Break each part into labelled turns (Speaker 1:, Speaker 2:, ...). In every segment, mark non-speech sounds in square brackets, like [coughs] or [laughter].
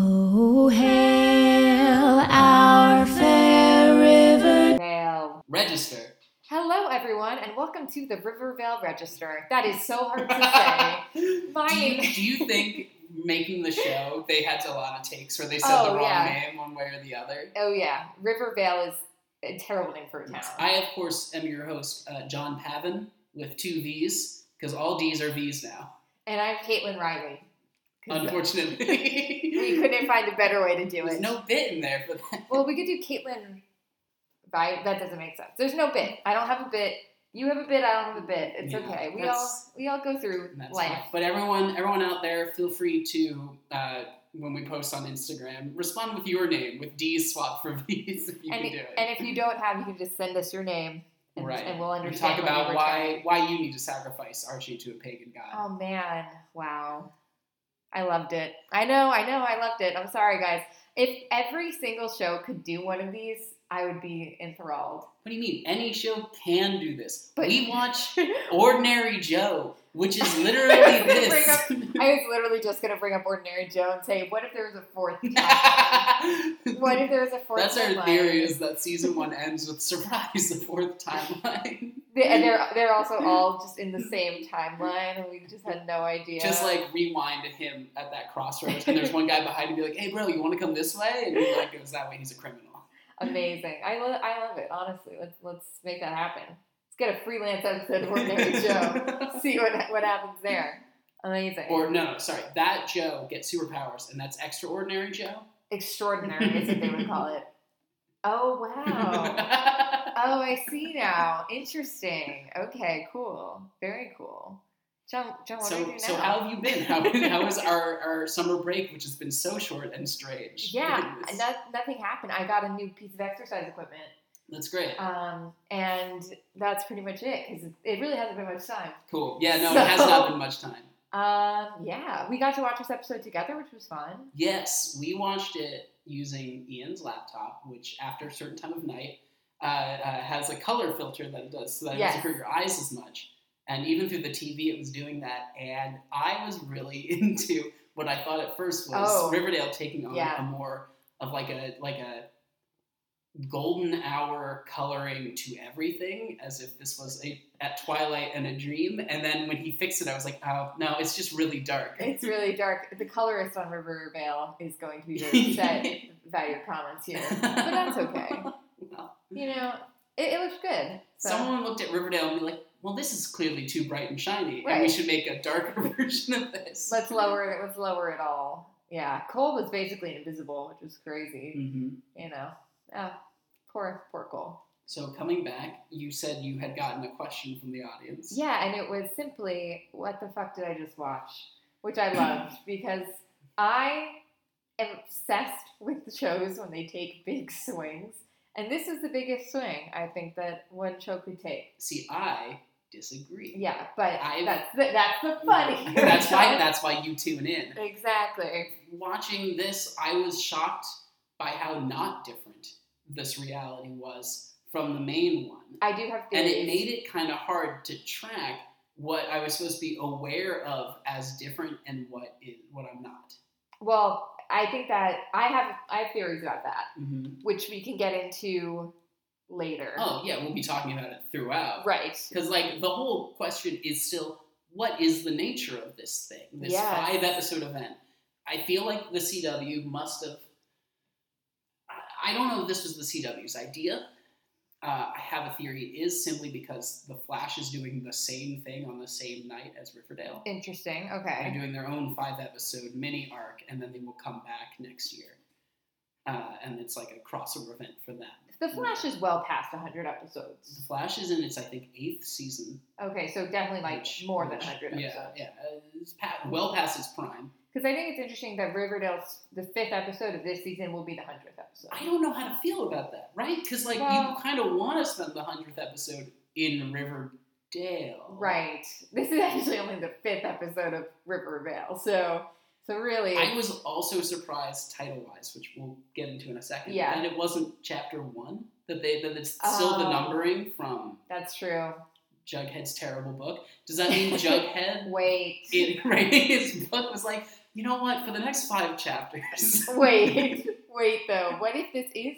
Speaker 1: Oh, hail our fair river.
Speaker 2: Vale.
Speaker 3: Register.
Speaker 2: Hello, everyone, and welcome to the Rivervale Register. That is so hard
Speaker 3: [laughs]
Speaker 2: to say. My
Speaker 3: Do
Speaker 2: name.
Speaker 3: you, do you think making the show they had a lot of takes where they said
Speaker 2: Oh,
Speaker 3: the wrong
Speaker 2: yeah.
Speaker 3: name one way or the other?
Speaker 2: Oh yeah, Rivervale is a terrible name for a town.
Speaker 3: I of course am your host uh, John Pavin with two V's because all D's are V's now.
Speaker 2: And I'm Caitlin Riley. 'Cause
Speaker 3: Unfortunately,
Speaker 2: [laughs] we couldn't find a better way to do
Speaker 3: There's
Speaker 2: it.
Speaker 3: no bit in there for that.
Speaker 2: Well, we could do Caitlin. By that doesn't make sense. There's no bit. I don't have a bit. You have a bit. I don't have a bit. It's
Speaker 3: Yeah,
Speaker 2: okay. We all
Speaker 3: that's-
Speaker 2: we all go through
Speaker 3: And that's
Speaker 2: life.
Speaker 3: fine. But everyone, everyone out there, feel free to uh, when we post on Instagram, respond with your name with D's swapped for V's if you
Speaker 2: And,
Speaker 3: can do it.
Speaker 2: and if you don't have, you can just send us your name, and,
Speaker 3: Right.
Speaker 2: and we'll
Speaker 3: we
Speaker 2: understand.
Speaker 3: talk
Speaker 2: what you
Speaker 3: about
Speaker 2: were
Speaker 3: why why you need to sacrifice Archie to a pagan god.
Speaker 2: Oh man, wow. I loved it. I know, I know, I loved it. I'm sorry, guys. If every single show could do one of these, I would be enthralled.
Speaker 3: What do you mean? Any show can do this.
Speaker 2: But-
Speaker 3: we
Speaker 2: [laughs]
Speaker 3: watch Ordinary Joe, which is literally
Speaker 2: [laughs] Bring
Speaker 3: [laughs] this.
Speaker 2: up- I was literally just gonna bring up Ordinary Joe and say, what if there was a
Speaker 3: [laughs]
Speaker 2: fourth time? what
Speaker 3: That's
Speaker 2: if there was a fourth
Speaker 3: our
Speaker 2: timeline?
Speaker 3: theory is that season one ends with surprise the fourth
Speaker 2: [laughs]
Speaker 3: timeline.
Speaker 2: They- and they're they're also all just in the same timeline, and we just had no idea.
Speaker 3: Just like rewind to him at that
Speaker 2: [laughs]
Speaker 3: crossroads, and there's one guy behind him be like, "Hey, bro, you want to come this way?" And he like goes that way. He's a criminal.
Speaker 2: amazing. I lo- I love it. Honestly, let's let's make that happen. Let's get a freelance episode of Ordinary Joe.
Speaker 3: [laughs]
Speaker 2: [laughs] see what what happens there. Amazing.
Speaker 3: or no, no, sorry, that Joe gets superpowers, and that's extraordinary Joe.
Speaker 2: Extraordinary is what they would call it. Oh
Speaker 3: [laughs]
Speaker 2: wow. Oh, I see now. Interesting. Okay, cool. Very cool. John, John, what do we
Speaker 3: So,
Speaker 2: do
Speaker 3: so
Speaker 2: now?
Speaker 3: how have you been?
Speaker 2: [laughs]
Speaker 3: How, how was our, our summer break, which has been so short and strange?
Speaker 2: yeah,
Speaker 3: Look at this.
Speaker 2: no, nothing happened. I got a new piece of exercise equipment,
Speaker 3: that's great.
Speaker 2: um, and that's pretty much it because it really hasn't been much time.
Speaker 3: Cool. Yeah, no,
Speaker 2: so-
Speaker 3: it has not been much time.
Speaker 2: Um, yeah, we got to watch this episode together, which was fun.
Speaker 3: Yes, we watched it using Ian's laptop, which after a certain time of night uh, uh, has a color filter that it does, so that
Speaker 2: Yes.
Speaker 3: it doesn't hurt your eyes as much. And even through the TV, it was doing that, and I was really [laughs] into what I thought at first was
Speaker 2: Oh.
Speaker 3: Riverdale taking on
Speaker 2: Yeah.
Speaker 3: a more of like a like a golden hour coloring to everything as if this was a at twilight and a dream and then when he fixed it i was like oh no it's just really dark [laughs]
Speaker 2: It's really dark. The colorist on Rivervale is going to be very upset by your comments here, but that's
Speaker 3: [laughs]
Speaker 2: okay.
Speaker 3: Well,
Speaker 2: You know, it, it looks good. So.
Speaker 3: someone looked at Riverdale and be like, "Well, this is clearly too bright and shiny, and we
Speaker 2: Right.
Speaker 3: should make a darker [laughs] version of this." [laughs]
Speaker 2: let's lower it. Let's lower it all. Yeah, Cole was basically invisible, which was crazy.
Speaker 3: hmm
Speaker 2: You know, oh, poor poor Cole.
Speaker 3: So coming back, you said you had gotten a question from the audience.
Speaker 2: Yeah, and it was simply, what the fuck did I just watch? Which I
Speaker 3: [clears throat]
Speaker 2: loved because I am obsessed with shows when they take big [laughs] swings. And this is the biggest swing I think that one show could take.
Speaker 3: See, I disagree. [laughs]
Speaker 2: Yeah, but
Speaker 3: I-
Speaker 2: that's the, that's the funny. [laughs]
Speaker 3: that's why. That's why you tune in.
Speaker 2: exactly.
Speaker 3: Watching this, I was shocked by how not different this reality was from the main one.
Speaker 2: I do have
Speaker 3: and
Speaker 2: theories.
Speaker 3: it made it kind of hard to track what I was supposed to be aware of as different and what is what I'm not.
Speaker 2: well, I think that I have I have theories about that,
Speaker 3: Mhm.
Speaker 2: which we can get into later.
Speaker 3: Oh yeah, we'll be talking about it throughout.
Speaker 2: Right.
Speaker 3: Because like the whole question is still, what is the nature of this thing? This
Speaker 2: Yes.
Speaker 3: five episode event. I feel like the CW must have. I- I don't know if this was the CW's idea. Uh, I have a theory. It is simply because the Flash is doing the same thing on the same night as Riverdale.
Speaker 2: Interesting.
Speaker 3: They're
Speaker 2: Okay.
Speaker 3: doing their own five episode mini arc, and then they will come back next year. Uh, and it's like a crossover event for them.
Speaker 2: The Flash is well past 100
Speaker 3: The
Speaker 2: episodes.
Speaker 3: Flash is in its, I think, eighth season.
Speaker 2: Okay, so definitely like
Speaker 3: which-
Speaker 2: more than
Speaker 3: which-
Speaker 2: 100
Speaker 3: Yeah,
Speaker 2: episodes.
Speaker 3: yeah. Uh, It's pa- well past its prime.
Speaker 2: Because I think it's interesting that Riverdale's the fifth episode of this season will be the hundredth episode.
Speaker 3: I don't know how to feel about that, right? Because, like,
Speaker 2: Well-
Speaker 3: you kind of want to spend the 100th episode in Riverdale.
Speaker 2: Right. This is actually only the fifth episode of Riverdale, so so really,
Speaker 3: I was also surprised title wise, which we'll get into in a second,
Speaker 2: Yeah.
Speaker 3: that it wasn't chapter one, that, they, that it's still the
Speaker 2: Oh.
Speaker 3: numbering from
Speaker 2: that's true. [laughs]
Speaker 3: Jughead's terrible book. Does that mean Jughead
Speaker 2: Wait.
Speaker 3: [laughs] in writing his book was like, you know what? For the next five chapters, [laughs]
Speaker 2: Wait, wait though. What if this is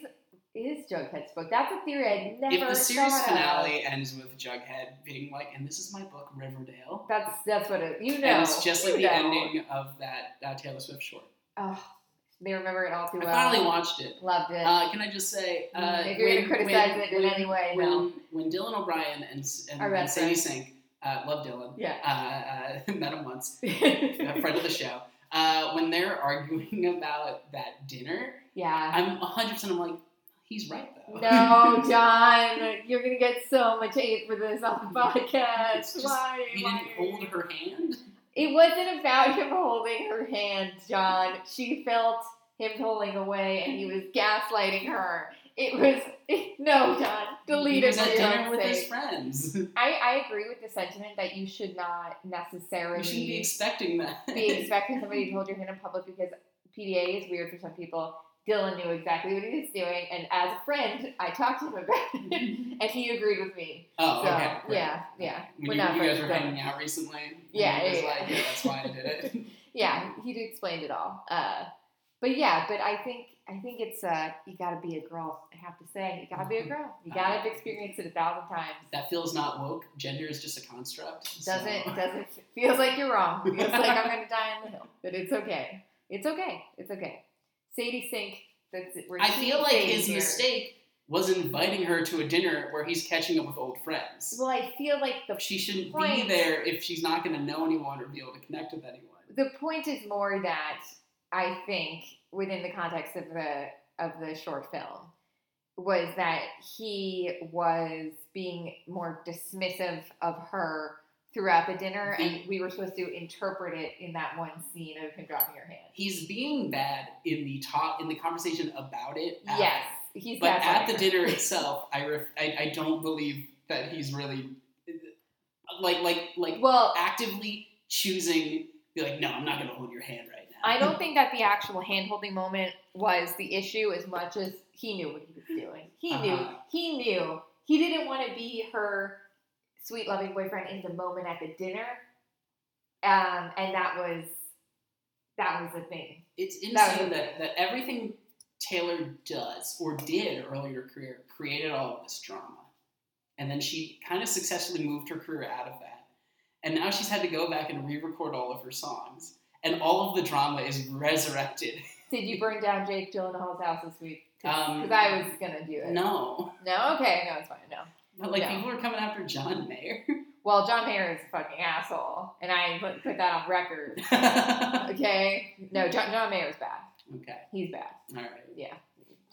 Speaker 2: is Jughead's book? That's a theory I never
Speaker 3: if the series
Speaker 2: thought of.
Speaker 3: finale ends with Jughead being like, "And this is my book, Riverdale,"
Speaker 2: That's that's what it. You know,
Speaker 3: and it's just like
Speaker 2: you
Speaker 3: the
Speaker 2: know.
Speaker 3: ending of that uh, Taylor Swift short.
Speaker 2: Oh, they remember it all too well.
Speaker 3: I finally watched it.
Speaker 2: loved it.
Speaker 3: Uh, can I just say, uh,
Speaker 2: Mm-hmm. if you're
Speaker 3: when-
Speaker 2: gonna criticize
Speaker 3: when-
Speaker 2: it in
Speaker 3: when-
Speaker 2: any way, no.
Speaker 3: when, when Dylan O'Brien and, S- and,
Speaker 2: Our
Speaker 3: and
Speaker 2: best
Speaker 3: Sadie
Speaker 2: friend.
Speaker 3: Sink, uh, love Dylan,
Speaker 2: yeah.
Speaker 3: [laughs] uh, uh, met
Speaker 2: [laughs]
Speaker 3: him once, a friend of the show. Uh, when they're [laughs] arguing about that dinner,
Speaker 2: yeah.
Speaker 3: I'm 100. percent I'm like, he's right though.
Speaker 2: No, John, you're gonna get so much hate for this on the podcast.
Speaker 3: It's just-
Speaker 2: Why?
Speaker 3: [laughs] he
Speaker 2: Why?
Speaker 3: didn't hold her hand.
Speaker 2: It wasn't about him holding her hand, John. She felt him pulling away, and he was gaslighting her. It was [laughs] no, John. Delete
Speaker 3: he
Speaker 2: it
Speaker 3: was
Speaker 2: for
Speaker 3: at
Speaker 2: your
Speaker 3: dinner
Speaker 2: own
Speaker 3: with his
Speaker 2: sake.
Speaker 3: friends.
Speaker 2: I, I agree with the sentiment that you should not necessarily
Speaker 3: You shouldn't be
Speaker 2: [laughs]
Speaker 3: expecting that. Oh,
Speaker 2: be expecting somebody to hold your hand in public because PDA is weird for some people. Dylan knew exactly what he was doing, and as a friend, I talked to him about it, and he agreed with me.
Speaker 3: oh,
Speaker 2: so
Speaker 3: okay. great.
Speaker 2: yeah, yeah,
Speaker 3: When
Speaker 2: we're
Speaker 3: you,
Speaker 2: not
Speaker 3: you guys
Speaker 2: friends,
Speaker 3: were
Speaker 2: though.
Speaker 3: hanging out recently, and
Speaker 2: Yeah,
Speaker 3: he was
Speaker 2: yeah,
Speaker 3: like,
Speaker 2: yeah.
Speaker 3: yeah, that's why I did it.
Speaker 2: [laughs] yeah, he did explain it all. Uh, but yeah, but I think I think it's uh, you gotta be a girl. I have to say, you gotta be a
Speaker 3: Mm-hmm.
Speaker 2: girl. You gotta have experienced it a thousand times.
Speaker 3: that feels not woke. Gender is just a construct. so-
Speaker 2: Doesn't doesn't feels like you're wrong. Feels like I'm gonna die on the hill, but it's okay. It's okay. It's okay. Sadie Sink. That's it. We're
Speaker 3: [laughs] I feel like
Speaker 2: team
Speaker 3: his
Speaker 2: here.
Speaker 3: mistake was inviting her to a dinner where he's catching up with old friends.
Speaker 2: Well, I feel like the
Speaker 3: She shouldn't be
Speaker 2: Right.
Speaker 3: there if she's not going to know anyone or be able to connect with anyone.
Speaker 2: the point is more that I think within the context of the of the short film was that he was being more dismissive of her throughout the dinner and we were supposed to interpret it in that one scene of him dropping her hand.
Speaker 3: He's being bad in the talk in the conversation about it. after.
Speaker 2: Yes. He's
Speaker 3: but at the
Speaker 2: gaslighting her. [laughs]
Speaker 3: dinner itself, I, ref- I I don't believe that he's really like like like
Speaker 2: Well,
Speaker 3: actively choosing. Be like, no, I'm not going to hold your hand right now.
Speaker 2: I
Speaker 3: [laughs]
Speaker 2: don't think that the actual hand holding moment was the issue as much as he knew what he was doing. He knew.
Speaker 3: Uh-huh.
Speaker 2: He knew. He didn't want to be her sweet, loving boyfriend in the moment at the dinner. Um, and that was that was the thing.
Speaker 3: It's
Speaker 2: That
Speaker 3: insane
Speaker 2: was-
Speaker 3: that, that everything Taylor does or did earlier in her career created all of this drama. And then she kind of successfully moved her career out of that. And now she's had to go back and re record all of her songs. And all of the drama is resurrected.
Speaker 2: Did you burn down Jake Gyllenhaal's house this week? Because
Speaker 3: Um,
Speaker 2: I was gonna do it.
Speaker 3: No.
Speaker 2: No? Okay. No, it's fine. No.
Speaker 3: But like
Speaker 2: No.
Speaker 3: people are coming after John Mayer. [laughs]
Speaker 2: Well, John Mayer is a fucking asshole, and I put, put that on
Speaker 3: [laughs]
Speaker 2: record.
Speaker 3: okay.
Speaker 2: Okay. No, John, John Mayer is bad. He's bad.
Speaker 3: All right.
Speaker 2: Yeah.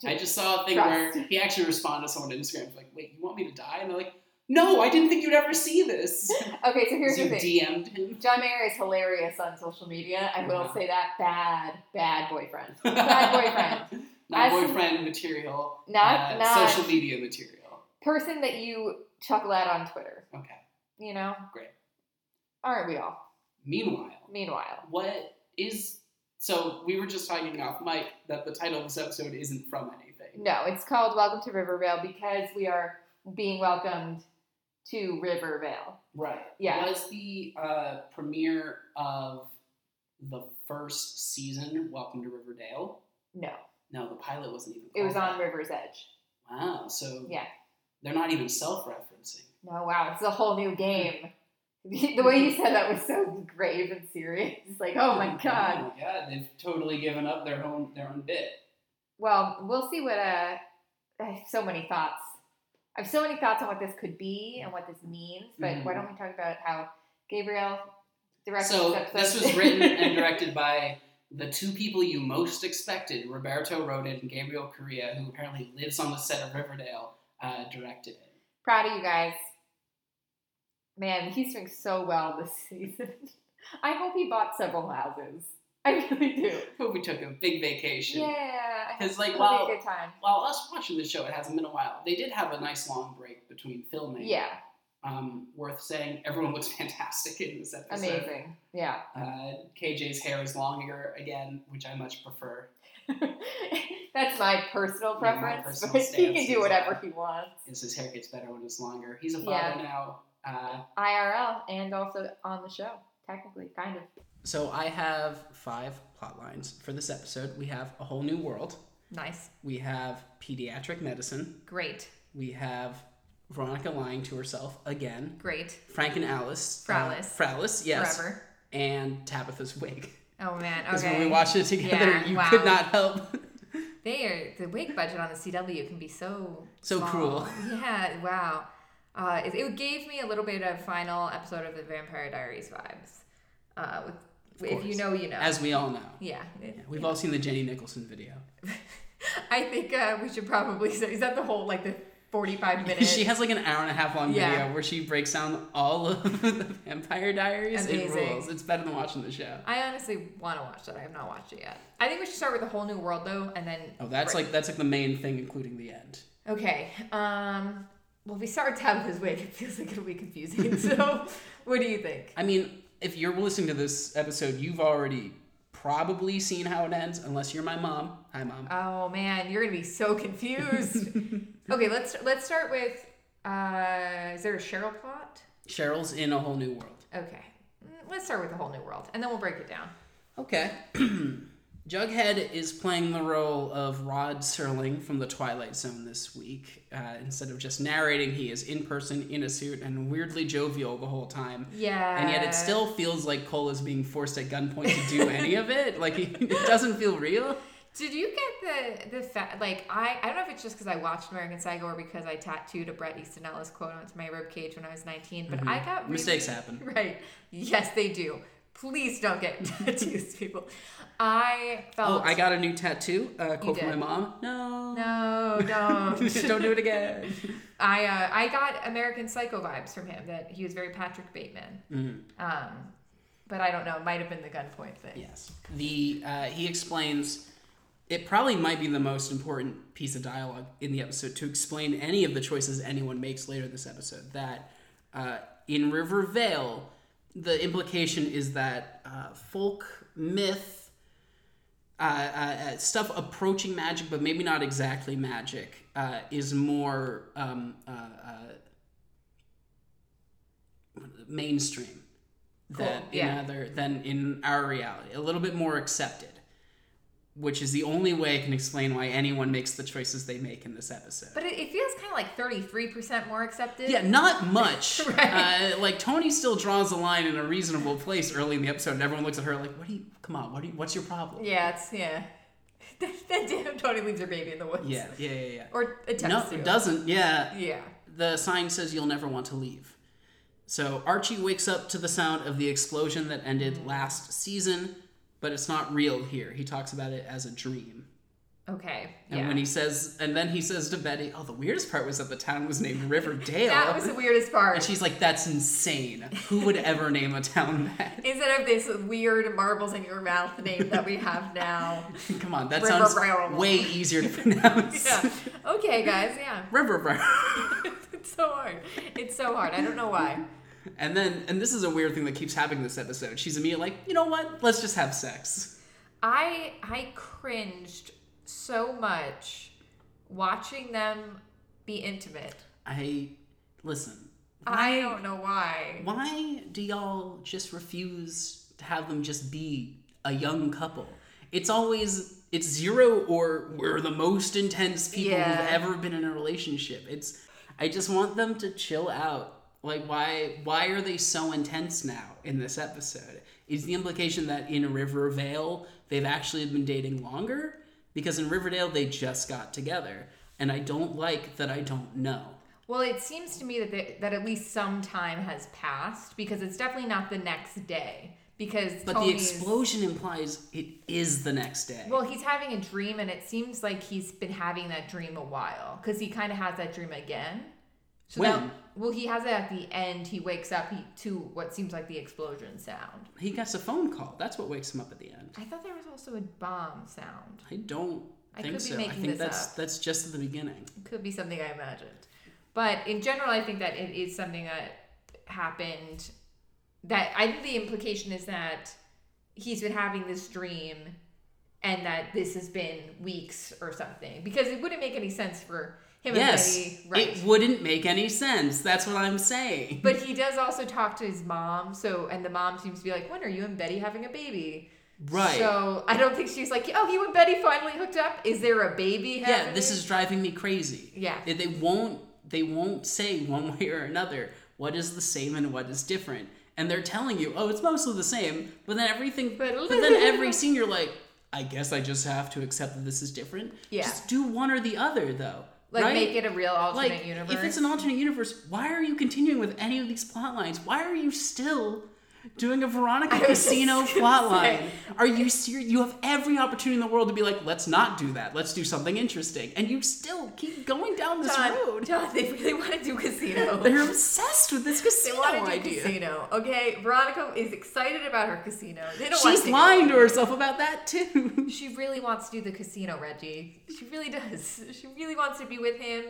Speaker 3: I just saw a thing
Speaker 2: Trust.
Speaker 3: where he actually responded to someone on Instagram like, wait, you want me to die? And they're like, no, I didn't think you'd ever see this.
Speaker 2: Okay. So [laughs] here's
Speaker 3: So
Speaker 2: the
Speaker 3: you
Speaker 2: thing.
Speaker 3: DM'd him.
Speaker 2: John Mayer is hilarious on social media. I will
Speaker 3: Uh-huh.
Speaker 2: say that. Bad, bad boyfriend. Bad
Speaker 3: [laughs] boyfriend.
Speaker 2: As-
Speaker 3: Not boyfriend material.
Speaker 2: Not,
Speaker 3: uh,
Speaker 2: not
Speaker 3: social media material.
Speaker 2: person that you chuckle at on Twitter.
Speaker 3: Okay.
Speaker 2: You know?
Speaker 3: Great.
Speaker 2: Aren't we all?
Speaker 3: Meanwhile,
Speaker 2: Meanwhile.
Speaker 3: what is so we were just talking off mic that the title of this episode isn't from anything.
Speaker 2: No, it's called Welcome to Rivervale because we are being welcomed to Rivervale.
Speaker 3: Right.
Speaker 2: Yeah.
Speaker 3: Was the uh, premiere of the first season Welcome to Riverdale?
Speaker 2: No,
Speaker 3: No, the pilot wasn't even.
Speaker 2: it was
Speaker 3: called
Speaker 2: on
Speaker 3: that.
Speaker 2: River's Edge.
Speaker 3: Wow. So
Speaker 2: Yeah.
Speaker 3: they're not even self-referencing.
Speaker 2: No, wow, it's a whole new game. [laughs] the way you said that was so grave and serious. Like, oh my god.
Speaker 3: Oh my god! They've totally given up their own their own bit.
Speaker 2: Well, we'll see what. Uh, I have so many thoughts. I have so many thoughts on what this could be and what this means. But
Speaker 3: Mm-hmm.
Speaker 2: why don't we talk about how Gabriel directed
Speaker 3: So
Speaker 2: this episode?
Speaker 3: this was written and
Speaker 2: [laughs]
Speaker 3: directed by the two people you most expected: Roberto wrote it and Gabriel Correa, who apparently lives on the set of Riverdale, uh, directed it.
Speaker 2: Proud of you guys. Man, he's doing so well this season. [laughs] I hope he bought several houses. I really do.
Speaker 3: Hope we took a big vacation.
Speaker 2: Yeah, I hope
Speaker 3: Because like
Speaker 2: it'll
Speaker 3: while
Speaker 2: be a good time.
Speaker 3: while us watching the show, it hasn't been a while. They did have a nice long break between filming.
Speaker 2: Yeah,
Speaker 3: Um, worth saying, everyone looks [laughs] fantastic in this episode.
Speaker 2: amazing. Yeah. [laughs]
Speaker 3: Uh, KJ's hair is longer again, which I much prefer.
Speaker 2: That's my personal
Speaker 3: Yeah, my
Speaker 2: preference, [laughs]
Speaker 3: personal
Speaker 2: but he
Speaker 3: stance
Speaker 2: can
Speaker 3: is,
Speaker 2: do whatever
Speaker 3: uh,
Speaker 2: he wants.
Speaker 3: Is his hair gets better when it's longer. He's a
Speaker 2: Yeah.
Speaker 3: father now. Uh,
Speaker 2: IRL and also on the show, technically, kind of.
Speaker 3: So I have five plot lines for this episode. We have a whole new world.
Speaker 2: Nice.
Speaker 3: We have pediatric medicine.
Speaker 2: Great.
Speaker 3: We have Veronica lying to herself again.
Speaker 2: Great.
Speaker 3: Frank and Alice. uh,
Speaker 2: Fralis.
Speaker 3: Fralis, yes.
Speaker 2: Forever.
Speaker 3: And Tabitha's wig.
Speaker 2: Oh man.
Speaker 3: Because
Speaker 2: Okay.
Speaker 3: when we watched it together,
Speaker 2: Yeah,
Speaker 3: you
Speaker 2: wow.
Speaker 3: could not help.
Speaker 2: They are the wig budget on the CW can be so
Speaker 3: So
Speaker 2: small.
Speaker 3: cruel. [laughs]
Speaker 2: Yeah, wow. Uh, it, it gave me a little bit of final episode of the Vampire Diaries vibes. Uh, with if you
Speaker 3: course.
Speaker 2: know, you know.
Speaker 3: As we all know.
Speaker 2: yeah,
Speaker 3: Yeah, we've all seen the Jenny Nicholson video.
Speaker 2: [laughs] I think uh, we should probably say is that the whole like the forty-five minutes.
Speaker 3: [laughs] she has like an hour and a half long
Speaker 2: Yeah.
Speaker 3: video where she breaks down all of [laughs] the Vampire Diaries. It
Speaker 2: Amazing.
Speaker 3: rules. It's better than watching the show.
Speaker 2: I honestly want to watch that. I have not watched it yet. I think we should start with the whole new world though, and then
Speaker 3: Oh, that's
Speaker 2: Right.
Speaker 3: like that's like the main thing, including the end.
Speaker 2: okay. Um, well, we start with Tabitha's wig. It feels like it'll be confusing. [laughs] so, what do you think?
Speaker 3: I mean, if you're listening to this episode, you've already probably seen how it ends, unless you're my mom. Hi, mom.
Speaker 2: Oh man, you're gonna be so confused. okay, let's let's start with. Uh, is there a Cheryl plot?
Speaker 3: Cheryl's in a whole new world.
Speaker 2: Okay, Mm, let's start with the whole new world, and then we'll break it down.
Speaker 3: Okay. [clears throat] Jughead is playing the role of Rod Serling from The Twilight Zone this week. Uh, instead of just narrating, he is in person, in a suit, and weirdly jovial the whole time.
Speaker 2: Yeah.
Speaker 3: And yet it still feels like Cole is being forced at gunpoint to do any of [laughs] it. Like, it doesn't feel real.
Speaker 2: Did you get the the fa- like I I don't know if it's just because I watched American Psycho or because I tattooed a Bret Easton Ellis quote onto my rib cage when I was 19, but I got really-
Speaker 3: Mm-hmm. Mistakes happen.
Speaker 2: [laughs] Right. Yes, they do. Please don't get [laughs] tattoos, people. I
Speaker 3: Oh,
Speaker 2: felt
Speaker 3: I got a new tattoo. Uh, quote from my
Speaker 2: did.
Speaker 3: mom. No.
Speaker 2: no, don't.
Speaker 3: [laughs] Don't do it [laughs] again.
Speaker 2: I uh, I got American Psycho vibes from him that he was very Patrick Bateman.
Speaker 3: Mm-hmm.
Speaker 2: Um, but I don't know. It might have been the gunpoint thing.
Speaker 3: Yes. The uh, he explains it probably might be the most important piece of dialogue in the episode to explain any of the choices anyone makes later this episode. That uh, in Rivervale, the implication is that uh, folk myth. Uh, uh, uh, stuff approaching magic, but maybe not exactly magic, uh, is more um, uh, uh, mainstream than
Speaker 2: Cool,
Speaker 3: in
Speaker 2: yeah.
Speaker 3: other than in our reality. A little bit more accepted, which is the only way I can explain why anyone makes the choices they make in this episode.
Speaker 2: But it, it feels kind of like 33% more accepted.
Speaker 3: yeah, not much.
Speaker 2: [laughs] Right.
Speaker 3: uh, like Tony still draws the line in a reasonable place early in the episode, and everyone looks at her like, "What do you? Come on, what do you? What's your problem?"
Speaker 2: Yeah, it's yeah. [laughs] that damn Tony leaves her baby in the woods.
Speaker 3: yeah, yeah, yeah. yeah.
Speaker 2: Or attempts
Speaker 3: No,
Speaker 2: to.
Speaker 3: it doesn't. Yeah,
Speaker 2: Yeah.
Speaker 3: the sign says you'll never want to leave. So Archie wakes up to the sound of the explosion that ended
Speaker 2: Mm-hmm.
Speaker 3: last season, but it's not real here. He talks about it as a dream.
Speaker 2: Okay.
Speaker 3: And
Speaker 2: yeah.
Speaker 3: when he says, and then he says to Betty, "Oh, the weirdest part was that the town
Speaker 2: [laughs]
Speaker 3: was named Riverdale."
Speaker 2: that was the weirdest part.
Speaker 3: and she's like, "That's insane. Who would ever name a town [laughs] that?"
Speaker 2: Instead of this weird marbles in your mouth name that we have
Speaker 3: [laughs]
Speaker 2: now.
Speaker 3: Come on, that sounds
Speaker 2: Riverdale.
Speaker 3: way easier to
Speaker 2: [laughs]
Speaker 3: pronounce. [laughs]
Speaker 2: Yeah. Okay, guys. Yeah. [laughs]
Speaker 3: Riverboro.
Speaker 2: It's so hard. It's so hard. I don't know why.
Speaker 3: And then, and this is a weird thing that keeps happening this episode. She's immediately like, "You know what? Let's just have sex."
Speaker 2: I I cringed so much watching them be intimate.
Speaker 3: I listen.
Speaker 2: I don't know why.
Speaker 3: Why do y'all just refuse to have them just be a young couple? It's always it's zero or we're the most intense people
Speaker 2: Yeah.
Speaker 3: who've ever been in a relationship. It's I just want them to chill out. Like why why are they so intense now in this episode? Is the implication that in Rivervale they've actually been dating longer? Because in Riverdale they just got together. And I don't like that I don't know.
Speaker 2: Well, it seems to me that they, that at least some time has passed because it's definitely not the next day because
Speaker 3: But
Speaker 2: Tony's,
Speaker 3: the explosion implies it is the next day.
Speaker 2: Well, he's having a dream, and it seems like he's been having that dream a while because he kind of has that dream again. So
Speaker 3: When?
Speaker 2: That, well, he has it at the end. He wakes up he, to what seems like the explosion sound.
Speaker 3: he gets a phone call. That's what wakes him up at the end.
Speaker 2: I thought there was also a bomb sound.
Speaker 3: I don't
Speaker 2: I
Speaker 3: think
Speaker 2: could be
Speaker 3: so. I
Speaker 2: making
Speaker 3: think
Speaker 2: this
Speaker 3: that's
Speaker 2: up.
Speaker 3: that's just at the beginning.
Speaker 2: It could be something I imagined. But in general, I think that it is something that happened. That I think the implication is that he's been having this dream and that this has been weeks or something because it wouldn't make any sense for him
Speaker 3: yes,
Speaker 2: and Betty, right?
Speaker 3: it wouldn't make any sense. That's what I'm saying.
Speaker 2: but he does also talk to his mom, so and the mom seems to be like, "When are you and Betty having a baby?"
Speaker 3: right.
Speaker 2: So I don't think she's like, "Oh, you and Betty finally hooked up. Is there a baby?"
Speaker 3: yeah,
Speaker 2: happening?"
Speaker 3: this is driving me crazy.
Speaker 2: Yeah.
Speaker 3: They- They won't they won't say one [laughs] way or another what is the same and what is different. And they're telling you, "Oh, it's mostly the same." But then everything
Speaker 2: But a [laughs]
Speaker 3: but
Speaker 2: little-
Speaker 3: then every scene you're like, "I guess I just have to accept that this is different."
Speaker 2: Yeah.
Speaker 3: Just do one or the other though.
Speaker 2: like
Speaker 3: right?
Speaker 2: make it a real alternate
Speaker 3: like
Speaker 2: universe.
Speaker 3: if it's an alternate universe, why are you continuing with any of these plot lines? Why are you still doing a
Speaker 2: [laughs]
Speaker 3: Veronica
Speaker 2: was just
Speaker 3: Casino
Speaker 2: gonna
Speaker 3: plot line?
Speaker 2: say.
Speaker 3: Are you serious? You have every opportunity in the world to be like, let's not do that. Let's do something interesting, and you still keep going down this
Speaker 2: John, [laughs]
Speaker 3: road.
Speaker 2: John, they really want to do
Speaker 3: [laughs]
Speaker 2: casino.
Speaker 3: They're obsessed with this
Speaker 2: They
Speaker 3: casino
Speaker 2: want to do
Speaker 3: idea.
Speaker 2: casino. Okay, Veronica is excited about her casino. They don't want
Speaker 3: She's
Speaker 2: to
Speaker 3: lying to herself about that too. [laughs]
Speaker 2: She really wants to do the casino, Reggie. She really does. [laughs] She really wants to be with him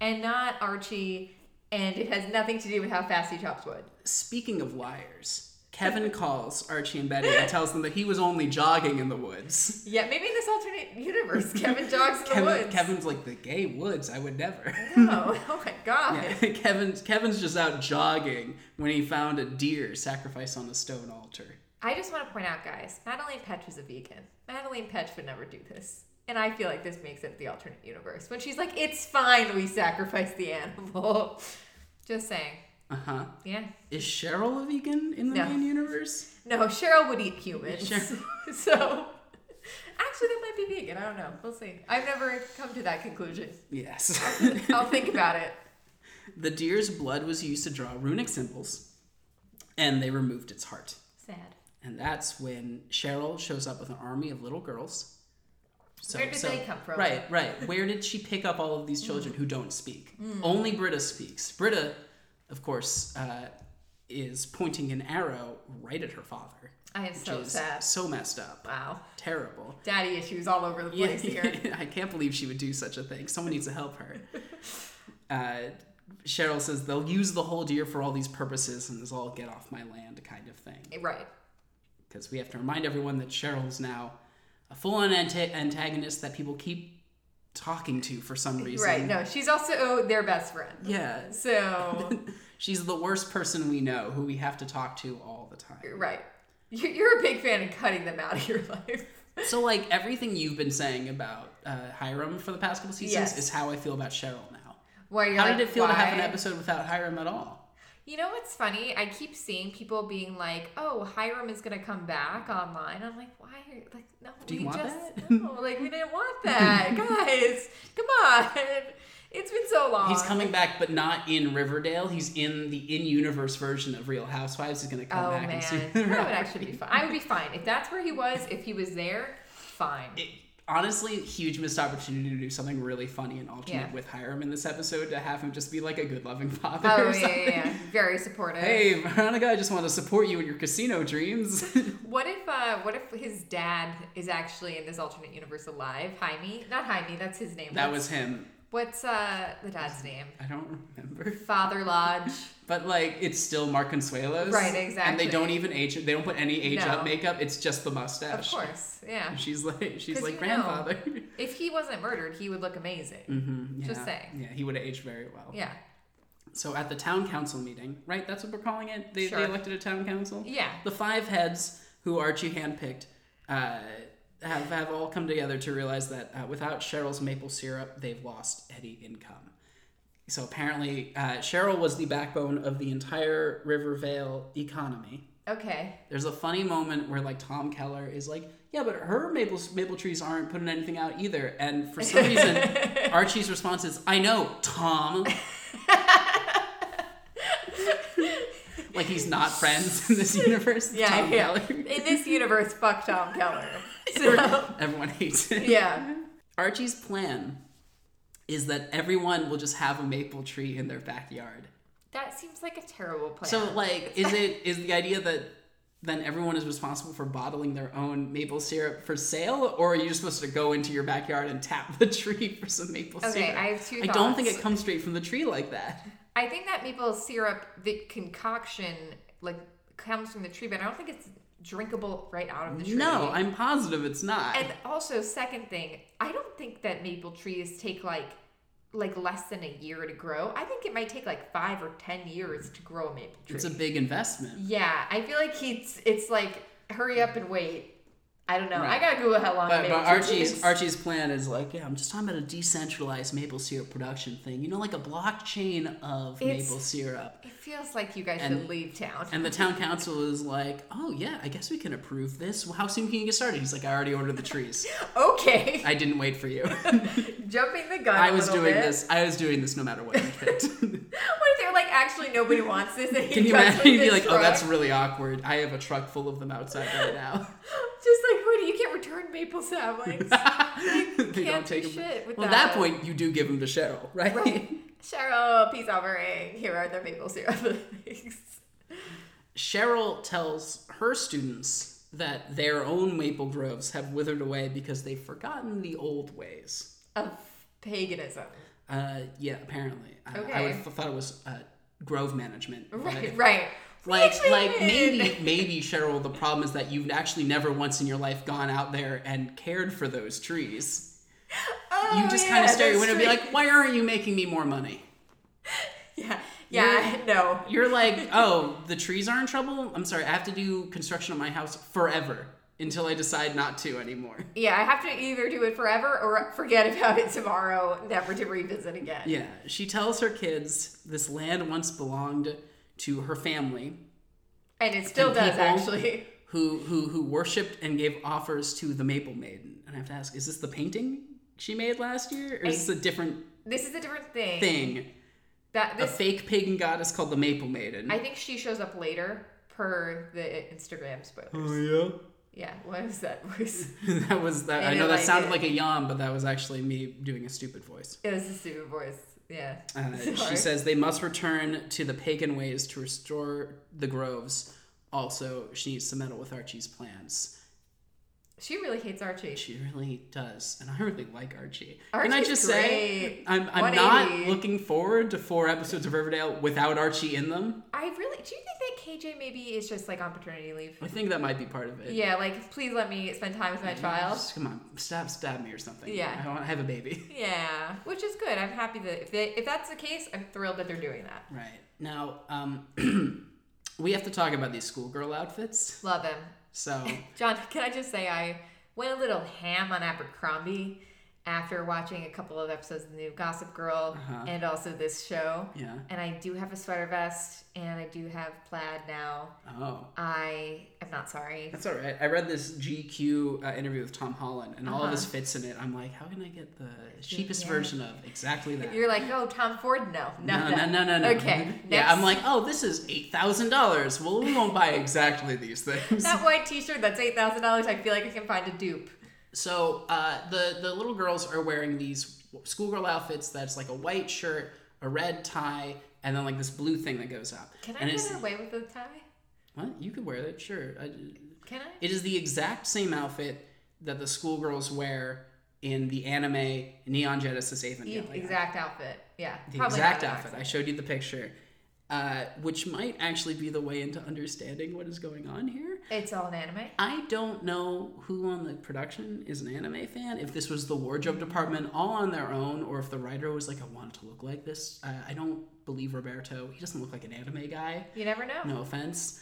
Speaker 2: and not Archie. And it has nothing to do with how fast he chops wood.
Speaker 3: Speaking of liars, Kevin calls Archie and Betty and tells them that he was only jogging in the woods.
Speaker 2: Yeah, maybe in this alternate universe, [laughs] Kevin jogs [laughs] in the
Speaker 3: Kevin,
Speaker 2: woods.
Speaker 3: Kevin's like the gay woods. I would never. [laughs]
Speaker 2: No. Oh [laughs] my god.
Speaker 3: Yeah, [laughs] Kevin's Kevin's just out jogging when he found a deer sacrificed on a stone altar.
Speaker 2: I just want to point out, guys, Madeline Petch was a vegan. Madeline Petch would never do this. And I feel like this makes it the alternate universe. When she's like, it's fine, we sacrifice the animal. [laughs] Just saying.
Speaker 3: Uh huh.
Speaker 2: Yeah.
Speaker 3: Is Cheryl a vegan in the
Speaker 2: No.
Speaker 3: main universe?
Speaker 2: No, Cheryl would eat humans.
Speaker 3: Cheryl-
Speaker 2: [laughs] so, actually, that might be vegan. I don't know. We'll see. I've never come to that conclusion.
Speaker 3: Yes. [laughs]
Speaker 2: I'll think about it.
Speaker 3: the deer's blood was used to draw runic symbols, and they removed its heart.
Speaker 2: Sad.
Speaker 3: And that's when Cheryl shows up with an army of little girls. So,
Speaker 2: Where did they come from?
Speaker 3: Right, right. Where did she pick up all of these children who don't speak?
Speaker 2: Hmm.
Speaker 3: Only Britta speaks. Britta, of course, uh, is pointing an arrow right at her father.
Speaker 2: I am
Speaker 3: which
Speaker 2: so
Speaker 3: is
Speaker 2: sad.
Speaker 3: So messed up.
Speaker 2: Wow.
Speaker 3: Terrible.
Speaker 2: Daddy issues all over the place here.
Speaker 3: [laughs] I can't believe she would do such a thing. Someone needs to
Speaker 2: [laughs]
Speaker 3: help her. Uh, Cheryl says they'll use the whole deer for all these purposes and this all get off my land kind of thing
Speaker 2: Right.
Speaker 3: because we have to remind everyone that Cheryl's now a full-on anta- antagonist that people keep talking to for some reason.
Speaker 2: Right. No, she's also their best friend.
Speaker 3: [laughs] Yeah.
Speaker 2: So,
Speaker 3: She's the worst person we know who we have to talk to all the time.
Speaker 2: right. You- You're a big fan of cutting them out of your [laughs] life.
Speaker 3: So like everything you've been saying about uh, Hiram for the past couple seasons
Speaker 2: Yes.
Speaker 3: is how I feel about Cheryl now.
Speaker 2: Where you're
Speaker 3: How
Speaker 2: like,
Speaker 3: did it feel to have an
Speaker 2: "Why?"
Speaker 3: episode without Hiram at all?
Speaker 2: You know what's funny? I keep seeing people being like, "Oh, Hiram is gonna come back online." I'm like, "Why? are you- Like, no,
Speaker 3: Do you
Speaker 2: we
Speaker 3: want
Speaker 2: just
Speaker 3: that?
Speaker 2: no. Like, we didn't want
Speaker 3: [laughs]
Speaker 2: that, guys. Come on. It's been so long.
Speaker 3: He's coming back, but not in Riverdale. He's in the in-universe version of Real Housewives. He's gonna come
Speaker 2: Oh
Speaker 3: back
Speaker 2: man,
Speaker 3: and see. [laughs]
Speaker 2: that would actually be fine. I would be fine if that's where he was. If he was there, fine.
Speaker 3: it, honestly huge missed opportunity to do something really funny and alternate
Speaker 2: Yeah.
Speaker 3: with Hiram in this episode to have him just be like a good loving father
Speaker 2: Oh
Speaker 3: or
Speaker 2: yeah,
Speaker 3: something.
Speaker 2: yeah, yeah. very supportive.
Speaker 3: Hey, Veronica, I just want to support you in your casino dreams. [laughs]
Speaker 2: What if uh what if his dad is actually in this alternate universe alive? Jaime, not Jaime, that's his name.
Speaker 3: that
Speaker 2: What's-
Speaker 3: was him.
Speaker 2: what's uh the dad's name?
Speaker 3: I don't remember.
Speaker 2: Father
Speaker 3: [laughs]
Speaker 2: Lodge.
Speaker 3: But like it's still Mark Consuelos.
Speaker 2: Right,
Speaker 3: And
Speaker 2: exactly.
Speaker 3: they don't even age they don't put any age
Speaker 2: No.
Speaker 3: up makeup, it's just the
Speaker 2: Of
Speaker 3: mustache.
Speaker 2: course, yeah.
Speaker 3: [laughs] She's like she's
Speaker 2: 'Cause
Speaker 3: like
Speaker 2: you know.
Speaker 3: grandfather. [laughs]
Speaker 2: If he wasn't murdered, he would look amazing.
Speaker 3: Mhm,
Speaker 2: Just
Speaker 3: yeah.
Speaker 2: saying.
Speaker 3: Yeah, he would have aged very well.
Speaker 2: Yeah,
Speaker 3: So at the town council meeting, right? That's what we're calling it. They,
Speaker 2: Sure.
Speaker 3: they elected a town council.
Speaker 2: yeah.
Speaker 3: the five heads who Archie handpicked uh, have, have all come together to realize that uh, without Cheryl's maple syrup, they've lost any income. So apparently, uh, Cheryl was the backbone of the entire Rivervale economy.
Speaker 2: Okay,
Speaker 3: There's a funny moment where like Tom Keller is like, "Yeah, but her maple maple trees aren't putting anything out either." And for some
Speaker 2: [laughs]
Speaker 3: reason, Archie's response is, "I know, Tom." like he's not friends
Speaker 2: [laughs]
Speaker 3: in this universe.
Speaker 2: yeah,
Speaker 3: Tom
Speaker 2: yeah.
Speaker 3: Keller.
Speaker 2: In this universe, fuck Tom Keller. [laughs] So
Speaker 3: [laughs] Everyone hates it.
Speaker 2: yeah,
Speaker 3: Archie's plan is that everyone will just have a maple tree in their backyard.
Speaker 2: that seems like a terrible plan.
Speaker 3: So like, is it is the idea that then everyone is responsible for bottling their own maple syrup for sale, or are you just supposed to go into your backyard and tap the [laughs] tree for some maple syrup?
Speaker 2: okay, I have two.
Speaker 3: I don't think
Speaker 2: thoughts.
Speaker 3: it comes straight from the tree like that.
Speaker 2: I think that maple syrup, the concoction, like comes from the tree, but I don't think it's drinkable right out of the tree.
Speaker 3: No, I'm positive it's not.
Speaker 2: And also, second thing, I don't think that maple trees take like like less than a year to grow. I think it might take like five or ten years to grow a maple tree.
Speaker 3: it's a big investment.
Speaker 2: yeah, I feel like it's it's like hurry up and wait. I don't know. I
Speaker 3: Right.
Speaker 2: gotta Google how long. a
Speaker 3: But,
Speaker 2: maple
Speaker 3: but
Speaker 2: tree
Speaker 3: Archie's
Speaker 2: is.
Speaker 3: Archie's plan is like, yeah, I'm just talking about a decentralized maple syrup production thing. You know, like a blockchain of
Speaker 2: It's-
Speaker 3: maple syrup.
Speaker 2: It feels like you guys
Speaker 3: And-
Speaker 2: should leave town.
Speaker 3: And the town council is like, oh yeah, I guess we can approve this. Well, How soon can you get started? He's like, I already ordered the trees.
Speaker 2: [laughs] okay, [laughs]
Speaker 3: I didn't wait for you.
Speaker 2: jumping the gun.
Speaker 3: [laughs] I
Speaker 2: a
Speaker 3: was
Speaker 2: little
Speaker 3: doing
Speaker 2: bit.
Speaker 3: this. I was doing this no matter what you picked.
Speaker 2: [laughs]
Speaker 3: can
Speaker 2: What if they're like actually nobody wants this?
Speaker 3: [laughs]
Speaker 2: And he
Speaker 3: you
Speaker 2: comes
Speaker 3: imagine?
Speaker 2: with
Speaker 3: You'd be
Speaker 2: this
Speaker 3: like, oh,
Speaker 2: truck?
Speaker 3: that's really awkward. I have a truck full of them outside
Speaker 2: [laughs]
Speaker 3: right now. [laughs]
Speaker 2: Just like, Woody, you can't return maple saplings.
Speaker 3: they
Speaker 2: can't
Speaker 3: don't take
Speaker 2: do
Speaker 3: them.
Speaker 2: shit with
Speaker 3: well, at that
Speaker 2: that.
Speaker 3: point, you do give them to Cheryl, [laughs] right?
Speaker 2: right. Cheryl, peace offering. Here are the maple syrup things.
Speaker 3: Cheryl tells her students that their own maple groves have withered away because they've forgotten the old ways.
Speaker 2: Of paganism.
Speaker 3: Uh, yeah, apparently. I- I
Speaker 2: Okay.
Speaker 3: would have thought it was uh, grove management. but
Speaker 2: Right, right. We
Speaker 3: Like,
Speaker 2: actually
Speaker 3: like
Speaker 2: did.
Speaker 3: maybe, maybe Cheryl. The problem is that you've actually never once in your life gone out there and cared for those trees.
Speaker 2: Oh,
Speaker 3: you just
Speaker 2: yeah,
Speaker 3: kind of stare at your
Speaker 2: that's
Speaker 3: window and be
Speaker 2: true.
Speaker 3: like, "Why aren't you making me more money?"
Speaker 2: yeah, yeah, no.
Speaker 3: You're
Speaker 2: [laughs]
Speaker 3: like, "Oh, the trees are in trouble. I'm sorry. I have to do construction on my house forever until I decide not to anymore."
Speaker 2: Yeah, I have to either do it forever or forget about it tomorrow, never to revisit again.
Speaker 3: Yeah, she tells her kids this land once belonged to her family,
Speaker 2: And it still
Speaker 3: And
Speaker 2: does,
Speaker 3: people-
Speaker 2: actually.
Speaker 3: who who who worshipped and gave offers to the Maple Maiden. And I have to ask, is this the painting she made last year, or is this a different
Speaker 2: This is a different thing.
Speaker 3: thing?
Speaker 2: That
Speaker 3: A
Speaker 2: this
Speaker 3: fake pagan goddess called the Maple Maiden.
Speaker 2: I think she shows up later per the Instagram spoilers.
Speaker 3: Oh, yeah,
Speaker 2: Oh, Yeah, what was that voice?
Speaker 3: [laughs]
Speaker 2: [laughs]
Speaker 3: that was that. I
Speaker 2: Made it
Speaker 3: know that
Speaker 2: like
Speaker 3: sounded
Speaker 2: it.
Speaker 3: like a yawn, but that was actually me doing a stupid voice.
Speaker 2: it was a stupid voice. Yeah. [laughs]
Speaker 3: Uh,
Speaker 2: Sorry.
Speaker 3: she says they must return to the pagan ways to restore the groves. Also, she needs to meddle with Archie's plans.
Speaker 2: She really hates Archie.
Speaker 3: She really does, and I really like Archie. Can I
Speaker 2: Archie's
Speaker 3: just say,
Speaker 2: great.
Speaker 3: I'm, I'm not
Speaker 2: 180.
Speaker 3: looking forward to four episodes of Riverdale without Archie in them.
Speaker 2: I really do you think that KJ maybe is just like on paternity leave?
Speaker 3: I think that might be part of it.
Speaker 2: Yeah, like please let me spend time with my child.
Speaker 3: Just, come on, stab, stab me or something.
Speaker 2: Yeah.
Speaker 3: I want to have a baby. [laughs]
Speaker 2: Yeah, which is good. I'm happy that if they, if that's the case, I'm thrilled that they're doing that.
Speaker 3: Right now, um, [clears throat] we have to talk about these schoolgirl outfits.
Speaker 2: Love him, [laughs]
Speaker 3: So
Speaker 2: John. Can I just say I went a little ham on Abercrombie after watching a couple of episodes of the new Gossip Girl
Speaker 3: Uh-huh.
Speaker 2: and also this show.
Speaker 3: yeah.
Speaker 2: And I do have a sweater vest and I do have plaid now.
Speaker 3: Oh.
Speaker 2: I am not
Speaker 3: [laughs]
Speaker 2: sorry.
Speaker 3: That's all right. I read this GQ uh, interview with Tom Holland, and all of
Speaker 2: Uh-huh.
Speaker 3: his fits in it. I'm like, how can I get the cheapest
Speaker 2: Yeah.
Speaker 3: version of exactly that?
Speaker 2: You're like, oh, Tom Ford? No,
Speaker 3: No,
Speaker 2: not
Speaker 3: no,
Speaker 2: that.
Speaker 3: no, no, no.
Speaker 2: Okay,
Speaker 3: [laughs] Yeah, I'm
Speaker 2: next.
Speaker 3: like, oh, this is eight thousand dollars. Well, we won't buy exactly these
Speaker 2: [laughs]
Speaker 3: things.
Speaker 2: That white T-shirt that's eight thousand dollars. I feel like I can find a dupe.
Speaker 3: So uh, the the little girls are wearing these schoolgirl outfits. That's like a white shirt, a red tie, and then like this blue thing that goes up.
Speaker 2: Can I
Speaker 3: and
Speaker 2: get
Speaker 3: it's,
Speaker 2: away with the tie?
Speaker 3: What you could wear that? Sure. I,
Speaker 2: Can I?
Speaker 3: it is the exact same outfit that the schoolgirls wear in the anime Neon Genesis
Speaker 2: The
Speaker 3: Evangelion.
Speaker 2: exact outfit. Yeah.
Speaker 3: the
Speaker 2: probably not
Speaker 3: exact
Speaker 2: an
Speaker 3: outfit. I showed you the picture, uh, which might actually be the way into understanding what is going on here.
Speaker 2: It's all an anime.
Speaker 3: I don't know who on the production is an anime fan. If this was the wardrobe department all on their own, or if the writer was like, "I want it to look like this." Uh, I don't believe Roberto. He doesn't look like an anime guy.
Speaker 2: You never know.
Speaker 3: No offense.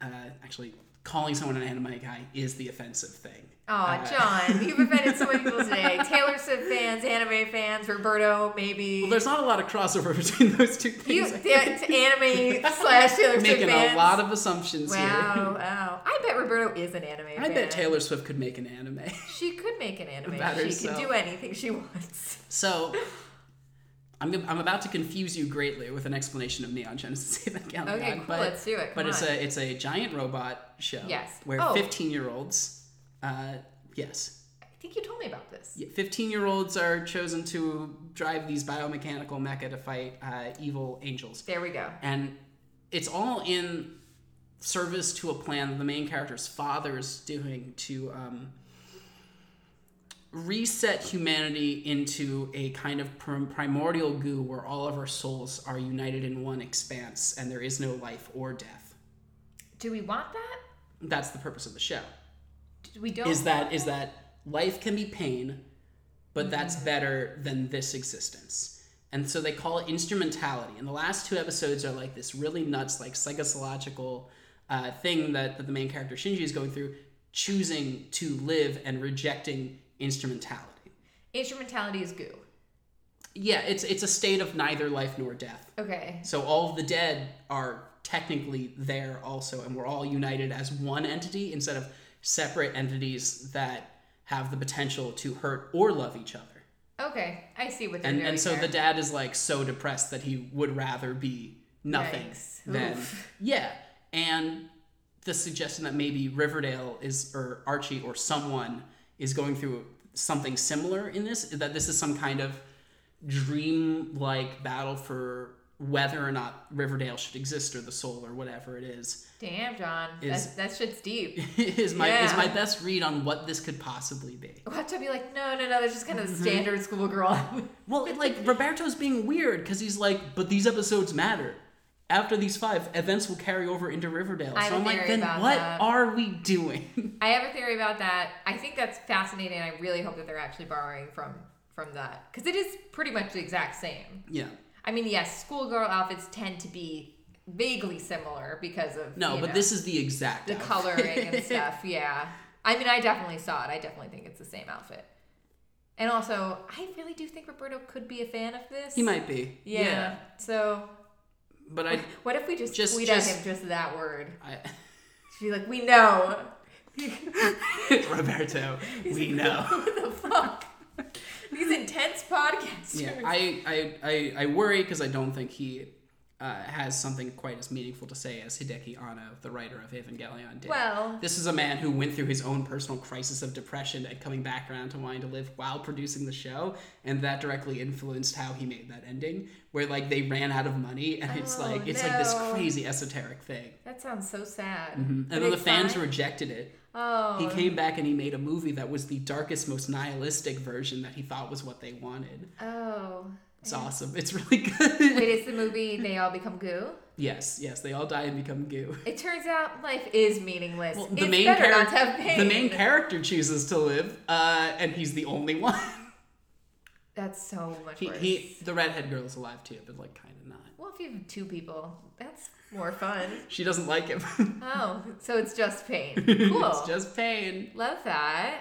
Speaker 3: Uh, actually, calling someone an anime guy is the offensive thing.
Speaker 2: Aw,
Speaker 3: Uh,
Speaker 2: John, you've offended so many people
Speaker 3: [laughs]
Speaker 2: today. Taylor Swift fans, anime fans, Roberto, maybe.
Speaker 3: Well, there's not a lot of crossover [laughs] between those two
Speaker 2: [laughs] you
Speaker 3: [laughs] things.
Speaker 2: the, to anime slash Taylor Swift
Speaker 3: Making
Speaker 2: fans.
Speaker 3: a lot of assumptions
Speaker 2: Wow,
Speaker 3: here.
Speaker 2: wow. I bet Roberto is an anime
Speaker 3: I bet
Speaker 2: fan.
Speaker 3: Taylor Swift could make an anime. [laughs]
Speaker 2: She could make an anime.
Speaker 3: About
Speaker 2: she
Speaker 3: herself.
Speaker 2: can do anything she [laughs] wants.
Speaker 3: So I'm, gonna, I'm about to confuse you greatly with an explanation of Neon Genesis [laughs] Evangelion.
Speaker 2: Okay, cool,
Speaker 3: But,
Speaker 2: let's do it,
Speaker 3: But
Speaker 2: come
Speaker 3: it's
Speaker 2: on.
Speaker 3: a it's a giant robot show.
Speaker 2: Yes.
Speaker 3: Where
Speaker 2: Oh.
Speaker 3: 15 year olds, uh, yes,
Speaker 2: I think you told me about this.
Speaker 3: 15 year olds are chosen to drive these biomechanical mecha to fight uh, evil angels.
Speaker 2: There we go.
Speaker 3: and it's all in service to a plan that the main character's father is doing to um, reset humanity into a kind of prim- primordial goo where all of our souls are united in one expanse and there is no life or death.
Speaker 2: Do we want that?
Speaker 3: That's the purpose of the show.
Speaker 2: We don't.
Speaker 3: Is that is that life can be pain, but that's better than this existence. And so they call it instrumentality. And the last two episodes are like this really nuts, like psychological uh, thing that, that the main character Shinji is going through, choosing to live and rejecting instrumentality.
Speaker 2: instrumentality is goo?
Speaker 3: Yeah, it's it's a state of neither life nor death.
Speaker 2: Okay.
Speaker 3: So all of the dead are technically there also, and we're all united as one entity instead of separate entities that have the potential to hurt or love each other.
Speaker 2: Okay. I see what they're
Speaker 3: And
Speaker 2: doing.
Speaker 3: and so
Speaker 2: there.
Speaker 3: the dad is like so depressed that he would rather be nothing
Speaker 2: Yikes.
Speaker 3: than
Speaker 2: Oof.
Speaker 3: yeah. And the suggestion that maybe Riverdale is or Archie or someone is going through something similar in this that this is some kind of dream like battle for whether or not Riverdale should exist or the soul or whatever it is [laughs]
Speaker 2: Damn, John.
Speaker 3: is-
Speaker 2: That, that shit's deep. [laughs]
Speaker 3: is my is
Speaker 2: Yeah.
Speaker 3: my best read on what this could possibly be.
Speaker 2: We'll have to be like, no, no, no. That's just kind
Speaker 3: Mm-hmm.
Speaker 2: of the standard schoolgirl. [laughs]
Speaker 3: Well, it, like Roberto's being weird because he's like, but these episodes matter. After these five, events will carry over into Riverdale.
Speaker 2: I have
Speaker 3: so
Speaker 2: a
Speaker 3: I'm like,
Speaker 2: theory
Speaker 3: then
Speaker 2: about
Speaker 3: what
Speaker 2: that.
Speaker 3: are we doing? [laughs]
Speaker 2: I have a theory about that. I think that's fascinating. I really hope that they're actually borrowing from from that because it is pretty much the exact same.
Speaker 3: yeah.
Speaker 2: I mean, yes, schoolgirl outfits tend to be vaguely similar because of
Speaker 3: No,
Speaker 2: you
Speaker 3: but
Speaker 2: know,
Speaker 3: this is the exact
Speaker 2: the
Speaker 3: outfit.
Speaker 2: coloring
Speaker 3: [laughs]
Speaker 2: and stuff. Yeah, I mean, I definitely saw it. I definitely think it's the same outfit. And also, I really do think Roberto could be a fan of this.
Speaker 3: he might be.
Speaker 2: Yeah. So,
Speaker 3: But I,
Speaker 2: what if we just,
Speaker 3: Just-
Speaker 2: tweet
Speaker 3: just-
Speaker 2: at him just that word?
Speaker 3: I [laughs]
Speaker 2: She's like, we know. [laughs]
Speaker 3: Roberto, we know.
Speaker 2: what the fuck? These intense podcasters.
Speaker 3: Yeah. I I I, I worry because I don't think he. Uh, has something quite as meaningful to say as Hideki Anno, the writer of Evangelion, did.
Speaker 2: Well,
Speaker 3: This is a man who went through his own personal crisis of depression and coming back around to wanting to live while producing the show, and that directly influenced how he made that ending, where like they ran out of money, and it's
Speaker 2: Oh,
Speaker 3: like it's like this
Speaker 2: no.
Speaker 3: crazy esoteric thing.
Speaker 2: that sounds so sad.
Speaker 3: Mm-hmm. And
Speaker 2: But
Speaker 3: then the
Speaker 2: it's
Speaker 3: fans
Speaker 2: fine.
Speaker 3: rejected it.
Speaker 2: Oh,
Speaker 3: He came back and he made a movie that was the darkest, most nihilistic version that he thought was what they wanted.
Speaker 2: oh.
Speaker 3: It's awesome. It's really
Speaker 2: Wait,
Speaker 3: good.
Speaker 2: it's the movie They All Become Goo.
Speaker 3: yes, yes, they all die and become goo.
Speaker 2: It turns out life is meaningless.
Speaker 3: Well,
Speaker 2: the it's main better not to have
Speaker 3: character,
Speaker 2: pain.
Speaker 3: the main character chooses to live, uh, and he's the only [laughs] one.
Speaker 2: That's so much
Speaker 3: He,
Speaker 2: worse.
Speaker 3: he the redhead girl is alive too, but like kind of not.
Speaker 2: well, if you have two people, that's more [laughs] fun.
Speaker 3: She doesn't like him. [laughs]
Speaker 2: Oh, so it's just pain. Cool.
Speaker 3: it's just pain.
Speaker 2: Love that.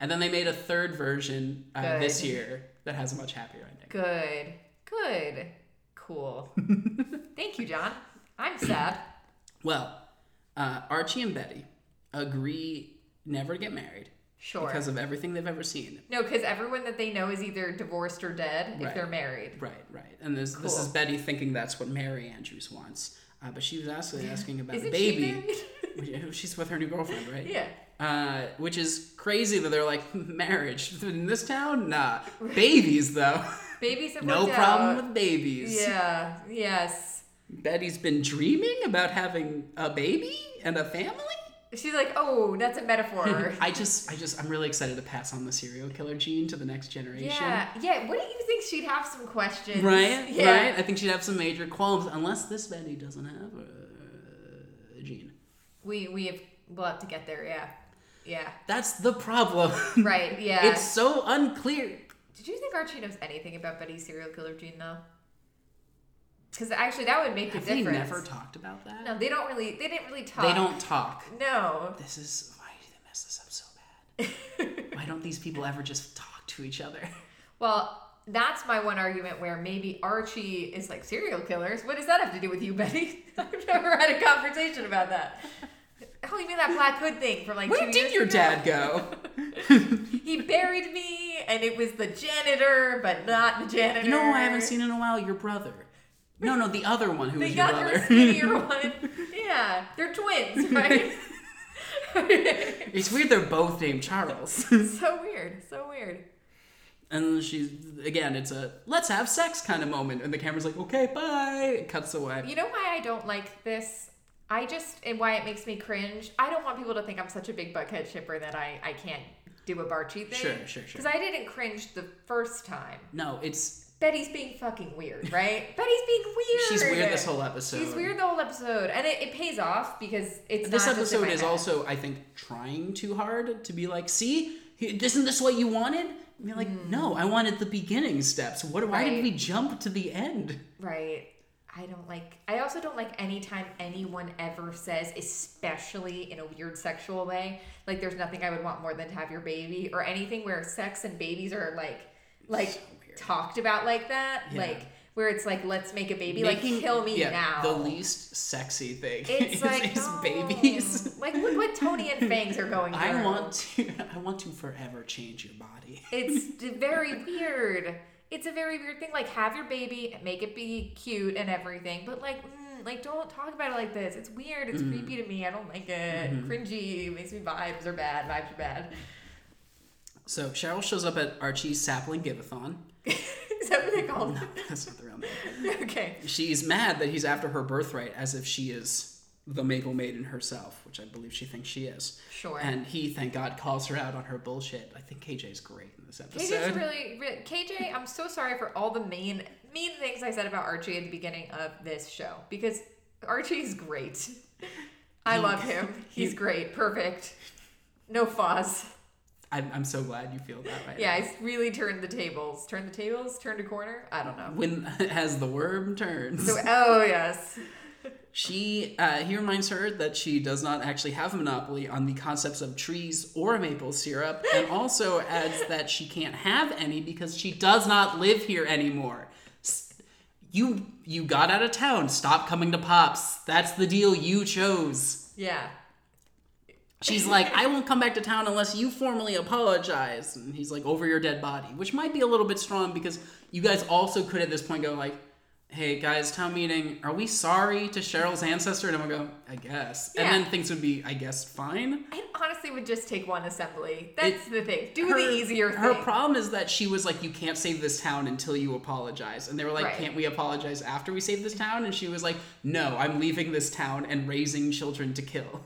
Speaker 3: And then they made a third version uh,
Speaker 2: Good.
Speaker 3: this year that has a much happier ending.
Speaker 2: Good. Good. Cool.
Speaker 3: [laughs]
Speaker 2: Thank you, John. I'm sad.
Speaker 3: Well, uh, Archie and Betty agree never to get married
Speaker 2: Sure.
Speaker 3: because of everything they've ever seen.
Speaker 2: no, because everyone that they know is either divorced or dead
Speaker 3: Right.
Speaker 2: if they're married.
Speaker 3: Right, right. And this this is
Speaker 2: Cool.
Speaker 3: Betty thinking that's what Mary Andrews wants, uh, but she was actually asking about a
Speaker 2: Isn't she
Speaker 3: baby.
Speaker 2: married? [laughs]
Speaker 3: [laughs] She's with her new girlfriend, right?
Speaker 2: yeah.
Speaker 3: Uh, which is crazy that they're like [laughs] marriage in this town. Nah, babies though. [laughs]
Speaker 2: Babies have
Speaker 3: no
Speaker 2: worked
Speaker 3: problem
Speaker 2: out.
Speaker 3: with babies.
Speaker 2: Yeah. Yes.
Speaker 3: Betty's been dreaming about having a baby and a family.
Speaker 2: She's like, oh, that's a
Speaker 3: [laughs]
Speaker 2: metaphor.
Speaker 3: I just, I just, I'm really excited to pass on the serial killer gene to the next generation.
Speaker 2: yeah. Yeah. What do you think? She'd have some questions, [laughs]
Speaker 3: Right,
Speaker 2: Yeah.
Speaker 3: right. I think she'd have some major qualms unless this Betty doesn't have a, a gene.
Speaker 2: We we have we'll have to get there. Yeah. Yeah.
Speaker 3: That's the problem. [laughs]
Speaker 2: Right. Yeah.
Speaker 3: It's so unclear.
Speaker 2: Did you think Archie knows anything about Betty's serial killer gene though? Because actually, that would make
Speaker 3: Have
Speaker 2: a
Speaker 3: they
Speaker 2: difference.
Speaker 3: never talked about that?
Speaker 2: no, they don't really. They didn't really talk.
Speaker 3: They don't talk.
Speaker 2: No. [laughs]
Speaker 3: This is why did they mess this up so bad? why don't these people ever just talk to each other? [laughs]
Speaker 2: Well, that's my one argument where maybe Archie is like serial killers. What does that have to do with you, Betty? [laughs] I've never had a conversation about that. Oh, you mean that black hood thing from like
Speaker 3: Where
Speaker 2: two
Speaker 3: did
Speaker 2: years
Speaker 3: your
Speaker 2: ago?
Speaker 3: dad go?
Speaker 2: [laughs] He buried me, and it was the janitor, but not the janitor.
Speaker 3: You know who I haven't seen in a while? Your brother. No, no, the other one who
Speaker 2: They
Speaker 3: was your
Speaker 2: got their
Speaker 3: brother.
Speaker 2: skinnier one. Yeah, they're twins, right?
Speaker 3: [laughs]
Speaker 2: [laughs]
Speaker 3: it's weird they're both named Charles. [laughs]
Speaker 2: so weird. So weird.
Speaker 3: and she's again, it's a let's have sex kind of moment, and the camera's like, okay, bye. It cuts away.
Speaker 2: You know why I don't like this? I just and why it makes me cringe. I don't want people to think I'm such a big buckhead shipper that I I can't do a Barchi thing.
Speaker 3: Sure, sure, sure.
Speaker 2: Because I didn't cringe the first time.
Speaker 3: No, it's
Speaker 2: Betty's being fucking weird, right? Betty's being weird.
Speaker 3: She's weird this whole episode.
Speaker 2: She's weird the whole episode, and it, it pays off because it's
Speaker 3: This
Speaker 2: not just in
Speaker 3: episode
Speaker 2: my
Speaker 3: is
Speaker 2: head.
Speaker 3: also, I think, trying too hard to be like, see, isn't this what you wanted? I mean, like, no, I wanted the beginning steps. What? Why did
Speaker 2: Hmm. Right.
Speaker 3: we jump to the end?
Speaker 2: Right. I don't like. I also don't like anytime anyone ever says, especially in a weird sexual way, like there's nothing I would want more than to have your baby or anything where sex and babies are like, like
Speaker 3: So weird.
Speaker 2: talked about like that,
Speaker 3: Yeah.
Speaker 2: like where it's like let's make a baby,
Speaker 3: Making-
Speaker 2: like kill me
Speaker 3: yeah,
Speaker 2: now.
Speaker 3: The least sexy thing
Speaker 2: it's
Speaker 3: [laughs] is,
Speaker 2: like
Speaker 3: is
Speaker 2: no. Oh,
Speaker 3: babies.
Speaker 2: Like look what Tony and Fangs are going. Through.
Speaker 3: [laughs] I want to. I want to forever change your body.
Speaker 2: It's d- very weird. It's a very weird thing. Like, have your baby, make it be cute and everything, but like, mm, like don't talk about it like this. It's weird. It's
Speaker 3: Mm-hmm.
Speaker 2: creepy to me. I don't like it. Cringy. It makes me vibes are bad. Vibes are bad. [laughs]
Speaker 3: So Cheryl shows up at Archie's sapling giveathon.
Speaker 2: Is that what they called?
Speaker 3: No,
Speaker 2: it?
Speaker 3: [laughs] that's not the real name.
Speaker 2: okay.
Speaker 3: She's mad that he's after her birthright, as if she is the Maple Maiden herself, which I believe she thinks she is.
Speaker 2: Sure.
Speaker 3: And he, thank God, calls her out on her bullshit. I think KJ's great in this episode.
Speaker 2: KJ's really, really KJ. I'm so sorry for all the mean, mean things I said about Archie at the beginning of this show because Archie's great. I
Speaker 3: He-
Speaker 2: love him.
Speaker 3: [laughs] he-
Speaker 2: He's great. Perfect. No fuzz.
Speaker 3: I'm, I'm so glad you feel that right
Speaker 2: Yeah,
Speaker 3: now.
Speaker 2: I really turned the tables. Turned the tables? Turned a corner? I don't
Speaker 3: [laughs]
Speaker 2: know.
Speaker 3: When as the worm turns,
Speaker 2: So, oh, yes.
Speaker 3: she uh, he reminds her that she does not actually have a monopoly on the concepts of trees or maple syrup, and also adds that she can't have any because she does not live here anymore. S- You you got out of town. Stop coming to pops. That's the deal you chose.
Speaker 2: Yeah.
Speaker 3: She's like, I won't come back to town unless you formally apologize. And he's like, over your dead body, which might be a little bit strong because you guys also could at this point go like, hey guys, town meeting, are we sorry to Cheryl's ancestor? And I'm gonna go, I guess.
Speaker 2: Yeah.
Speaker 3: And then things would be, I guess, fine.
Speaker 2: I honestly would just take one assembly. That's the thing. Do
Speaker 3: Her-
Speaker 2: the easier thing.
Speaker 3: Her problem is that she was like, you can't save this town until you apologize. And they were like,
Speaker 2: Right.
Speaker 3: can't we apologize after we save this town? And she was like, no, I'm leaving this town and raising children to kill.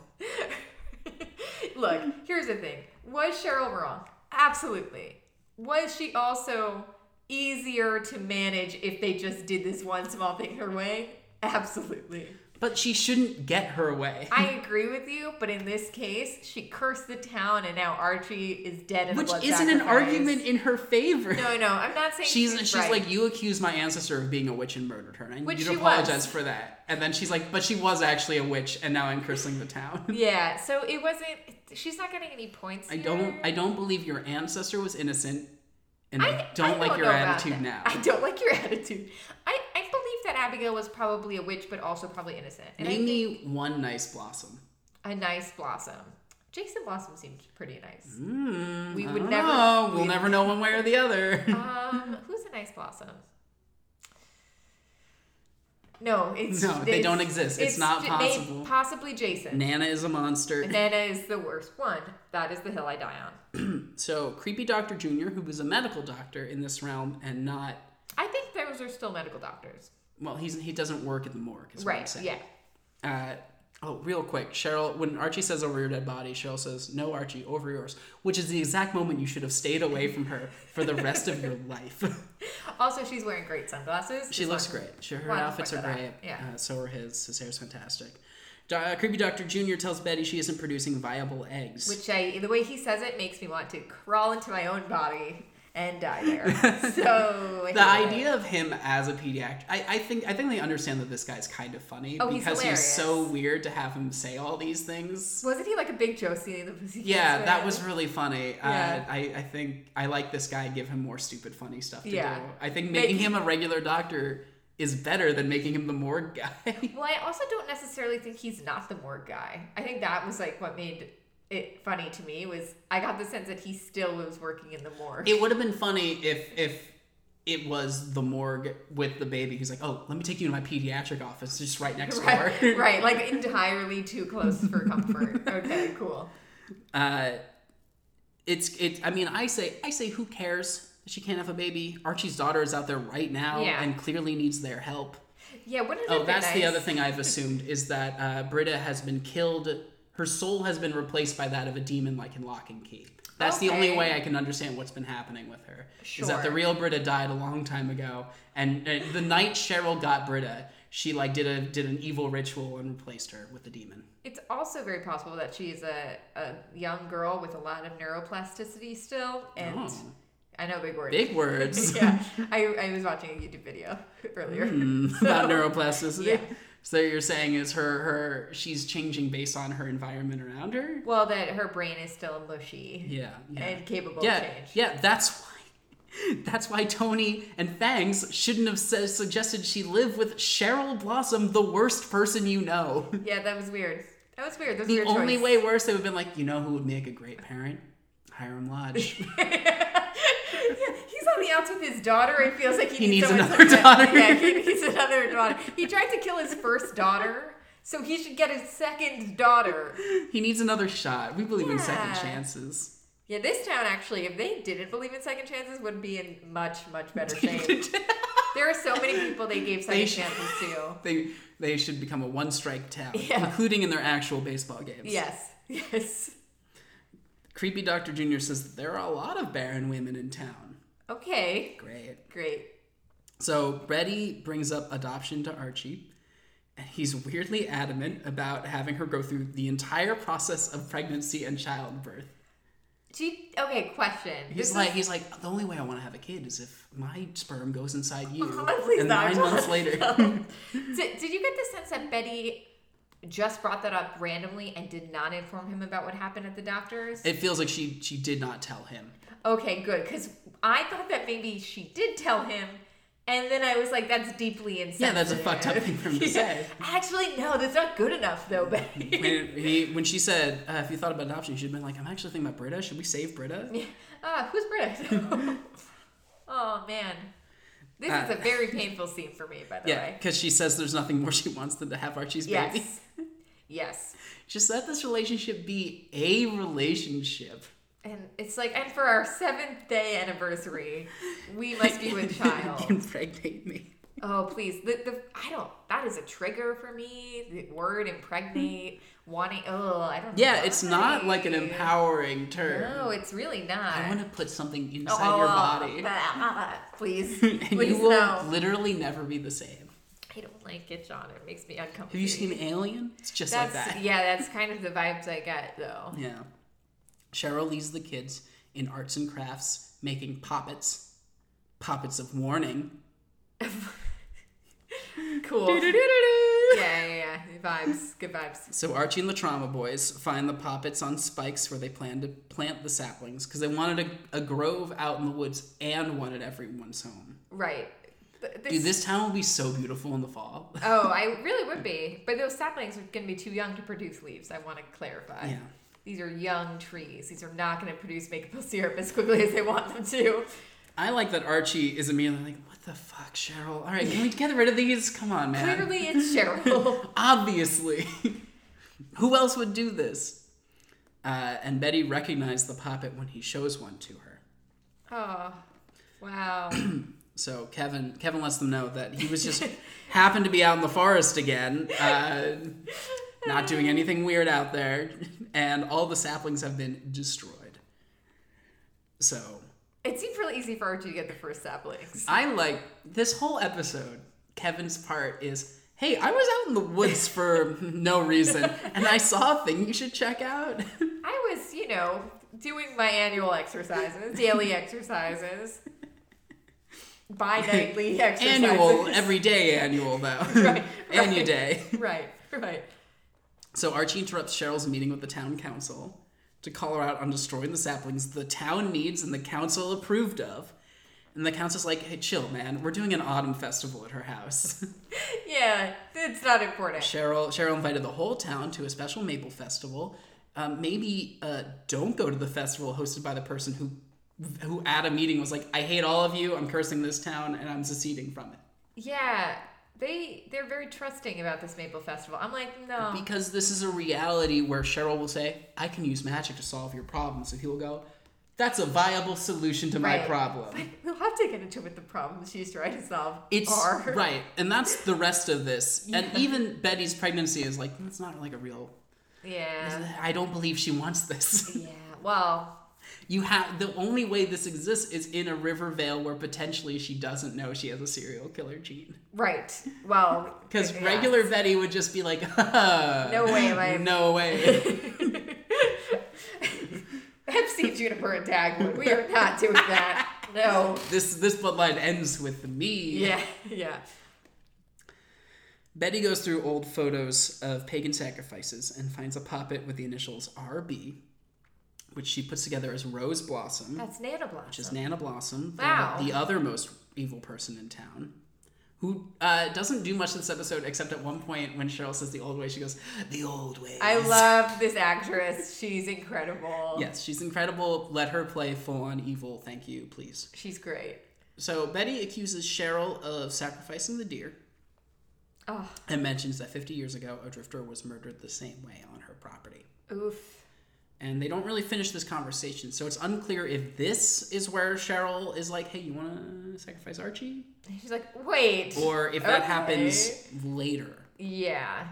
Speaker 2: Look, here's the thing. Was Cheryl wrong? Absolutely. Was she also easier to manage if they just did this one small thing her way? Absolutely.
Speaker 3: But she shouldn't get her way. [laughs]
Speaker 2: I agree with you, but in this case, she cursed the town and now Archie is dead and
Speaker 3: which isn't an argument in her favor.
Speaker 2: [laughs] No, no, I'm not saying
Speaker 3: she's she's
Speaker 2: right.
Speaker 3: like, you accused my ancestor of being a witch and murdered her, and I
Speaker 2: Which
Speaker 3: need you
Speaker 2: she
Speaker 3: to apologize
Speaker 2: was.
Speaker 3: for that. And then she's like, but she was actually a witch, and now I'm cursing the town. [laughs]
Speaker 2: Yeah, so it wasn't. She's not getting any points.
Speaker 3: I don't
Speaker 2: here.
Speaker 3: I don't believe your ancestor was innocent, and
Speaker 2: I-
Speaker 3: I,
Speaker 2: I
Speaker 3: don't like your
Speaker 2: know about
Speaker 3: attitude
Speaker 2: that.
Speaker 3: now.
Speaker 2: [laughs] I don't like your attitude. I, I believe that Abigail was probably a witch, but also probably innocent. And I
Speaker 3: Name
Speaker 2: think
Speaker 3: me one nice blossom.
Speaker 2: a nice blossom. Jason Blossom seemed pretty nice.
Speaker 3: Mm,
Speaker 2: We
Speaker 3: I
Speaker 2: would
Speaker 3: don't
Speaker 2: never-
Speaker 3: Know. We'll
Speaker 2: we-
Speaker 3: never know one way or the other.
Speaker 2: [laughs] um, who's a nice blossom? No, it's
Speaker 3: No, they
Speaker 2: it's-
Speaker 3: don't exist. It's not
Speaker 2: j- may-
Speaker 3: possible.
Speaker 2: possibly Jason.
Speaker 3: [laughs] Nana is a monster.
Speaker 2: Nana is the worst one. That is the hill I die on.
Speaker 3: So creepy Doctor Junior, who was a medical doctor in this realm, and not
Speaker 2: I think those are still medical doctors.
Speaker 3: well, he's he doesn't work at the morgue. Is What I'm
Speaker 2: Right?
Speaker 3: saying.
Speaker 2: Yeah.
Speaker 3: uh, oh, real quick, Cheryl, when Archie says over your dead body, Cheryl says, no, Archie, over yours, which is the exact moment you should have stayed away from her for the rest of your
Speaker 2: [laughs]
Speaker 3: life.
Speaker 2: Also, she's wearing great sunglasses.
Speaker 3: she
Speaker 2: Just
Speaker 3: looks
Speaker 2: wanted-
Speaker 3: great. She, her
Speaker 2: wanted to
Speaker 3: outfits are
Speaker 2: point that out.
Speaker 3: great.
Speaker 2: Yeah.
Speaker 3: Uh, so are his. His hair's fantastic. Do- uh, Creepy Doctor Jr. tells Betty she isn't producing viable eggs.
Speaker 2: Which I, the way he says it makes me want to crawl into my own body and die
Speaker 3: [laughs]
Speaker 2: there. so I
Speaker 3: the
Speaker 2: hate it.
Speaker 3: idea of him as a pediatric, I, I think I think they understand that this guy's kind of funny
Speaker 2: Oh, he's
Speaker 3: because he's so
Speaker 2: hilarious.
Speaker 3: weird to have him say all these things.
Speaker 2: wasn't he like a big Josie in the Pussycat?
Speaker 3: Yeah, that
Speaker 2: Dolls?
Speaker 3: was really funny.
Speaker 2: Yeah.
Speaker 3: Uh, I, I think I like this guy. Give him more stupid, funny stuff to
Speaker 2: Yeah.
Speaker 3: do. I think
Speaker 2: Make-
Speaker 3: making him a regular doctor is better than making him the morgue guy. [laughs]
Speaker 2: Well, I also don't necessarily think he's not the morgue guy. I think that was like what made it funny to me was I got the sense that he still was working in the morgue.
Speaker 3: it would have been funny if if it was the morgue with the baby who's like, oh, let me take you to my pediatric office, just right [laughs] next
Speaker 2: [laughs]
Speaker 3: door.
Speaker 2: right, right, like entirely too close for comfort.
Speaker 3: [laughs]
Speaker 2: Okay, cool.
Speaker 3: Uh, it's it. I mean, I say I say, who cares? that She can't have a baby. Archie's daughter is out there right now
Speaker 2: Yeah.
Speaker 3: and clearly needs their help.
Speaker 2: Yeah, wouldn't it
Speaker 3: Oh,
Speaker 2: have been
Speaker 3: that's the
Speaker 2: nice?
Speaker 3: other thing I've assumed is that uh, Britta has been killed. Her soul has been replaced by that of a demon, like in Lock and Key. That's the only
Speaker 2: Okay.
Speaker 3: way I can understand what's been happening with her. Is that the
Speaker 2: Sure.
Speaker 3: real Britta died a long time ago, and uh, the night Cheryl got Britta, she like did a did an evil ritual and replaced her with the demon. [laughs]
Speaker 2: It's also very possible that she's a, a young girl with a lot of neuroplasticity still. And
Speaker 3: Oh.
Speaker 2: I know big words.
Speaker 3: Big
Speaker 2: [laughs]
Speaker 3: words.
Speaker 2: yeah. I, I was watching a YouTube video [laughs] earlier.
Speaker 3: Hmm,
Speaker 2: So- [laughs]
Speaker 3: about neuroplasticity.
Speaker 2: Yeah.
Speaker 3: So you're saying is her her she's changing based on her environment around her?
Speaker 2: Well, that her brain is still mushy
Speaker 3: Yeah. Yeah.
Speaker 2: and capable
Speaker 3: yeah,
Speaker 2: of change.
Speaker 3: yeah, that's why [laughs] that's why Tony and Fangs shouldn't have sa- suggested she live with Cheryl Blossom, the worst person you know. [laughs]
Speaker 2: Yeah, that was weird. That was weird. That was a
Speaker 3: The
Speaker 2: weird
Speaker 3: only
Speaker 2: choice.
Speaker 3: way worse, they would have been like, you know who would make a great parent? Hiram Lodge.
Speaker 2: [laughs]
Speaker 3: [laughs]
Speaker 2: Yeah, He's on the outs with his daughter and feels like he,
Speaker 3: He needs
Speaker 2: someone to-
Speaker 3: another daughter.
Speaker 2: Yeah, he needs another daughter. He tried to kill his first daughter, so he should get his second daughter.
Speaker 3: he needs another shot. We believe in second
Speaker 2: Yeah.
Speaker 3: chances. [laughs]
Speaker 2: Yeah, this town actually, if they didn't believe in second chances, would be in much, much
Speaker 3: [laughs]
Speaker 2: better shape. there are so many people they gave second
Speaker 3: They should-
Speaker 2: chances to.
Speaker 3: They they should become a one strike town,
Speaker 2: Yeah.
Speaker 3: including in their actual baseball games.
Speaker 2: Yes, [laughs] yes.
Speaker 3: Creepy Doctor Jr. says that there are a lot of barren women in town.
Speaker 2: Okay,
Speaker 3: Great.
Speaker 2: great.
Speaker 3: So Betty brings up adoption to Archie, and he's weirdly adamant about having her go through the entire process of pregnancy and childbirth.
Speaker 2: She, okay, question.
Speaker 3: He's
Speaker 2: This
Speaker 3: like, he's like, the only way I want to have a kid is if my sperm goes inside
Speaker 2: [laughs]
Speaker 3: you,
Speaker 2: Please
Speaker 3: and
Speaker 2: not,
Speaker 3: nine
Speaker 2: John. [laughs]
Speaker 3: months later. [laughs]
Speaker 2: Did, did you get the sense that Betty just brought that up randomly and did not inform him about what happened at the doctor's?
Speaker 3: It feels like she she did not tell him.
Speaker 2: okay, good. Because I thought that maybe she did tell him, and then I was like, that's deeply insensitive.
Speaker 3: Yeah, that's a fucked up thing
Speaker 2: [laughs]
Speaker 3: for him to say.
Speaker 2: Actually, no, that's not good enough,
Speaker 3: [laughs]
Speaker 2: though, Betty.
Speaker 3: When, he, when she said, uh, "If you thought about adoption, you should have been like, I'm actually thinking about Britta. Should we save Britta?"
Speaker 2: Ah, who's
Speaker 3: [laughs]
Speaker 2: British? oh, man. This is
Speaker 3: Uh,
Speaker 2: a very painful scene for me, by the
Speaker 3: Yeah,
Speaker 2: way.
Speaker 3: because she says there's nothing more she wants than to have Archie's [laughs] baby.
Speaker 2: Yes. yes.
Speaker 3: Just let this relationship be a relationship.
Speaker 2: And it's like, and for our seventh day anniversary, we must be
Speaker 3: [laughs]
Speaker 2: with child.
Speaker 3: Impregnate me.
Speaker 2: Oh, please. The, the I don't. That is a trigger for me. The word impregnate, wanting. Oh, I don't.
Speaker 3: Yeah,
Speaker 2: know
Speaker 3: it's not like an
Speaker 2: why.
Speaker 3: empowering term.
Speaker 2: No, it's really not.
Speaker 3: I want to put something
Speaker 2: Oh,
Speaker 3: inside your
Speaker 2: oh,
Speaker 3: body,
Speaker 2: ah, [laughs] please,
Speaker 3: [laughs] and
Speaker 2: please
Speaker 3: you will
Speaker 2: no.
Speaker 3: literally never be the same.
Speaker 2: I don't like it, John. It makes me uncomfortable.
Speaker 3: Have you seen Alien? It's just
Speaker 2: That's
Speaker 3: like that.
Speaker 2: yeah. That's kind of the vibes I get
Speaker 3: [laughs]
Speaker 2: though.
Speaker 3: Yeah. Cheryl leads the kids in arts and crafts, making poppets, poppets of warning.
Speaker 2: [laughs] Cool. yeah, yeah, yeah. Vibes. Good vibes.
Speaker 3: So Archie and the Trauma Boys find the poppets on spikes where they plan to plant the saplings because they wanted a, a grove out in the woods and one at everyone's home.
Speaker 2: Right. But
Speaker 3: Dude, this town will be so beautiful in the fall. [laughs]
Speaker 2: Oh, I really would be. But those saplings are going to be too young to produce leaves. I want to clarify.
Speaker 3: Yeah.
Speaker 2: These are young trees. These are not going to produce maple syrup as quickly as they want them to.
Speaker 3: I like that Archie is immediately like, "What the fuck, Cheryl? All right, can we get rid of these? Come on, man.
Speaker 2: Clearly, it's Cheryl.
Speaker 3: [laughs]
Speaker 2: [laughs]
Speaker 3: Obviously, [laughs] who else would do this?" Uh, and Betty recognized the poppet when he shows one to her.
Speaker 2: oh, wow.
Speaker 3: So Kevin Kevin lets them know that he was just happened to be out in the forest again, uh, not doing anything weird out there, and all the saplings have been destroyed. So
Speaker 2: It seems really easy for Archie to get the first saplings.
Speaker 3: I like this whole episode. Kevin's part is, hey, I was out in the woods for no reason, and I saw a thing you should check out.
Speaker 2: I was, you know, doing my annual exercises, daily exercises, bi nightly exercises.
Speaker 3: [laughs] annual, every day annual though, [laughs]
Speaker 2: Right,
Speaker 3: annual
Speaker 2: right.
Speaker 3: day.
Speaker 2: Right, right.
Speaker 3: So Archie interrupts Cheryl's meeting with the town council to call her out on destroying the saplings the town needs and the council approved of. And the council's like, hey, chill, man. We're doing an autumn festival at her house. [laughs]
Speaker 2: Yeah, it's not important.
Speaker 3: Cheryl Cheryl invited the whole town to a special maple festival. Um, maybe uh, don't go to the festival hosted by the person who who at a meeting was like, I hate all of you. I'm cursing this town and I'm seceding from it.
Speaker 2: Yeah, they they're very trusting about this Maple Festival. I'm like, no,
Speaker 3: Because this is a reality where Cheryl will say, I can use magic to solve your problems. And he will go, That's a viable solution to my
Speaker 2: Right.
Speaker 3: problem.
Speaker 2: we'll have to get into what the problems she's trying to solve
Speaker 3: It's
Speaker 2: are.
Speaker 3: right. And that's the rest of this. And even Betty's pregnancy is like, That's not like a real.
Speaker 2: [laughs] Yeah,
Speaker 3: I don't believe she wants this. [laughs]
Speaker 2: yeah. Well,
Speaker 3: You have the only way this exists is in a Rivervale where potentially she doesn't know she has a serial killer gene.
Speaker 2: Right. Well,
Speaker 3: Because
Speaker 2: yeah.
Speaker 3: regular Betty would just be like, [laughs]
Speaker 2: No way am I-
Speaker 3: no way."
Speaker 2: [laughs] [laughs] Pepsi, Juniper, and Dagwood. We are not doing
Speaker 3: [laughs]
Speaker 2: that. No.
Speaker 3: this this bloodline ends with me.
Speaker 2: Yeah. Yeah.
Speaker 3: Betty goes through old photos of pagan sacrifices and finds a poppet with the initials RB, which she puts together as Rose Blossom,
Speaker 2: That's Nana
Speaker 3: which is
Speaker 2: Blossom.
Speaker 3: Nana Blossom, the-
Speaker 2: Wow.
Speaker 3: the, other most evil person in town, who uh, doesn't do much this episode except at one point when Cheryl says the old way, she goes, "The old way."
Speaker 2: I love this actress. She's incredible.
Speaker 3: Yes, she's incredible. Let her play full on evil. Thank you, please.
Speaker 2: She's great.
Speaker 3: So Betty accuses Cheryl of sacrificing the deer.
Speaker 2: Oh,
Speaker 3: and mentions that 50 years ago a drifter was murdered the same way on her property
Speaker 2: oof.
Speaker 3: and they don't really finish this conversation so it's unclear if this is where cheryl is like hey you want to sacrifice archie
Speaker 2: She's like, wait.
Speaker 3: or if that
Speaker 2: Okay.
Speaker 3: happens later
Speaker 2: Yeah.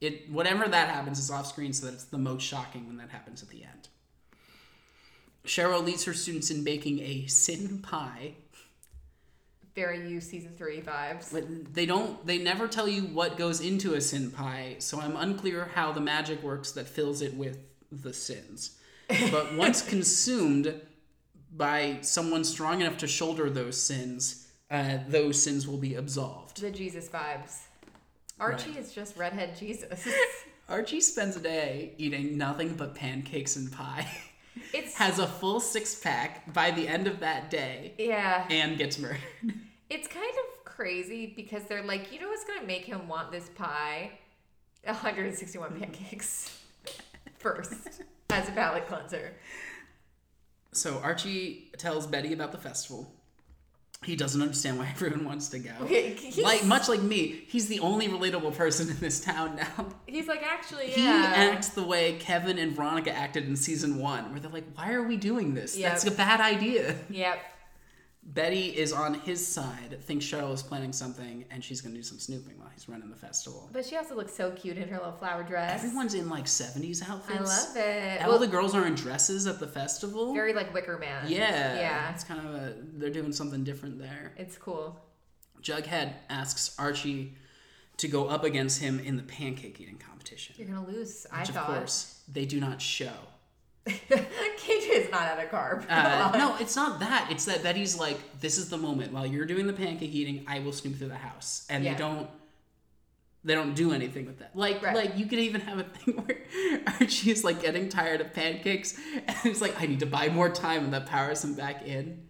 Speaker 3: it whatever that happens is off screen so that it's the most shocking when that happens at the end cheryl leads her students in baking a sin pie
Speaker 2: Very you season three vibes.
Speaker 3: But they don't. They never tell you what goes into a sin pie, so I'm unclear how the magic works that fills it with the sins. But once consumed by someone strong enough to shoulder those sins, uh, those sins will be absolved.
Speaker 2: The Jesus vibes. Archie is just redhead
Speaker 3: [laughs]
Speaker 2: Jesus.
Speaker 3: Archie spends a day eating nothing but pancakes and pie, [laughs]
Speaker 2: It's
Speaker 3: has a full six pack by the end of that day,
Speaker 2: yeah.
Speaker 3: and gets murdered.
Speaker 2: It's kind of crazy because they're like, you know what's gonna make him want this pie? 161
Speaker 3: Mm-hmm.
Speaker 2: pancakes [laughs] first as a palate cleanser.
Speaker 3: So Archie tells Betty about the festival. He doesn't understand why [laughs] everyone wants to go.
Speaker 2: Okay, he's-
Speaker 3: like much like me, he's the only relatable person in this town now.
Speaker 2: He's like, actually,
Speaker 3: He
Speaker 2: yeah.
Speaker 3: acts the way Kevin and Veronica acted in season one, where they're like, "Why are we doing this?
Speaker 2: Yep.
Speaker 3: That's a bad idea."
Speaker 2: yep.
Speaker 3: Betty is on his side, thinks Cheryl is planning something, and she's gonna do some snooping while he's running the festival.
Speaker 2: But she also looks so cute in her little flower dress.
Speaker 3: Everyone's in like '70s
Speaker 2: I
Speaker 3: outfits.
Speaker 2: love it.
Speaker 3: All
Speaker 2: Well,
Speaker 3: the girls are in dresses at the festival.
Speaker 2: very like Wicker Man.
Speaker 3: yeah,
Speaker 2: Yeah.
Speaker 3: It's kind of a they're doing something different there.
Speaker 2: It's cool.
Speaker 3: Jughead asks Archie to go up against him in the pancake eating competition.
Speaker 2: You're gonna lose, I
Speaker 3: which of
Speaker 2: thought. [laughs]
Speaker 3: course they do not show.
Speaker 2: KJ is not out of carb.
Speaker 3: Uh,
Speaker 2: [laughs]
Speaker 3: no, it's not that. It's that Betty's like, this is the moment. While you're doing the pancake eating, I will snoop through the house, and
Speaker 2: Yeah.
Speaker 3: they don't. They don't do anything with that. Like,
Speaker 2: Right.
Speaker 3: like you could even have a thing [laughs] where Archie is like getting tired of pancakes, and it's like, I need to buy more time, and that powers him back in.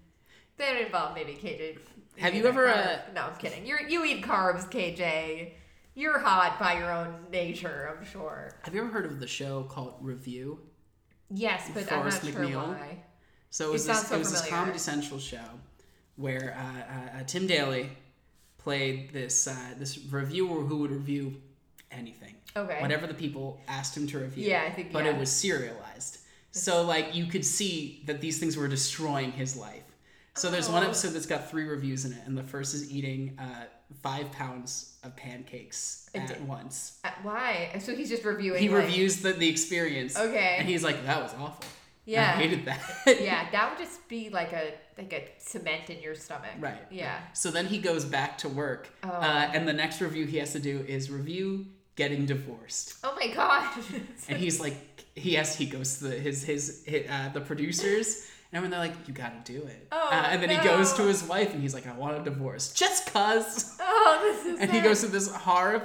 Speaker 2: They don't involve maybe KJ.
Speaker 3: Have you
Speaker 2: eating
Speaker 3: ever,
Speaker 2: a
Speaker 3: uh,
Speaker 2: carb. No, I'm kidding. You you eat carbs, KJ. You're hot by your own nature, I'm sure.
Speaker 3: Have you ever heard of the show called Review?
Speaker 2: Yes, but
Speaker 3: Forrest
Speaker 2: I'm not sure
Speaker 3: McNeil?
Speaker 2: why.
Speaker 3: So it was,
Speaker 2: sounds
Speaker 3: this,
Speaker 2: so
Speaker 3: it was this
Speaker 2: familiar.
Speaker 3: Comedy Central show where uh, uh, uh, Tim Daly played this uh, this reviewer who would review anything,
Speaker 2: Okay.
Speaker 3: whatever the people asked him to review.
Speaker 2: Yeah, I think-
Speaker 3: But
Speaker 2: yeah.
Speaker 3: it was serialized, so like you could see that these things were destroying his life. So there's one
Speaker 2: Oh.
Speaker 3: episode that's got three reviews in it, and the first is eating uh, five pounds of pancakes
Speaker 2: I
Speaker 3: at
Speaker 2: did-
Speaker 3: once.
Speaker 2: Uh, Why? So he's just reviewing.
Speaker 3: He
Speaker 2: like-
Speaker 3: reviews the, the experience.
Speaker 2: Okay.
Speaker 3: And he's like, that was awful.
Speaker 2: Yeah.
Speaker 3: I hated that.
Speaker 2: [laughs]
Speaker 3: [laughs]
Speaker 2: Yeah, that would just be like a like a cement in your stomach.
Speaker 3: Right.
Speaker 2: Yeah.
Speaker 3: So then he goes back to work,
Speaker 2: Oh.
Speaker 3: uh, and the next review he has to do is review getting divorced.
Speaker 2: Oh my god.
Speaker 3: And he's like, he has he goes to the, his his, his uh, the producers, and when they're like, you got to do it,
Speaker 2: Oh,
Speaker 3: uh, and then he goes to
Speaker 2: no.
Speaker 3: his wife, and he's like, I want a divorce, just cause.
Speaker 2: [laughs] oh, this is.
Speaker 3: And he
Speaker 2: sad.
Speaker 3: goes to this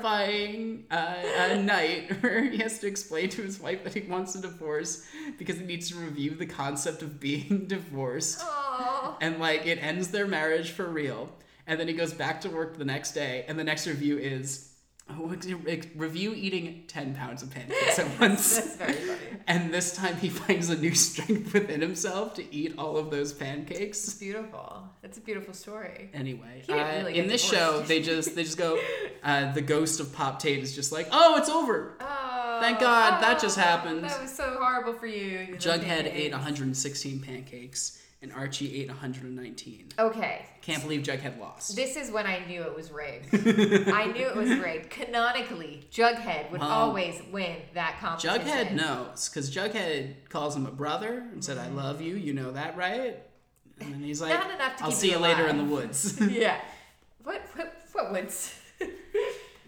Speaker 3: horrifying uh, uh, night [laughs] where he has to explain to his wife that he wants a divorce because he needs to review the concept of being [laughs] divorced
Speaker 2: Oh.
Speaker 3: and like it ends their marriage for real and then he goes back to work the next day and the next review is oh, ex- ex- review eating 10 pounds of pancakes at
Speaker 2: That's [laughs]
Speaker 3: once
Speaker 2: very funny.
Speaker 3: and this time he finds a new strength within himself to eat all of those pancakes
Speaker 2: It's beautiful. It's a beautiful story.
Speaker 3: anyway
Speaker 2: He didn't
Speaker 3: uh,
Speaker 2: really
Speaker 3: in
Speaker 2: get
Speaker 3: this show
Speaker 2: divorced.
Speaker 3: they just they just go uh, the ghost of pop tate is just like oh it's over
Speaker 2: Oh.
Speaker 3: Thank God, that just happened.
Speaker 2: That was so horrible for you. you little
Speaker 3: jughead
Speaker 2: baby.
Speaker 3: ate 116 pancakes and Archie ate 119.
Speaker 2: Okay.
Speaker 3: Can't believe Jughead lost.
Speaker 2: This is when I knew it was
Speaker 3: [laughs]
Speaker 2: rigged. I knew it was rigged. Canonically, Jughead would
Speaker 3: Well,
Speaker 2: always win that competition.
Speaker 3: Jughead knows because Jughead calls him a brother and said, "I love you." You know that, right? And then he's like,
Speaker 2: Mm-hmm. Not enough to
Speaker 3: "I'll
Speaker 2: keep
Speaker 3: see
Speaker 2: you
Speaker 3: you later in the
Speaker 2: alive."
Speaker 3: woods."
Speaker 2: [laughs] Yeah. [laughs] What what what [laughs] woods?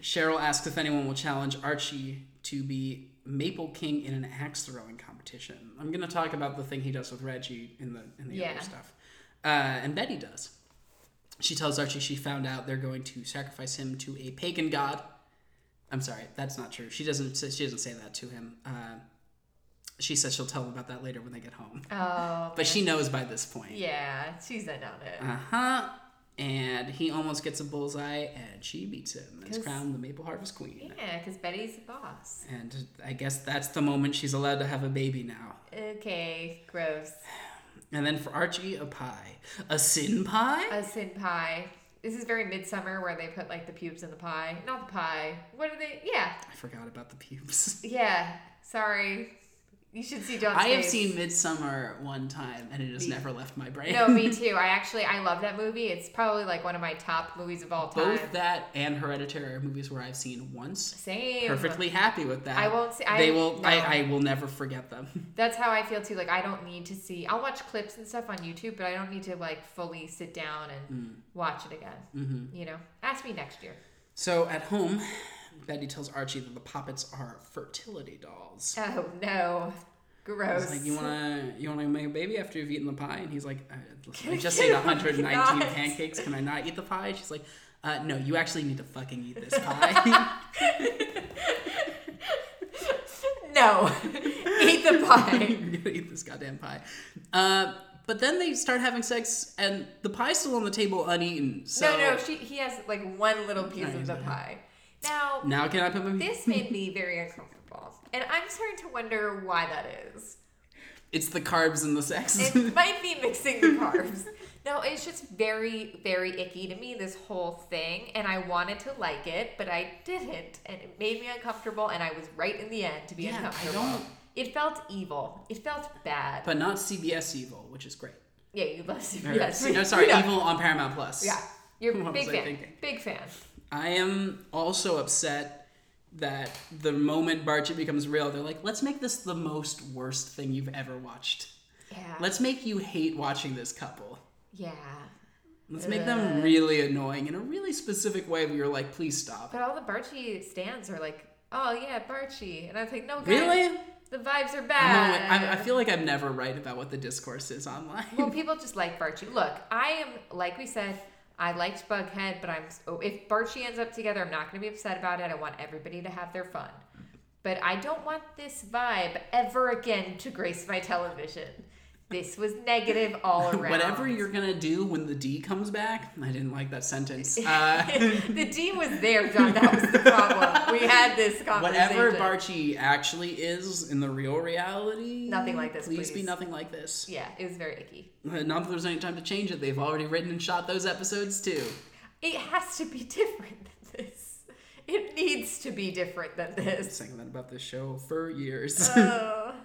Speaker 3: Cheryl asks if anyone will challenge Archie to be Maple King in an axe throwing competition. I'm going to talk about the thing he does with Reggie in the in the
Speaker 2: Yeah.
Speaker 3: other stuff, uh, and Betty does. She tells Archie she found out they're going to sacrifice him to a pagan god. I'm sorry, that's not true. She doesn't. say- She doesn't say that to him. Uh, she says she'll tell him about that later when they get home.
Speaker 2: Oh.
Speaker 3: But she knows by this point.
Speaker 2: Yeah, she's in on it.
Speaker 3: Uh huh. And he almost gets a bullseye, and she beats him and is
Speaker 2: 'Cause-
Speaker 3: crowned the Maple Harvest Queen.
Speaker 2: Yeah, because Betty's the boss.
Speaker 3: And I guess that's the moment she's allowed to have a baby now.
Speaker 2: Okay, gross.
Speaker 3: And then for Archie, a pie. A sin pie?
Speaker 2: A sin pie. This is very midsummer where they put like the pubes in the pie. Not the pie. What are they? Yeah,
Speaker 3: I forgot about the pubes.
Speaker 2: yeah. Sorry. You should see John's
Speaker 3: [laughs] I have
Speaker 2: face.
Speaker 3: seen Midsummer one time, and it has never left my brain.
Speaker 2: No, me too. I actually I love that movie. It's probably like one of my top movies of all time.
Speaker 3: [laughs] Both that and Hereditary are movies where I've seen once.
Speaker 2: Same.
Speaker 3: Perfectly happy with that.
Speaker 2: I won't see- I-
Speaker 3: they will.
Speaker 2: no.
Speaker 3: I, I will never forget them. [laughs]
Speaker 2: That's how I feel too. Like I don't need to see. I'll watch clips and stuff on YouTube, but I don't need to like fully sit down and
Speaker 3: Mm.
Speaker 2: watch it again. Mm-hmm. You know, ask me next year.
Speaker 3: So at home, Betty tells Archie that the poppets are fertility dolls.
Speaker 2: Oh [laughs] no, gross.
Speaker 3: It's like you wanna you wanna make a baby after you've eaten the pie, and he's like, "Uh, I, I just ate
Speaker 2: [laughs]
Speaker 3: 119
Speaker 2: Not.
Speaker 3: pancakes. Can I not eat the pie? She's like, uh, No, you actually need to fucking eat
Speaker 2: [laughs]
Speaker 3: this pie.
Speaker 2: [laughs]
Speaker 3: [laughs]
Speaker 2: no, [laughs] eat the
Speaker 3: You're [laughs]
Speaker 2: pie.
Speaker 3: gonna eat this goddamn pie. Uh, but then they start having sex, and the pie's still on the table uneaten. So
Speaker 2: no, no. She he has like one little piece of the pie. Now
Speaker 3: now can I put my
Speaker 2: this made me very uncomfortable, and I'm starting to wonder why that is.
Speaker 3: It's the carbs and the sex.
Speaker 2: It might be mixing the carbs. No, it's just very, very icky to me, this whole thing. And I wanted to like it, but I didn't. And it made me uncomfortable, and I was right in the end to be
Speaker 3: Yeah, I
Speaker 2: uncomfortable.
Speaker 3: don't-
Speaker 2: It felt evil. It felt bad.
Speaker 3: [laughs] but not CBS evil, which is great.
Speaker 2: yeah, you love CBS.
Speaker 3: Or- no, sorry,
Speaker 2: [laughs] yeah.
Speaker 3: evil on Paramount Plus.
Speaker 2: Yeah. You're
Speaker 3: What
Speaker 2: big
Speaker 3: was I
Speaker 2: fan.
Speaker 3: thinking?
Speaker 2: Big fan.
Speaker 3: I am also upset that the moment Barchi becomes real, they're like, let's make this the most worst thing you've ever watched.
Speaker 2: Yeah.
Speaker 3: Let's make you hate watching this couple.
Speaker 2: yeah.
Speaker 3: Let's make them really annoying in a really specific way where you're like, please stop.
Speaker 2: But all the Barchi stands are like, oh, yeah, Barchi. And I was like, no, guys.
Speaker 3: Really?
Speaker 2: The vibes are
Speaker 3: I'm always-
Speaker 2: bad.
Speaker 3: I, I feel like I'm never right about what the discourse is online.
Speaker 2: Well, people just like Barchi. Look, I am like we said. I liked Bughead, but I'm oh, if Barchi ends up together, I'm not going to be upset about it. I want everybody to have their fun, but I don't want this vibe ever again to grace my television. This was negative all around.
Speaker 3: [laughs] [laughs] Whatever you're gonna do when the D comes back, I didn't like that
Speaker 2: [laughs]
Speaker 3: sentence. Uh,
Speaker 2: [laughs] the D was there, John. That was the problem. We had this conversation.
Speaker 3: [laughs] whatever Barchi actually is in the real reality,
Speaker 2: Nothing like this,
Speaker 3: Please be
Speaker 2: please.
Speaker 3: nothing like this.
Speaker 2: Yeah, it was very icky.
Speaker 3: Uh, Not that there's any time to change it. They've already written and shot those episodes too.
Speaker 2: It has to be [laughs] different than this. It needs to be different than
Speaker 3: Been
Speaker 2: this.
Speaker 3: saying that about this show for years.
Speaker 2: Oh.
Speaker 3: [laughs]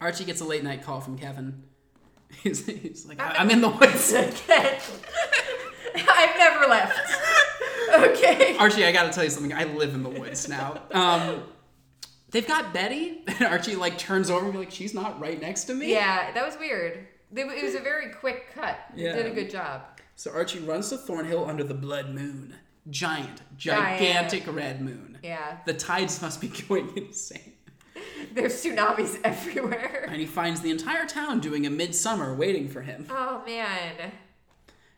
Speaker 3: Archie gets a late night call from Kevin. [laughs] He's, he's like, I- am in the woods. [laughs]
Speaker 2: again. I've never left. Okay.
Speaker 3: Archie, I gotta tell you something. I live in the woods now. Um, they've got Betty, and Archie like turns over and be like, she's not right next to me.
Speaker 2: Yeah, that was weird. They- It was a very quick cut. They Did
Speaker 3: Yeah.
Speaker 2: a good job.
Speaker 3: So Archie runs to Thornhill under the blood moon. Giant, gigantic red moon.
Speaker 2: Yeah.
Speaker 3: The tides must be [laughs] going insane.
Speaker 2: There's tsunamis [laughs] everywhere.
Speaker 3: And he finds the entire town doing a midsummer waiting for him.
Speaker 2: Oh man.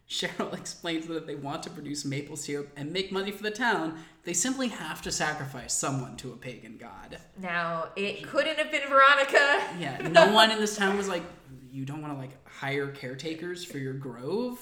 Speaker 3: Cheryl explains that if they want to produce maple syrup and make money for the town, they simply have to sacrifice someone to a pagan god.
Speaker 2: Now it couldn't have been Veronica. [laughs]
Speaker 3: Yeah, no one in this town was like, you don't want to like hire caretakers for your grove.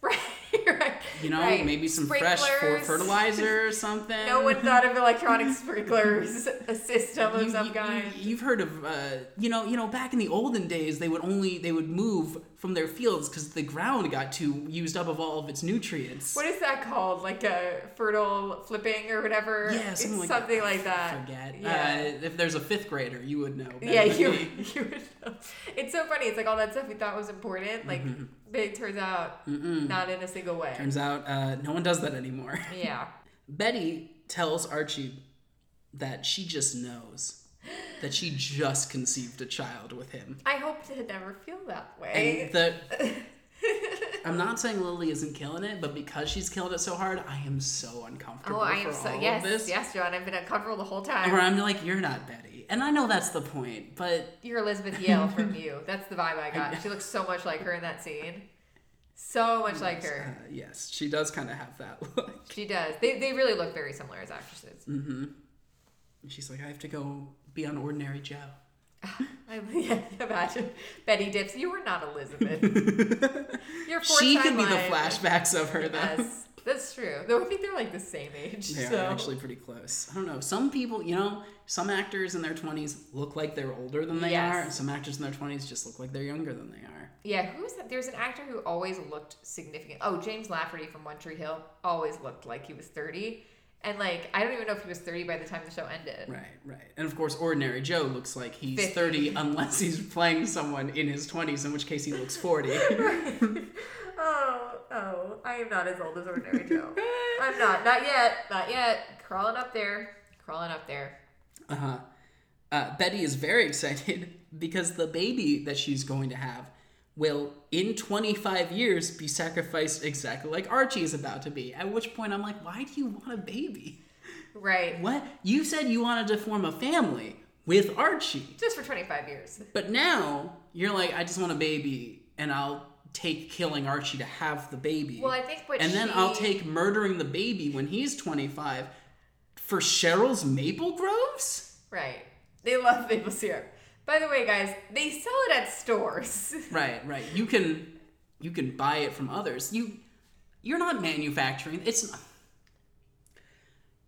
Speaker 2: Right. You're right.
Speaker 3: You know,
Speaker 2: Right.
Speaker 3: maybe some fresh for
Speaker 2: Sprinklers.
Speaker 3: fertilizer or something.
Speaker 2: No one thought of electronic sprinklers, [laughs] a system of some kind.
Speaker 3: have heard of, uh, you know, you know, back in the olden days, they would only they would move from their fields because the ground got too used up of all of its nutrients.
Speaker 2: What is that called? Like a fertile flipping or whatever?
Speaker 3: yeah,
Speaker 2: It's
Speaker 3: something like
Speaker 2: something
Speaker 3: that. I
Speaker 2: like that.
Speaker 3: Forget.
Speaker 2: Yeah.
Speaker 3: Uh, if there's a fifth grader, you would know. better
Speaker 2: yeah,
Speaker 3: than
Speaker 2: you,
Speaker 3: me.
Speaker 2: [laughs] you would know. It's so funny. It's like all that stuff we thought was important, like, but it turns out
Speaker 3: Mm-hmm. Mm-mm.
Speaker 2: not in a single way.
Speaker 3: Turns out, uh, no one does that anymore. [laughs]
Speaker 2: yeah.
Speaker 3: Betty tells Archie that she just knows that she just conceived a child with him.
Speaker 2: I hope to never feel that way.
Speaker 3: And the
Speaker 2: [laughs]
Speaker 3: I'm not saying Lily isn't killing it, but because she's killed it so hard, I am so uncomfortable
Speaker 2: oh, I
Speaker 3: for
Speaker 2: am so
Speaker 3: all
Speaker 2: yes,
Speaker 3: of this.
Speaker 2: yes, John. I've been uncomfortable the whole time.
Speaker 3: Where I'm like, you're not Betty, and I know that's the point, but
Speaker 2: You're
Speaker 3: [laughs]
Speaker 2: Elizabeth Yale from you. That's the vibe I got. She looks so much like her in that scene. So much like
Speaker 3: uh,
Speaker 2: her.
Speaker 3: yes, she does kind of have that [laughs] Mm. look.
Speaker 2: She does. They, they really look very similar as actresses.
Speaker 3: And she's like, I have to go be on Ordinary
Speaker 2: [laughs]
Speaker 3: Joe.
Speaker 2: [laughs] I yeah, imagine Betty Dips. You were not
Speaker 3: [laughs]
Speaker 2: Elizabeth. You're four
Speaker 3: she could be the
Speaker 2: timeline.
Speaker 3: flashbacks of her, though.
Speaker 2: Yes, that's true. Though I think they're like the same age.
Speaker 3: [laughs] They
Speaker 2: so.
Speaker 3: are actually pretty close. I don't know. Some people, you know, some actors in their 20s look like they're older than they
Speaker 2: Yes.
Speaker 3: are, and some actors in their 20s just look like they're younger than they are.
Speaker 2: Yeah, who's that? There's an actor who always looked significant. Oh, James Lafferty from One Tree Hill always looked like he was 30. And like, I don't even know if he was 30 by the time the show ended.
Speaker 3: Right, right. And of course, Ordinary Joe looks like he's
Speaker 2: Fifty.
Speaker 3: 30 unless he's playing someone in his 20s, in which case he
Speaker 2: [laughs]
Speaker 3: looks 40.
Speaker 2: Oh, oh, I am not as old as Ordinary Joe. I'm not, not yet, not yet. Crawling up there, crawling up there.
Speaker 3: uh-huh. Uh, Betty is very excited [laughs] because the baby that she's going to have will, in 25 years, be sacrificed exactly like Archie is about to be. At which point, I'm like, why do you want a baby?
Speaker 2: Right.
Speaker 3: What? You said you wanted to form a family with Archie.
Speaker 2: Just for 25 years.
Speaker 3: But now you're like, I just want a baby and I'll take killing Archie to have the baby.
Speaker 2: Well, I think what
Speaker 3: and then
Speaker 2: she-
Speaker 3: I'll take murdering the baby when he's 25 for Cheryl's maple groves?
Speaker 2: Right. They love maple syrup. By the way, guys, they sell it at stores. [laughs]
Speaker 3: Right, right. You can you can buy it from others. You you're not manufacturing. It's not.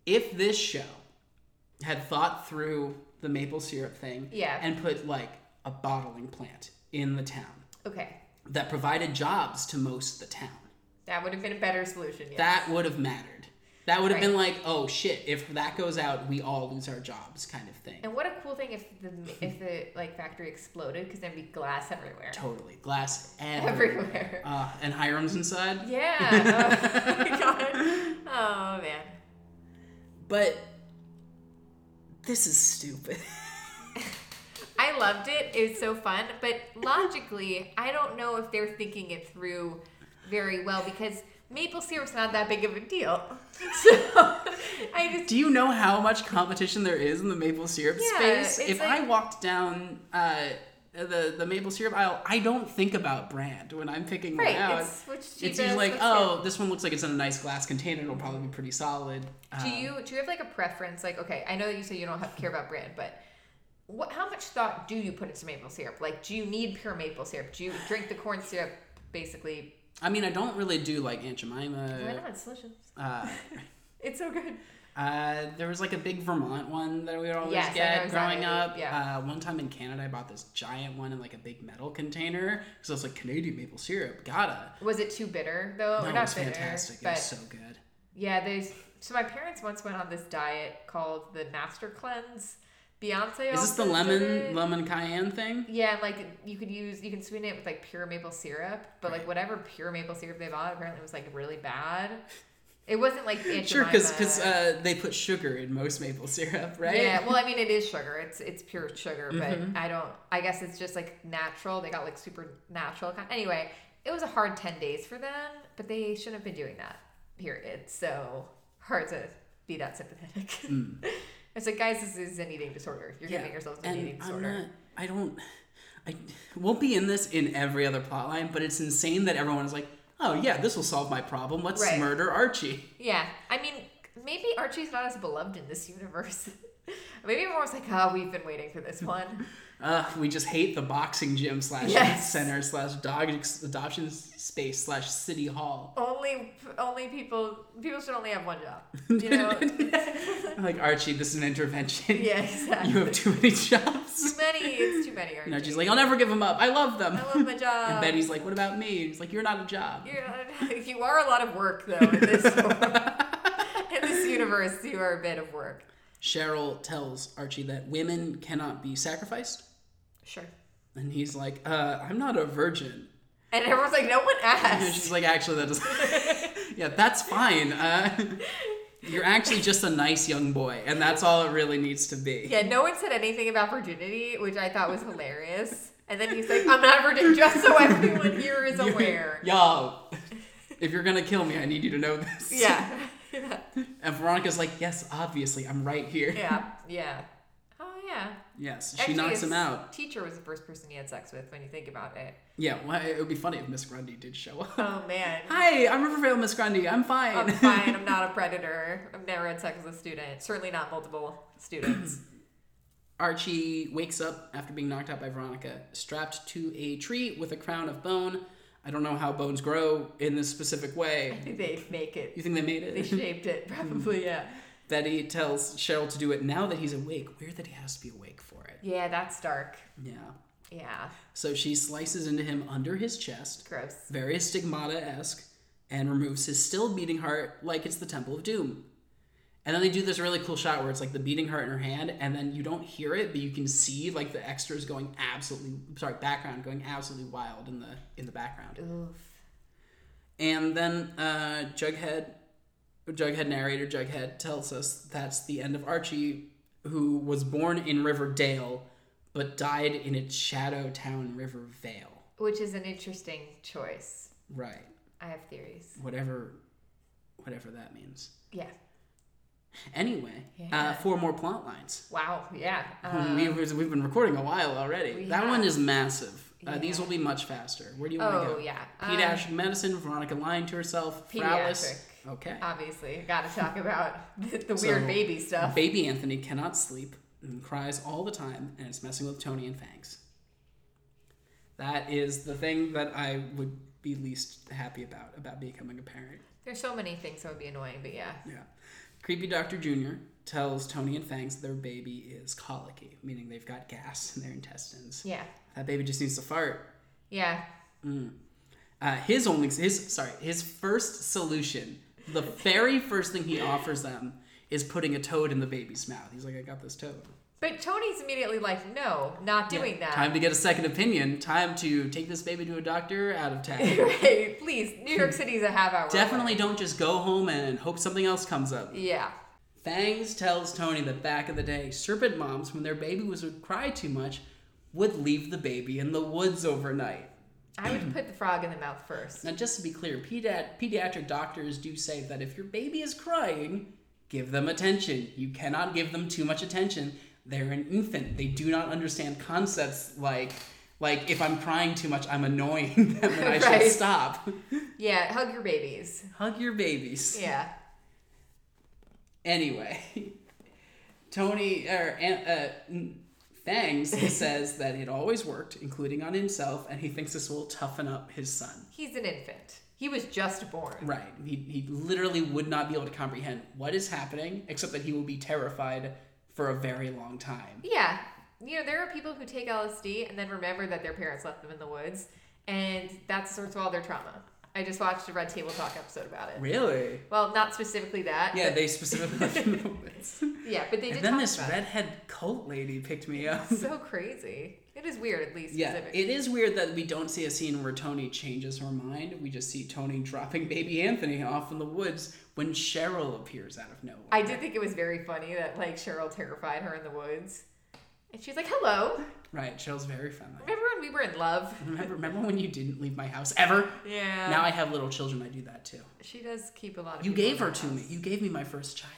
Speaker 3: If this show had thought through the maple syrup thing
Speaker 2: Yeah.
Speaker 3: and put like a bottling plant in the town
Speaker 2: Okay.
Speaker 3: that provided jobs to most of the town,
Speaker 2: That would have been a better solution. Yes.
Speaker 3: that would have mattered. That would have
Speaker 2: Right.
Speaker 3: been like, oh shit, if that goes out, we all lose our jobs kind of thing.
Speaker 2: And what a cool thing if the if the like factory exploded because there'd be glass everywhere.
Speaker 3: Totally. Glass
Speaker 2: [laughs]
Speaker 3: everywhere.
Speaker 2: Everywhere.
Speaker 3: Uh, and Hiram's inside. [laughs]
Speaker 2: Yeah. Oh, my God. Oh man.
Speaker 3: But this is
Speaker 2: [laughs]
Speaker 3: stupid.
Speaker 2: I loved it. It was so fun. But logically, I don't know if they're thinking it through very well because maple syrup's not that big of a deal. [laughs] So I just
Speaker 3: Do you know how much competition there is in the maple syrup
Speaker 2: Yeah,
Speaker 3: space?
Speaker 2: it's
Speaker 3: If
Speaker 2: like-
Speaker 3: I walked down uh, the the maple syrup aisle, I don't think about brand when I'm picking
Speaker 2: right.
Speaker 3: one out.
Speaker 2: It's which
Speaker 3: It's
Speaker 2: cheapest,
Speaker 3: usually like,
Speaker 2: what's
Speaker 3: oh, this one looks like it's in a nice glass container. It'll probably be pretty solid.
Speaker 2: Do
Speaker 3: Um,
Speaker 2: you do you have like a preference? Like, okay, I know that you say you don't have, care about brand, but what? How much thought do you put into maple syrup? Like, do you need pure maple syrup? Do you drink the corn syrup? Basically,
Speaker 3: I mean, I don't really do like Aunt
Speaker 2: why
Speaker 3: Jemima.
Speaker 2: not? It's delicious.
Speaker 3: Uh,
Speaker 2: [laughs] It's so good.
Speaker 3: uh, there was like a big Vermont one that we would always
Speaker 2: Yes, I know
Speaker 3: get
Speaker 2: exactly
Speaker 3: growing
Speaker 2: what you-
Speaker 3: up.
Speaker 2: yeah.
Speaker 3: Uh, one time in Canada, I bought this giant one in like a big metal container because I was like, Canadian maple syrup, gotta.
Speaker 2: Was it too bitter though?
Speaker 3: No,
Speaker 2: Or
Speaker 3: it
Speaker 2: not
Speaker 3: was
Speaker 2: Oh, bitter,
Speaker 3: fantastic. It
Speaker 2: But
Speaker 3: was so good.
Speaker 2: yeah, there's. So my parents once went on this diet called the Master Cleanse. Beyonce.
Speaker 3: Is this
Speaker 2: also
Speaker 3: the
Speaker 2: did
Speaker 3: lemon
Speaker 2: it.
Speaker 3: lemon cayenne thing?
Speaker 2: Yeah, and like you could use you can sweeten it with like pure maple syrup, but like whatever pure maple syrup they bought apparently was like really bad. It wasn't like Aunt
Speaker 3: Sure, because
Speaker 2: Jemima.
Speaker 3: because uh, they put sugar in most maple syrup, right? Mm-hmm.
Speaker 2: yeah. Well, I mean, it is sugar. It's it's pure sugar, but I don't. I guess it's just like natural. They got like super natural. Kind anyway, it was a hard ten days for them, but they shouldn't have been doing that. Period. So hard to be that sympathetic. [laughs] it's like guys, this is an eating disorder. You're giving yourselves an
Speaker 3: Mm. and
Speaker 2: eating
Speaker 3: I'm
Speaker 2: disorder.
Speaker 3: not. I don't. I won't be in this in every other plotline, but it's insane that everyone is like, "Oh yeah, this will solve my problem. Let's
Speaker 2: Right.
Speaker 3: murder Archie."
Speaker 2: Yeah, I mean, maybe Archie's not as beloved in this universe. [laughs] Maybe everyone was like, oh, we've been waiting for this
Speaker 3: [laughs]
Speaker 2: one.
Speaker 3: Ugh, we just hate the boxing gym slash
Speaker 2: Yes.
Speaker 3: center slash dog ex- adoption s- space slash city hall.
Speaker 2: only, only people, people should only have one
Speaker 3: [laughs]
Speaker 2: job. You know?
Speaker 3: Like Archie, this is an intervention.
Speaker 2: yeah, exactly.
Speaker 3: [laughs] You have too many
Speaker 2: too
Speaker 3: jobs.
Speaker 2: many. It's too many.
Speaker 3: And
Speaker 2: Archie.
Speaker 3: Archie's like, I'll never give them up. I love them.
Speaker 2: I love my job.
Speaker 3: [laughs] and Betty's like, what about me? And he's like, you're not a job.
Speaker 2: [laughs] You're, [laughs] you are a lot of work though in this
Speaker 3: [laughs]
Speaker 2: in this universe. You are a bit of work.
Speaker 3: Cheryl tells Archie that women cannot be sacrificed.
Speaker 2: Sure.
Speaker 3: And he's like, uh, I'm not a virgin.
Speaker 2: And everyone's like, no one
Speaker 3: [laughs] And
Speaker 2: asked.
Speaker 3: she's like, actually, that is, [laughs] yeah, that's fine. Uh, [laughs] you're actually just a nice young boy, and that's all it really needs to be.
Speaker 2: Yeah, no one said anything about virginity, which I thought was hilarious. And then he's like, I'm not virgin, [laughs] just so everyone here
Speaker 3: [laughs]
Speaker 2: is aware.
Speaker 3: Y'all, if you're gonna kill me, I need you to know this.
Speaker 2: Yeah. [laughs] Yeah.
Speaker 3: [laughs] And Veronica's like, yes, obviously, I'm right here.
Speaker 2: Yeah. Yeah. Oh, yeah.
Speaker 3: Yes, she
Speaker 2: Actually,
Speaker 3: knocks
Speaker 2: his
Speaker 3: him out.
Speaker 2: Teacher was the first person he had sex with when you think about
Speaker 3: [laughs]
Speaker 2: it.
Speaker 3: Yeah, well, it would be funny if Miss Grundy did show up. [laughs]
Speaker 2: Oh, man.
Speaker 3: Hi, I'm Rivervale Miss Grundy. I'm fine.
Speaker 2: I'm fine. I'm not a predator. I've never had sex with a student. Certainly not multiple
Speaker 3: [clears throat]
Speaker 2: students.
Speaker 3: [laughs] Archie wakes up after being knocked out by Veronica, strapped to a tree with a crown of bone. I don't know how bones grow in this specific way.
Speaker 2: they make it.
Speaker 3: [laughs] You think they made
Speaker 2: They [laughs]
Speaker 3: it?
Speaker 2: shaped it, probably. Yeah.
Speaker 3: Betty tells Cheryl to do it now that he's awake. Weird that he has to be awake for it.
Speaker 2: Yeah, that's dark.
Speaker 3: Yeah.
Speaker 2: Yeah.
Speaker 3: So she slices into him under his chest,
Speaker 2: Gross.
Speaker 3: very stigmata esque, and removes his still beating heart like it's the Temple of Doom. And then they do this really cool shot where it's like the beating heart in her hand, and then you don't hear it, but you can see like the extras going absolutely sorry background going absolutely wild in the in the background.
Speaker 2: Oof.
Speaker 3: And then uh, Jughead, Jughead narrator Jughead tells us that's the end of Archie, who was born in Riverdale, but died in its shadow town, Rivervale.
Speaker 2: Which is an interesting choice.
Speaker 3: Right.
Speaker 2: I have theories.
Speaker 3: whatever whatever that means.
Speaker 2: Yeah.
Speaker 3: Anyway, uh,
Speaker 2: Yeah.
Speaker 3: four more plot lines.
Speaker 2: Wow. Yeah.
Speaker 3: Um,
Speaker 2: Um,
Speaker 3: we, we've been recording a while already.
Speaker 2: we
Speaker 3: that
Speaker 2: have.
Speaker 3: one is massive. Uh, These
Speaker 2: Yeah.
Speaker 3: will be much faster. Where do you want to
Speaker 2: oh,
Speaker 3: go?
Speaker 2: yeah.
Speaker 3: P dash medicine. Veronica lying to herself. Fralis.
Speaker 2: Pediatric.
Speaker 3: Okay.
Speaker 2: Um, Obviously, got to talk about [laughs] the, the
Speaker 3: So,
Speaker 2: weird baby stuff.
Speaker 3: Baby Anthony cannot sleep and cries all the time, and it's messing with Tony and Fangs. That is the thing that I would be least happy about about becoming a parent.
Speaker 2: There's so many things that would be annoying, but yeah.
Speaker 3: Yeah. Creepy Dr. Jr. tells Tony and Fangs their baby is colicky, meaning they've got gas in their intestines.
Speaker 2: Yeah.
Speaker 3: That baby just needs to fart.
Speaker 2: Yeah.
Speaker 3: Uh, his only, his sorry, his first solution, the very first thing he offers them is putting a toad in the baby's mouth. He's like, I got this toad.
Speaker 2: But Tony's immediately like, no, not doing that. [laughs]
Speaker 3: Time to get a second opinion. Time to take this baby to a doctor out of town.
Speaker 2: [laughs] Right, Please, New York City's a half hour. away.
Speaker 3: Definitely don't just go home and hope something else comes up.
Speaker 2: Yeah.
Speaker 3: Fangs tells Tony that back in the day, serpent moms, when their baby was would cry too much, would leave the baby in the woods overnight.
Speaker 2: I would put the frog in the mouth first.
Speaker 3: Now, just to be clear, pedi- pediatric doctors do say that if your baby is crying, give them attention. You cannot give them too much attention. They're an infant. They do not understand concepts like, like if I'm crying too much, I'm annoying [laughs] them and I
Speaker 2: Right.
Speaker 3: should stop. [laughs]
Speaker 2: Yeah, hug your babies.
Speaker 3: Hug your babies.
Speaker 2: Yeah.
Speaker 3: Anyway, [laughs] Tony or uh, Fangs [laughs] says that it always worked, including on himself, and he thinks this will toughen up his son.
Speaker 2: He's an infant. He was just born.
Speaker 3: Right. He, he literally would not be able to comprehend what is happening, except that he will be terrified for a very long time.
Speaker 2: Yeah. You know, there are people who take LSD and then remember that their parents left them in the woods, and that sorts of all their trauma. I just watched a Red Table Talk episode about it.
Speaker 3: Really?
Speaker 2: Well, not specifically that.
Speaker 3: Yeah, they specifically. [laughs]
Speaker 2: but- yeah, but they did
Speaker 3: and then
Speaker 2: talk
Speaker 3: this
Speaker 2: about
Speaker 3: redhead cult lady picked me up.
Speaker 2: it. So crazy. It is weird, at least.
Speaker 3: Yeah,
Speaker 2: specifically.
Speaker 3: it is weird that we don't see a scene where Tony changes her mind. We just see Tony dropping baby Anthony off in the woods when Cheryl appears out of nowhere.
Speaker 2: I did think it was very funny that like Cheryl terrified her in the woods, and she's like, "Hello,
Speaker 3: Right, Cheryl's very friendly.
Speaker 2: remember when we were in love?"
Speaker 3: Remember, remember when you didn't leave my house ever?
Speaker 2: Yeah.
Speaker 3: Now I have little children. I do that too.
Speaker 2: she does keep a lot of.
Speaker 3: You
Speaker 2: people
Speaker 3: gave
Speaker 2: in
Speaker 3: her
Speaker 2: the
Speaker 3: to me.
Speaker 2: house.
Speaker 3: You gave me my first child.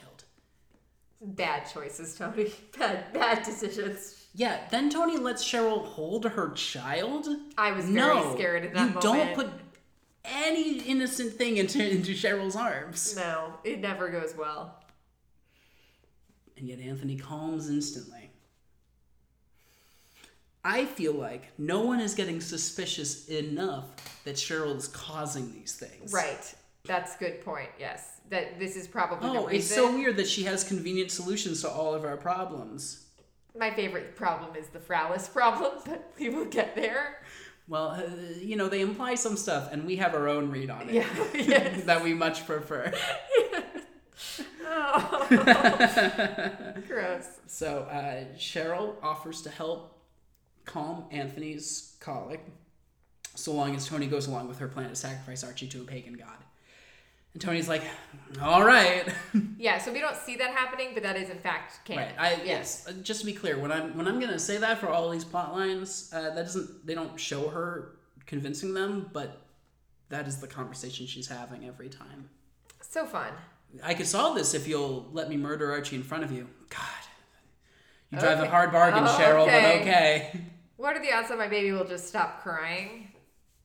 Speaker 2: Bad choices, Tony. [laughs] Bad, bad decisions.
Speaker 3: Yeah. Then Tony lets Cheryl hold her child.
Speaker 2: I was very
Speaker 3: no,
Speaker 2: scared at that
Speaker 3: you
Speaker 2: moment.
Speaker 3: don't put any innocent thing into into Cheryl's arms.
Speaker 2: No, it never goes well.
Speaker 3: and yet Anthony calms instantly. I feel like no one is getting suspicious enough that Cheryl is causing these things.
Speaker 2: Right. That's good point. Yes. That this is probably
Speaker 3: Oh,
Speaker 2: the
Speaker 3: it's
Speaker 2: reason.
Speaker 3: so weird that she has convenient solutions to all of our problems.
Speaker 2: My favorite problem is the Fralis problem, [laughs] but we will get there.
Speaker 3: Well, uh, you know, they imply some stuff, and we have our own read on it
Speaker 2: Yeah. [laughs] yes.
Speaker 3: [laughs] that we
Speaker 2: [laughs]
Speaker 3: much prefer. [laughs]
Speaker 2: Oh, [laughs] gross.
Speaker 3: so uh, Cheryl offers to help calm Anthony's colic, so long as Tony goes along with her plan to sacrifice Archie to a pagan god. And Tony's like, "All right, [laughs]
Speaker 2: Yeah. So we don't see that happening, but that is in fact canon.
Speaker 3: right. I, yes. uh, Just to be clear, when I'm when I'm gonna say that for all these plot lines, uh, that doesn't they don't show her convincing them, but that is the conversation she's having every time.
Speaker 2: So fun.
Speaker 3: I could solve this if you'll let me murder Archie in front of you. God. You drive a
Speaker 2: Okay.
Speaker 3: hard bargain,
Speaker 2: Oh,
Speaker 3: Cheryl,
Speaker 2: okay.
Speaker 3: but okay. [laughs]
Speaker 2: What are the odds that my baby will just stop crying?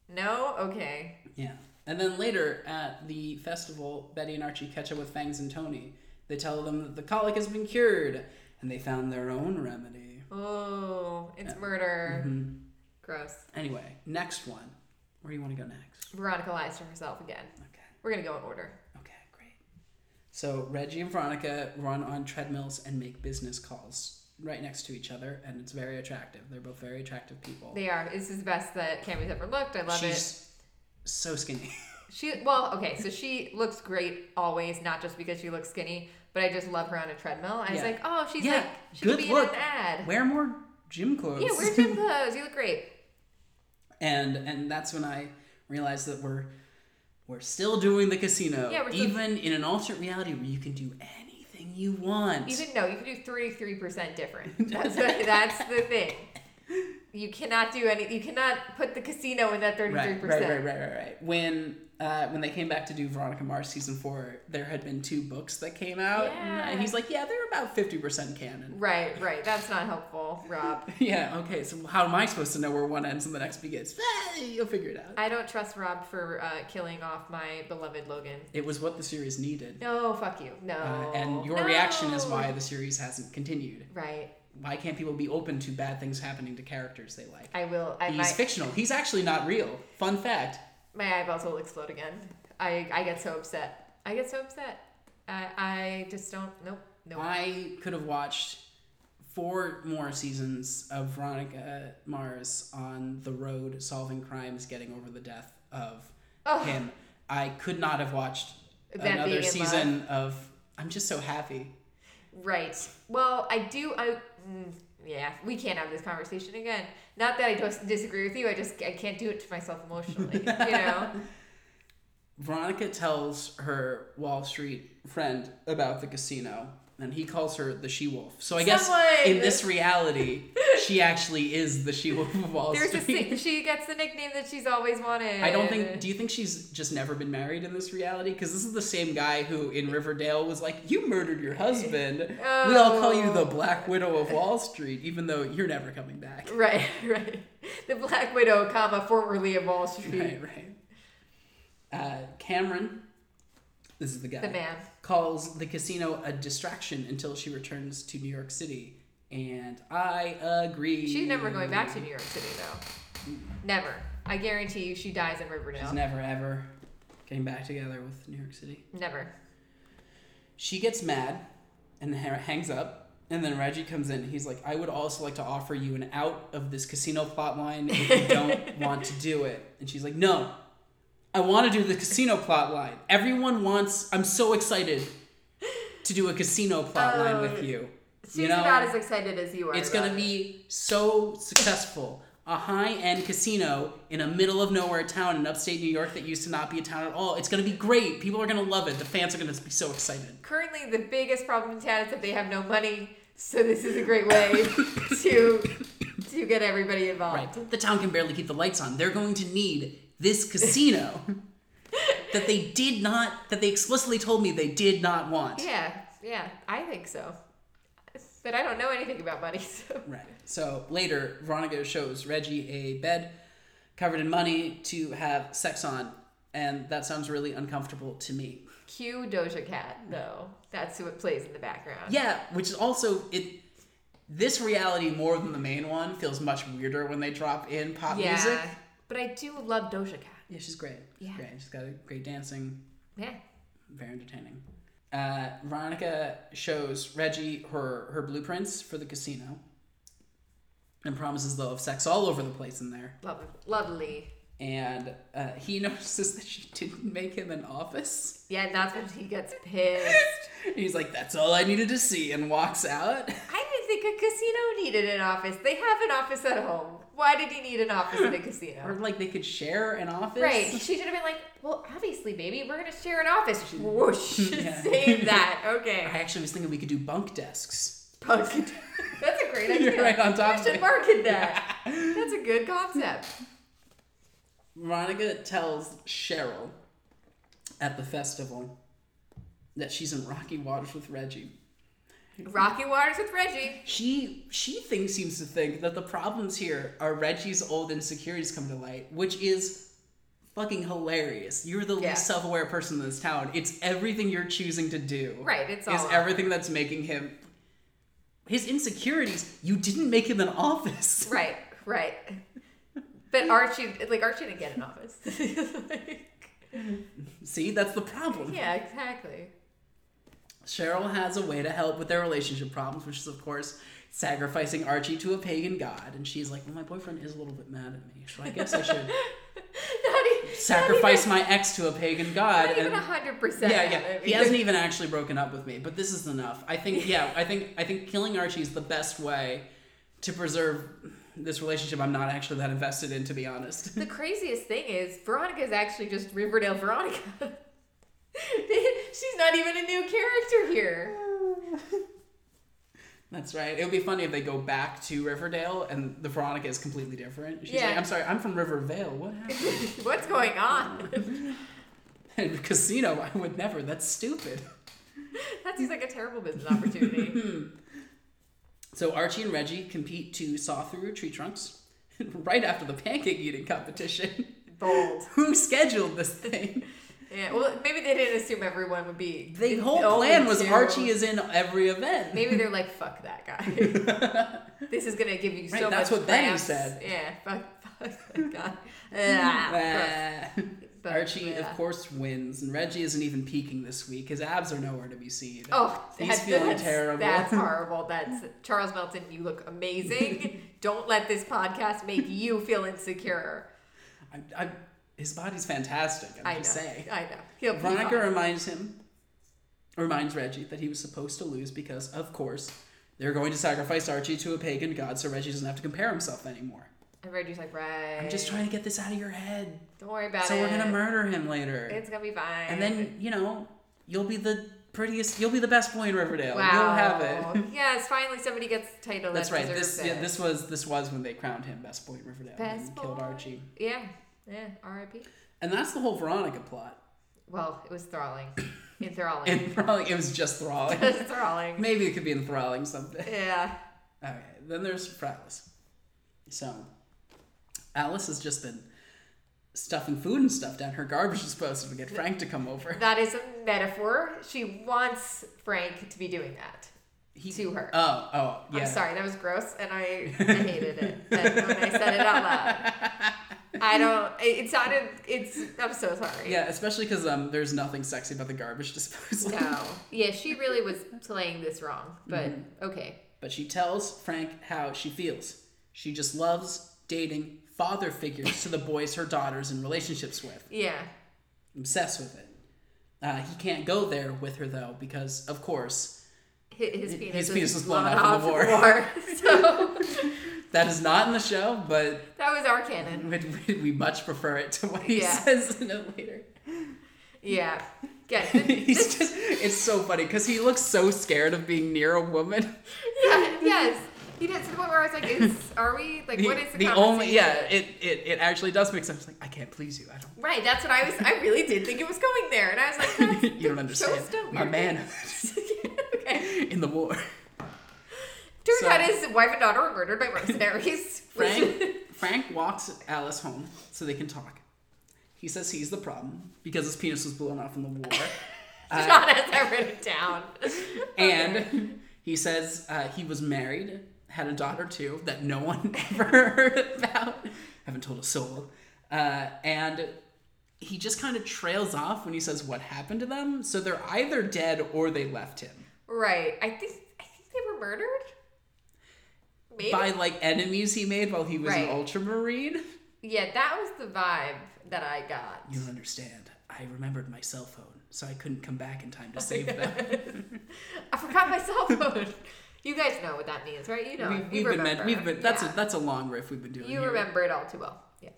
Speaker 2: No. Okay.
Speaker 3: Yeah. And then later at the festival, Betty and Archie catch up with Fangs and Tony. They tell them that the colic has been cured, and they found their own remedy.
Speaker 2: Oh, it's murder.
Speaker 3: Mm-hmm.
Speaker 2: Gross.
Speaker 3: Anyway, next one. Where do you want to go next?
Speaker 2: Veronica lies to herself again.
Speaker 3: Okay.
Speaker 2: We're gonna go in order.
Speaker 3: Okay, great. So Reggie and Veronica run on treadmills and make business calls right next to each other, and it's very attractive. They're both very attractive people.
Speaker 2: They are. This is the best that Cammy's ever looked. I love it.
Speaker 3: She's so skinny.
Speaker 2: She well, okay, so she looks great always, not just because she looks skinny, but I just love her on a treadmill. I was
Speaker 3: Yeah.
Speaker 2: like, oh, she's
Speaker 3: [laughs] Yeah,
Speaker 2: like she
Speaker 3: good
Speaker 2: could be
Speaker 3: look.
Speaker 2: in an ad.
Speaker 3: Wear more gym clothes.
Speaker 2: yeah, wear gym clothes. You look great.
Speaker 3: and and that's when I realized that we're we're still doing the casino,
Speaker 2: Yeah, we're still-
Speaker 3: even in an alternate reality where you can do anything you want.
Speaker 2: Even no, you can do thirty three percent
Speaker 3: [laughs]
Speaker 2: different. That's the, that's the thing. You cannot do any. You cannot put the casino in that thirty three
Speaker 3: right, right, right, right,
Speaker 2: percent.
Speaker 3: right, right. When uh, when they came back to do Veronica Mars season four, there had been two books that came out,
Speaker 2: Yeah.
Speaker 3: and he's like, "Yeah, they're about fifty percent canon." [laughs]
Speaker 2: Right, right. That's not helpful, Rob.
Speaker 3: Yeah, okay. So how am I supposed to know where one ends and the next begins? [laughs] Ah, you'll figure it out.
Speaker 2: I don't trust Rob for uh, killing off my beloved Logan.
Speaker 3: it was what the series needed.
Speaker 2: No, fuck you. No.
Speaker 3: Uh, and your
Speaker 2: No.
Speaker 3: reaction is why the series hasn't continued.
Speaker 2: Right.
Speaker 3: Why can't people be open to bad things happening to characters they like?
Speaker 2: I will. I,
Speaker 3: He's
Speaker 2: my,
Speaker 3: fictional. He's actually not real. Fun fact.
Speaker 2: my eyeballs will explode again. I, I get so upset. I get so upset. I, I just don't. Nope. Nope.
Speaker 3: I could have watched four more seasons of Veronica Mars on the road solving crimes, getting over the death of
Speaker 2: Ugh.
Speaker 3: him. I could not have watched
Speaker 2: Them being
Speaker 3: another
Speaker 2: in
Speaker 3: season of I'm just so happy.
Speaker 2: Right. Well, I do. I. mm, Yeah, we can't have this conversation again. Not that I just disagree with you. I just I can't do it to myself
Speaker 3: [laughs]
Speaker 2: emotionally. you know.
Speaker 3: Veronica tells her Wall Street friend about the casino, and he calls her the she wolf. So I guess
Speaker 2: Someone-
Speaker 3: in this reality, she actually is the she wolf of Wall
Speaker 2: There's a
Speaker 3: Street.
Speaker 2: si- she gets the nickname that she's always wanted.
Speaker 3: [laughs] I don't think. Do you think she's just never been married in this reality? Because this is the same guy who in Riverdale was like, "You murdered your husband. We all call you the
Speaker 2: Oh.
Speaker 3: Black Widow of Wall Street, even though you're never coming back."
Speaker 2: Right. [laughs] Right. The Black Widow, comma formerly of Wall Street.
Speaker 3: Right, [laughs] right. Uh, Cameron, this is the guy.
Speaker 2: The man.
Speaker 3: calls the casino a distraction until she returns to New York City, and I agree.
Speaker 2: She's never going back to New York City though. Never. I guarantee you, she dies in Riverdale.
Speaker 3: She's never ever getting back together with New York City.
Speaker 2: Never.
Speaker 3: She gets mad and ha- hangs up. And then Reggie comes in. He's like, I would also like to offer you an out of this casino plotline
Speaker 2: [laughs]
Speaker 3: if you don't want to do it. And she's like, No, I want to do the casino plotline. Everyone wants, I'm so excited to do a casino plotline with you.
Speaker 2: She's about Oh. as excited as you are.
Speaker 3: It's
Speaker 2: about
Speaker 3: gonna
Speaker 2: it.
Speaker 3: be so successful. A high end casino in a middle of nowhere town in upstate New York that used to not be a town at all. It's gonna be great. People are gonna love it. The fans are gonna be so excited.
Speaker 2: currently the biggest problem in town is that they have no money. So this is a great
Speaker 3: [laughs]
Speaker 2: way to to get everybody
Speaker 3: Right.
Speaker 2: involved.
Speaker 3: The town can barely keep the lights on. They're going to need this casino that they did not, that they explicitly told me they did not want.
Speaker 2: Yeah, yeah, I think so. But I don't know anything about money, [laughs] so
Speaker 3: Right. So later, Veronica shows Reggie a bed covered in money to have sex on, and that sounds really uncomfortable to me.
Speaker 2: Cue Doja Cat, though. That's who it plays in the background.
Speaker 3: Yeah, which is also it. This reality more than the main one feels much weirder when they drop in pop
Speaker 2: Yeah.
Speaker 3: music.
Speaker 2: But I do love Doja Cat.
Speaker 3: Yeah, she's great. She's
Speaker 2: Yeah.
Speaker 3: great. She's got a great dancing,
Speaker 2: Yeah.
Speaker 3: very entertaining. Uh, Veronica shows Reggie her her blueprints for the casino, and promises they'll have sex all over the place in there.
Speaker 2: Love, lovely.
Speaker 3: And uh, he [laughs] notices that she didn't make him an office.
Speaker 2: Yeah, that's when he gets pissed.
Speaker 3: He's like, "That's all I needed to see," and walks
Speaker 2: I
Speaker 3: out.
Speaker 2: didn't think a casino needed an office. They have an office at home. Why did he need an office
Speaker 3: [laughs]
Speaker 2: at a
Speaker 3: Or
Speaker 2: casino?
Speaker 3: like they could share an office.
Speaker 2: Right. She should have been like, well, obviously, baby, we're going to share an office.
Speaker 3: [laughs]
Speaker 2: Whoosh. [laughs]
Speaker 3: Yeah.
Speaker 2: Save that.
Speaker 3: I
Speaker 2: Okay.
Speaker 3: actually was thinking we could do bunk desks.
Speaker 2: [laughs] Perfect. That's a great idea.
Speaker 3: [laughs] You're right on top
Speaker 2: We
Speaker 3: of
Speaker 2: should
Speaker 3: it.
Speaker 2: market that. That's a good concept.
Speaker 3: Veronica tells Cheryl at the festival that she's in rocky waters with Reggie.
Speaker 2: Rocky Waters with Reggie.
Speaker 3: She she thinks seems to think that the problems here are Reggie's old insecurities come to light, which is fucking hilarious. You're the
Speaker 2: Yeah.
Speaker 3: least self-aware person in this town. It's everything you're choosing to do.
Speaker 2: Right, it's
Speaker 3: is
Speaker 2: all-
Speaker 3: everything that's making him his insecurities. You didn't make him an office.
Speaker 2: Right, right. But Archie, like, Archie didn't get an office. [laughs] Like,
Speaker 3: See, that's the problem.
Speaker 2: yeah, exactly.
Speaker 3: Cheryl has a way to help with their relationship problems, which is, of course, sacrificing Archie to a pagan god. And she's like, well, my boyfriend is a little bit mad at me, so I guess
Speaker 2: [laughs]
Speaker 3: I should
Speaker 2: Not e-
Speaker 3: sacrifice my ex to a pagan god.
Speaker 2: Not even
Speaker 3: and-
Speaker 2: a hundred percent.
Speaker 3: yeah, yeah.
Speaker 2: I mean,
Speaker 3: He hasn't even actually broken up with me, but this is enough. I think, yeah, I think, I think killing Archie is the best way to preserve this relationship. I'm not actually that invested in, to be honest.
Speaker 2: The craziest thing is Veronica is actually just Riverdale Veronica. [laughs] She's not even a new character here.
Speaker 3: [laughs] That's right. It would be funny if they go back to Riverdale and the Veronica is completely different. She's
Speaker 2: Yeah.
Speaker 3: like, I'm sorry, I'm from Rivervale. What happened?
Speaker 2: What's going on? [laughs]
Speaker 3: [laughs] And a casino, I would never. That's stupid.
Speaker 2: That seems like a terrible business
Speaker 3: [laughs]
Speaker 2: opportunity.
Speaker 3: So Archie and Reggie compete to saw through tree trunks [laughs] right after the pancake eating competition. [laughs]
Speaker 2: Bold.
Speaker 3: Who scheduled this thing?
Speaker 2: Yeah. Well, maybe they didn't assume everyone would be.
Speaker 3: The whole
Speaker 2: only
Speaker 3: plan was
Speaker 2: two.
Speaker 3: Archie is in every event.
Speaker 2: Maybe they're like, fuck that
Speaker 3: [laughs]
Speaker 2: guy. this is gonna give you so
Speaker 3: Right,
Speaker 2: much.
Speaker 3: that's what Benny
Speaker 2: cramps.
Speaker 3: said.
Speaker 2: Yeah, fuck, fuck
Speaker 3: [laughs]
Speaker 2: that guy. Ah,
Speaker 3: Ah. [laughs]
Speaker 2: gross. But,
Speaker 3: Archie,
Speaker 2: yeah.
Speaker 3: of course, wins, and Reggie isn't even peaking this week. His abs are nowhere to be seen.
Speaker 2: Oh,
Speaker 3: he's
Speaker 2: that-
Speaker 3: feeling
Speaker 2: that's,
Speaker 3: terrible. [laughs]
Speaker 2: That's horrible. That's Charles Melton. You look amazing. Don't let this podcast make you feel insecure.
Speaker 3: I, I, his body's fantastic. I'm
Speaker 2: I know.
Speaker 3: just saying.
Speaker 2: I know. He'll be
Speaker 3: Veronica
Speaker 2: fine.
Speaker 3: reminds him, reminds Reggie that he was supposed to lose because, of course, they're going to sacrifice Archie to a pagan god, so Reggie doesn't have to compare himself anymore.
Speaker 2: And Reggie's like, right.
Speaker 3: I'm just trying to get this out of your head,
Speaker 2: Don't worry about
Speaker 3: so
Speaker 2: it.
Speaker 3: we're gonna murder him later,
Speaker 2: It's gonna be fine.
Speaker 3: and then you know you'll be the prettiest, you'll be the best boy in Riverdale.
Speaker 2: wow.
Speaker 3: [laughs] You'll have it.
Speaker 2: [laughs] yes, finally somebody gets the title.
Speaker 3: That's
Speaker 2: that
Speaker 3: right. This
Speaker 2: deserves
Speaker 3: yeah,
Speaker 2: it.
Speaker 3: this was this was when they crowned him best boy in Riverdale
Speaker 2: Best
Speaker 3: and killed
Speaker 2: boy.
Speaker 3: Archie.
Speaker 2: Yeah. Yeah. R.I.P.
Speaker 3: And that's the whole Veronica plot. [laughs]
Speaker 2: Well, it was
Speaker 3: [coughs]
Speaker 2: thralling. Enthralling.
Speaker 3: And probably it was just
Speaker 2: It [laughs]
Speaker 3: thralling.
Speaker 2: was enthralling.
Speaker 3: Maybe it could be enthralling something.
Speaker 2: Yeah.
Speaker 3: Okay, then there's Alice. So, Alice has just been stuffing food and stuff down her garbage [laughs] disposal to get Frank to come over.
Speaker 2: That is a metaphor. She wants Frank to be doing that
Speaker 3: He,
Speaker 2: to her.
Speaker 3: Oh, oh, yeah.
Speaker 2: I'm sorry, that was gross, and I,
Speaker 3: [laughs]
Speaker 2: I hated it and when I said it out loud. I don't. It, it sounded. It's. I'm so sorry.
Speaker 3: Yeah, especially because um, there's nothing sexy about the garbage [laughs] disposal.
Speaker 2: No. Yeah, she really was playing this wrong, but
Speaker 3: Mm-hmm.
Speaker 2: okay.
Speaker 3: But she tells Frank how she feels. She just loves dating father figures to the boys her daughter's in relationships with.
Speaker 2: Yeah.
Speaker 3: Obsessed with it. Uh, he can't go there with her though because, of course,
Speaker 2: Hi- His penis,
Speaker 3: his
Speaker 2: was
Speaker 3: penis was blown
Speaker 2: blown
Speaker 3: off in the
Speaker 2: off
Speaker 3: [laughs]
Speaker 2: war. [laughs] so
Speaker 3: that is not in the show. But
Speaker 2: that was our canon.
Speaker 3: Would, would we much prefer it to what he
Speaker 2: Yeah.
Speaker 3: says in it later? [laughs]
Speaker 2: Yeah. Yeah.
Speaker 3: He's just, it's so funny because he looks so scared of being near a woman.
Speaker 2: yeah, yes. He did to the point where I was like, "Is are we like
Speaker 3: The,
Speaker 2: what is the,
Speaker 3: the only, yeah,
Speaker 2: conversation?
Speaker 3: it, it, it actually does make sense. Like, I can't please you. I don't,
Speaker 2: right." That's what I was. I really did think it was going there, and I was like, "That's
Speaker 3: [laughs] you don't
Speaker 2: the
Speaker 3: understand.
Speaker 2: show's still
Speaker 3: My
Speaker 2: weird."
Speaker 3: man
Speaker 2: okay.
Speaker 3: [laughs] in the war.
Speaker 2: Turns
Speaker 3: So-
Speaker 2: out his wife and daughter were murdered [laughs] by mercenaries. [laughs]
Speaker 3: Frank, Frank walks Alice home so they can talk. He says he's the problem because his penis was blown off in the war.
Speaker 2: [laughs]
Speaker 3: Uh,
Speaker 2: John has that written down. Oh, [laughs]
Speaker 3: And he says uh, he was married, had a daughter too, that no [laughs] one ever heard about. Haven't told a soul. Uh, and he just kind of trails off when he says what happened to them. So they're either dead or they left him
Speaker 2: right. I think I think they were murdered. Maybe.
Speaker 3: by like enemies he made while he was
Speaker 2: Right.
Speaker 3: an ultramarine.
Speaker 2: yeah, that was the vibe that I got.
Speaker 3: You don't understand. I remembered my cell phone, so I couldn't come back
Speaker 2: [laughs]
Speaker 3: in time to save them.
Speaker 2: I forgot my cell [laughs] phone. You guys know what that means, right? You know.
Speaker 3: we,
Speaker 2: you
Speaker 3: have
Speaker 2: remember.
Speaker 3: been, meant, we've been. That's
Speaker 2: Yeah.
Speaker 3: a that's a long riff we've been doing.
Speaker 2: you
Speaker 3: here.
Speaker 2: remember it all too well. Yeah.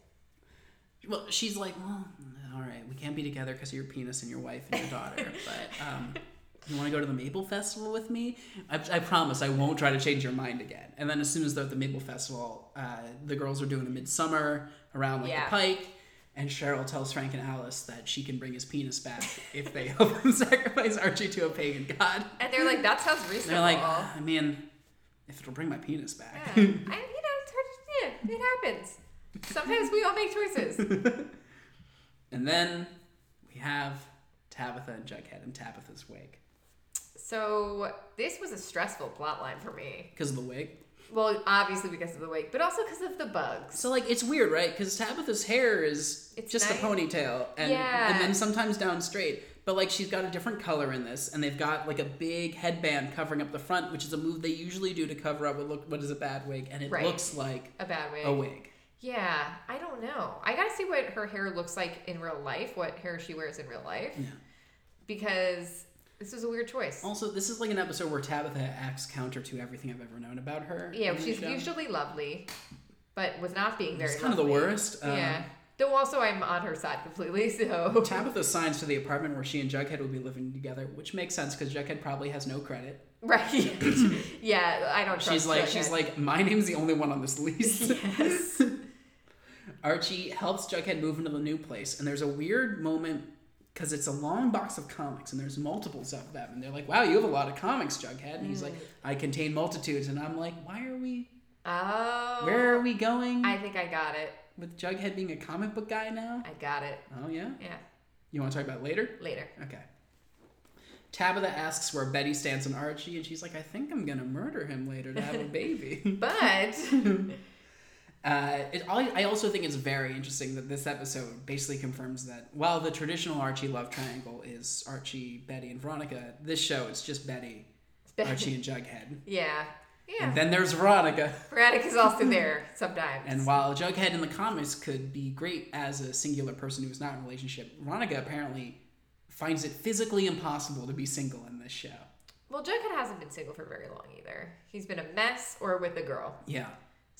Speaker 3: Well, she's like, well, all right, we can't be together because of your penis and your wife and your
Speaker 2: [laughs]
Speaker 3: daughter. but um, you want to go to the Maple Festival with me? I, I promise I won't try to change your mind again. And then as soon as they're at the Maple Festival, uh, the girls are doing a midsummer around like
Speaker 2: Yeah.
Speaker 3: the Pike. And Cheryl tells Frank and Alice that she can bring his penis back if they [laughs] help him sacrifice Archie to a pagan god.
Speaker 2: And they're like, that sounds
Speaker 3: And
Speaker 2: reasonable.
Speaker 3: they're like, [laughs] I mean, if it'll bring my penis
Speaker 2: yeah.
Speaker 3: back.
Speaker 2: I, you know, it's hard to, yeah, it happens. Sometimes we all make choices.
Speaker 3: [laughs] [laughs] and then we have Tabitha and Jughead and Tabitha's wig.
Speaker 2: So this was a stressful plot line for me.
Speaker 3: Because of the wig?
Speaker 2: Well, obviously because of the wig, but also because of the bugs.
Speaker 3: So like it's weird, right? Because Tabitha's hair is
Speaker 2: It's
Speaker 3: just
Speaker 2: nice.
Speaker 3: a ponytail, and
Speaker 2: Yeah.
Speaker 3: and then sometimes down straight. But like she's got a different color in this, and they've got like a big headband covering up the front, which is a move they usually do to cover up what look what is a bad wig, and it
Speaker 2: Right.
Speaker 3: looks like
Speaker 2: A bad wig.
Speaker 3: a wig.
Speaker 2: Yeah, I don't know. I gotta see what her hair looks like in real life. What hair she wears in real life.
Speaker 3: Yeah.
Speaker 2: Because this was a weird choice.
Speaker 3: Also, this is like an episode where Tabitha acts counter to everything I've ever known about her.
Speaker 2: Yeah,
Speaker 3: in the
Speaker 2: she's
Speaker 3: show.
Speaker 2: usually lovely, but was not being very.
Speaker 3: It's kind of the
Speaker 2: lovely.
Speaker 3: worst. Um,
Speaker 2: yeah. Though also I'm on her side completely. So
Speaker 3: Tabitha signs to the apartment where she and Jughead will be living together, which makes sense because Jughead probably has no credit.
Speaker 2: [laughs] right. yeah, I don't. Trust
Speaker 3: She's like,
Speaker 2: Jughead.
Speaker 3: she's like, my name's the only one on
Speaker 2: [laughs]
Speaker 3: this lease. [laughs]
Speaker 2: Yes.
Speaker 3: Archie helps Jughead move into the new place, and there's a weird moment because it's a long box of comics, and there's multiples of them, and they're like, "Wow, you have a lot of comics, Jughead." And he's like,
Speaker 2: Mm.
Speaker 3: "I contain multitudes," and I'm like, "Why are we?
Speaker 2: Oh.
Speaker 3: Where are we going
Speaker 2: I think I got it.
Speaker 3: with Jughead being a comic book guy now?"
Speaker 2: I got it.
Speaker 3: Oh yeah,
Speaker 2: Yeah.
Speaker 3: you want to talk about it later?
Speaker 2: Later.
Speaker 3: Okay. Tabitha asks where Betty stands on Archie, and she's like, "I think I'm gonna murder him later to
Speaker 2: [laughs]
Speaker 3: have a baby." [laughs]
Speaker 2: But
Speaker 3: Uh, it, I I also think it's very interesting that this episode basically confirms that while the traditional Archie love triangle is Archie, Betty, and Veronica, this show it's
Speaker 2: [laughs]
Speaker 3: just Betty, Archie, and Jughead.
Speaker 2: yeah. Yeah.
Speaker 3: And then there's Veronica.
Speaker 2: Veronica's
Speaker 3: [laughs]
Speaker 2: also there sometimes.
Speaker 3: And while Jughead in the comics could be great as a singular person who is not in a relationship, Veronica apparently finds it physically impossible to be single in this show.
Speaker 2: well, Jughead hasn't been single for very long either. He's been a mess or with a girl.
Speaker 3: Yeah.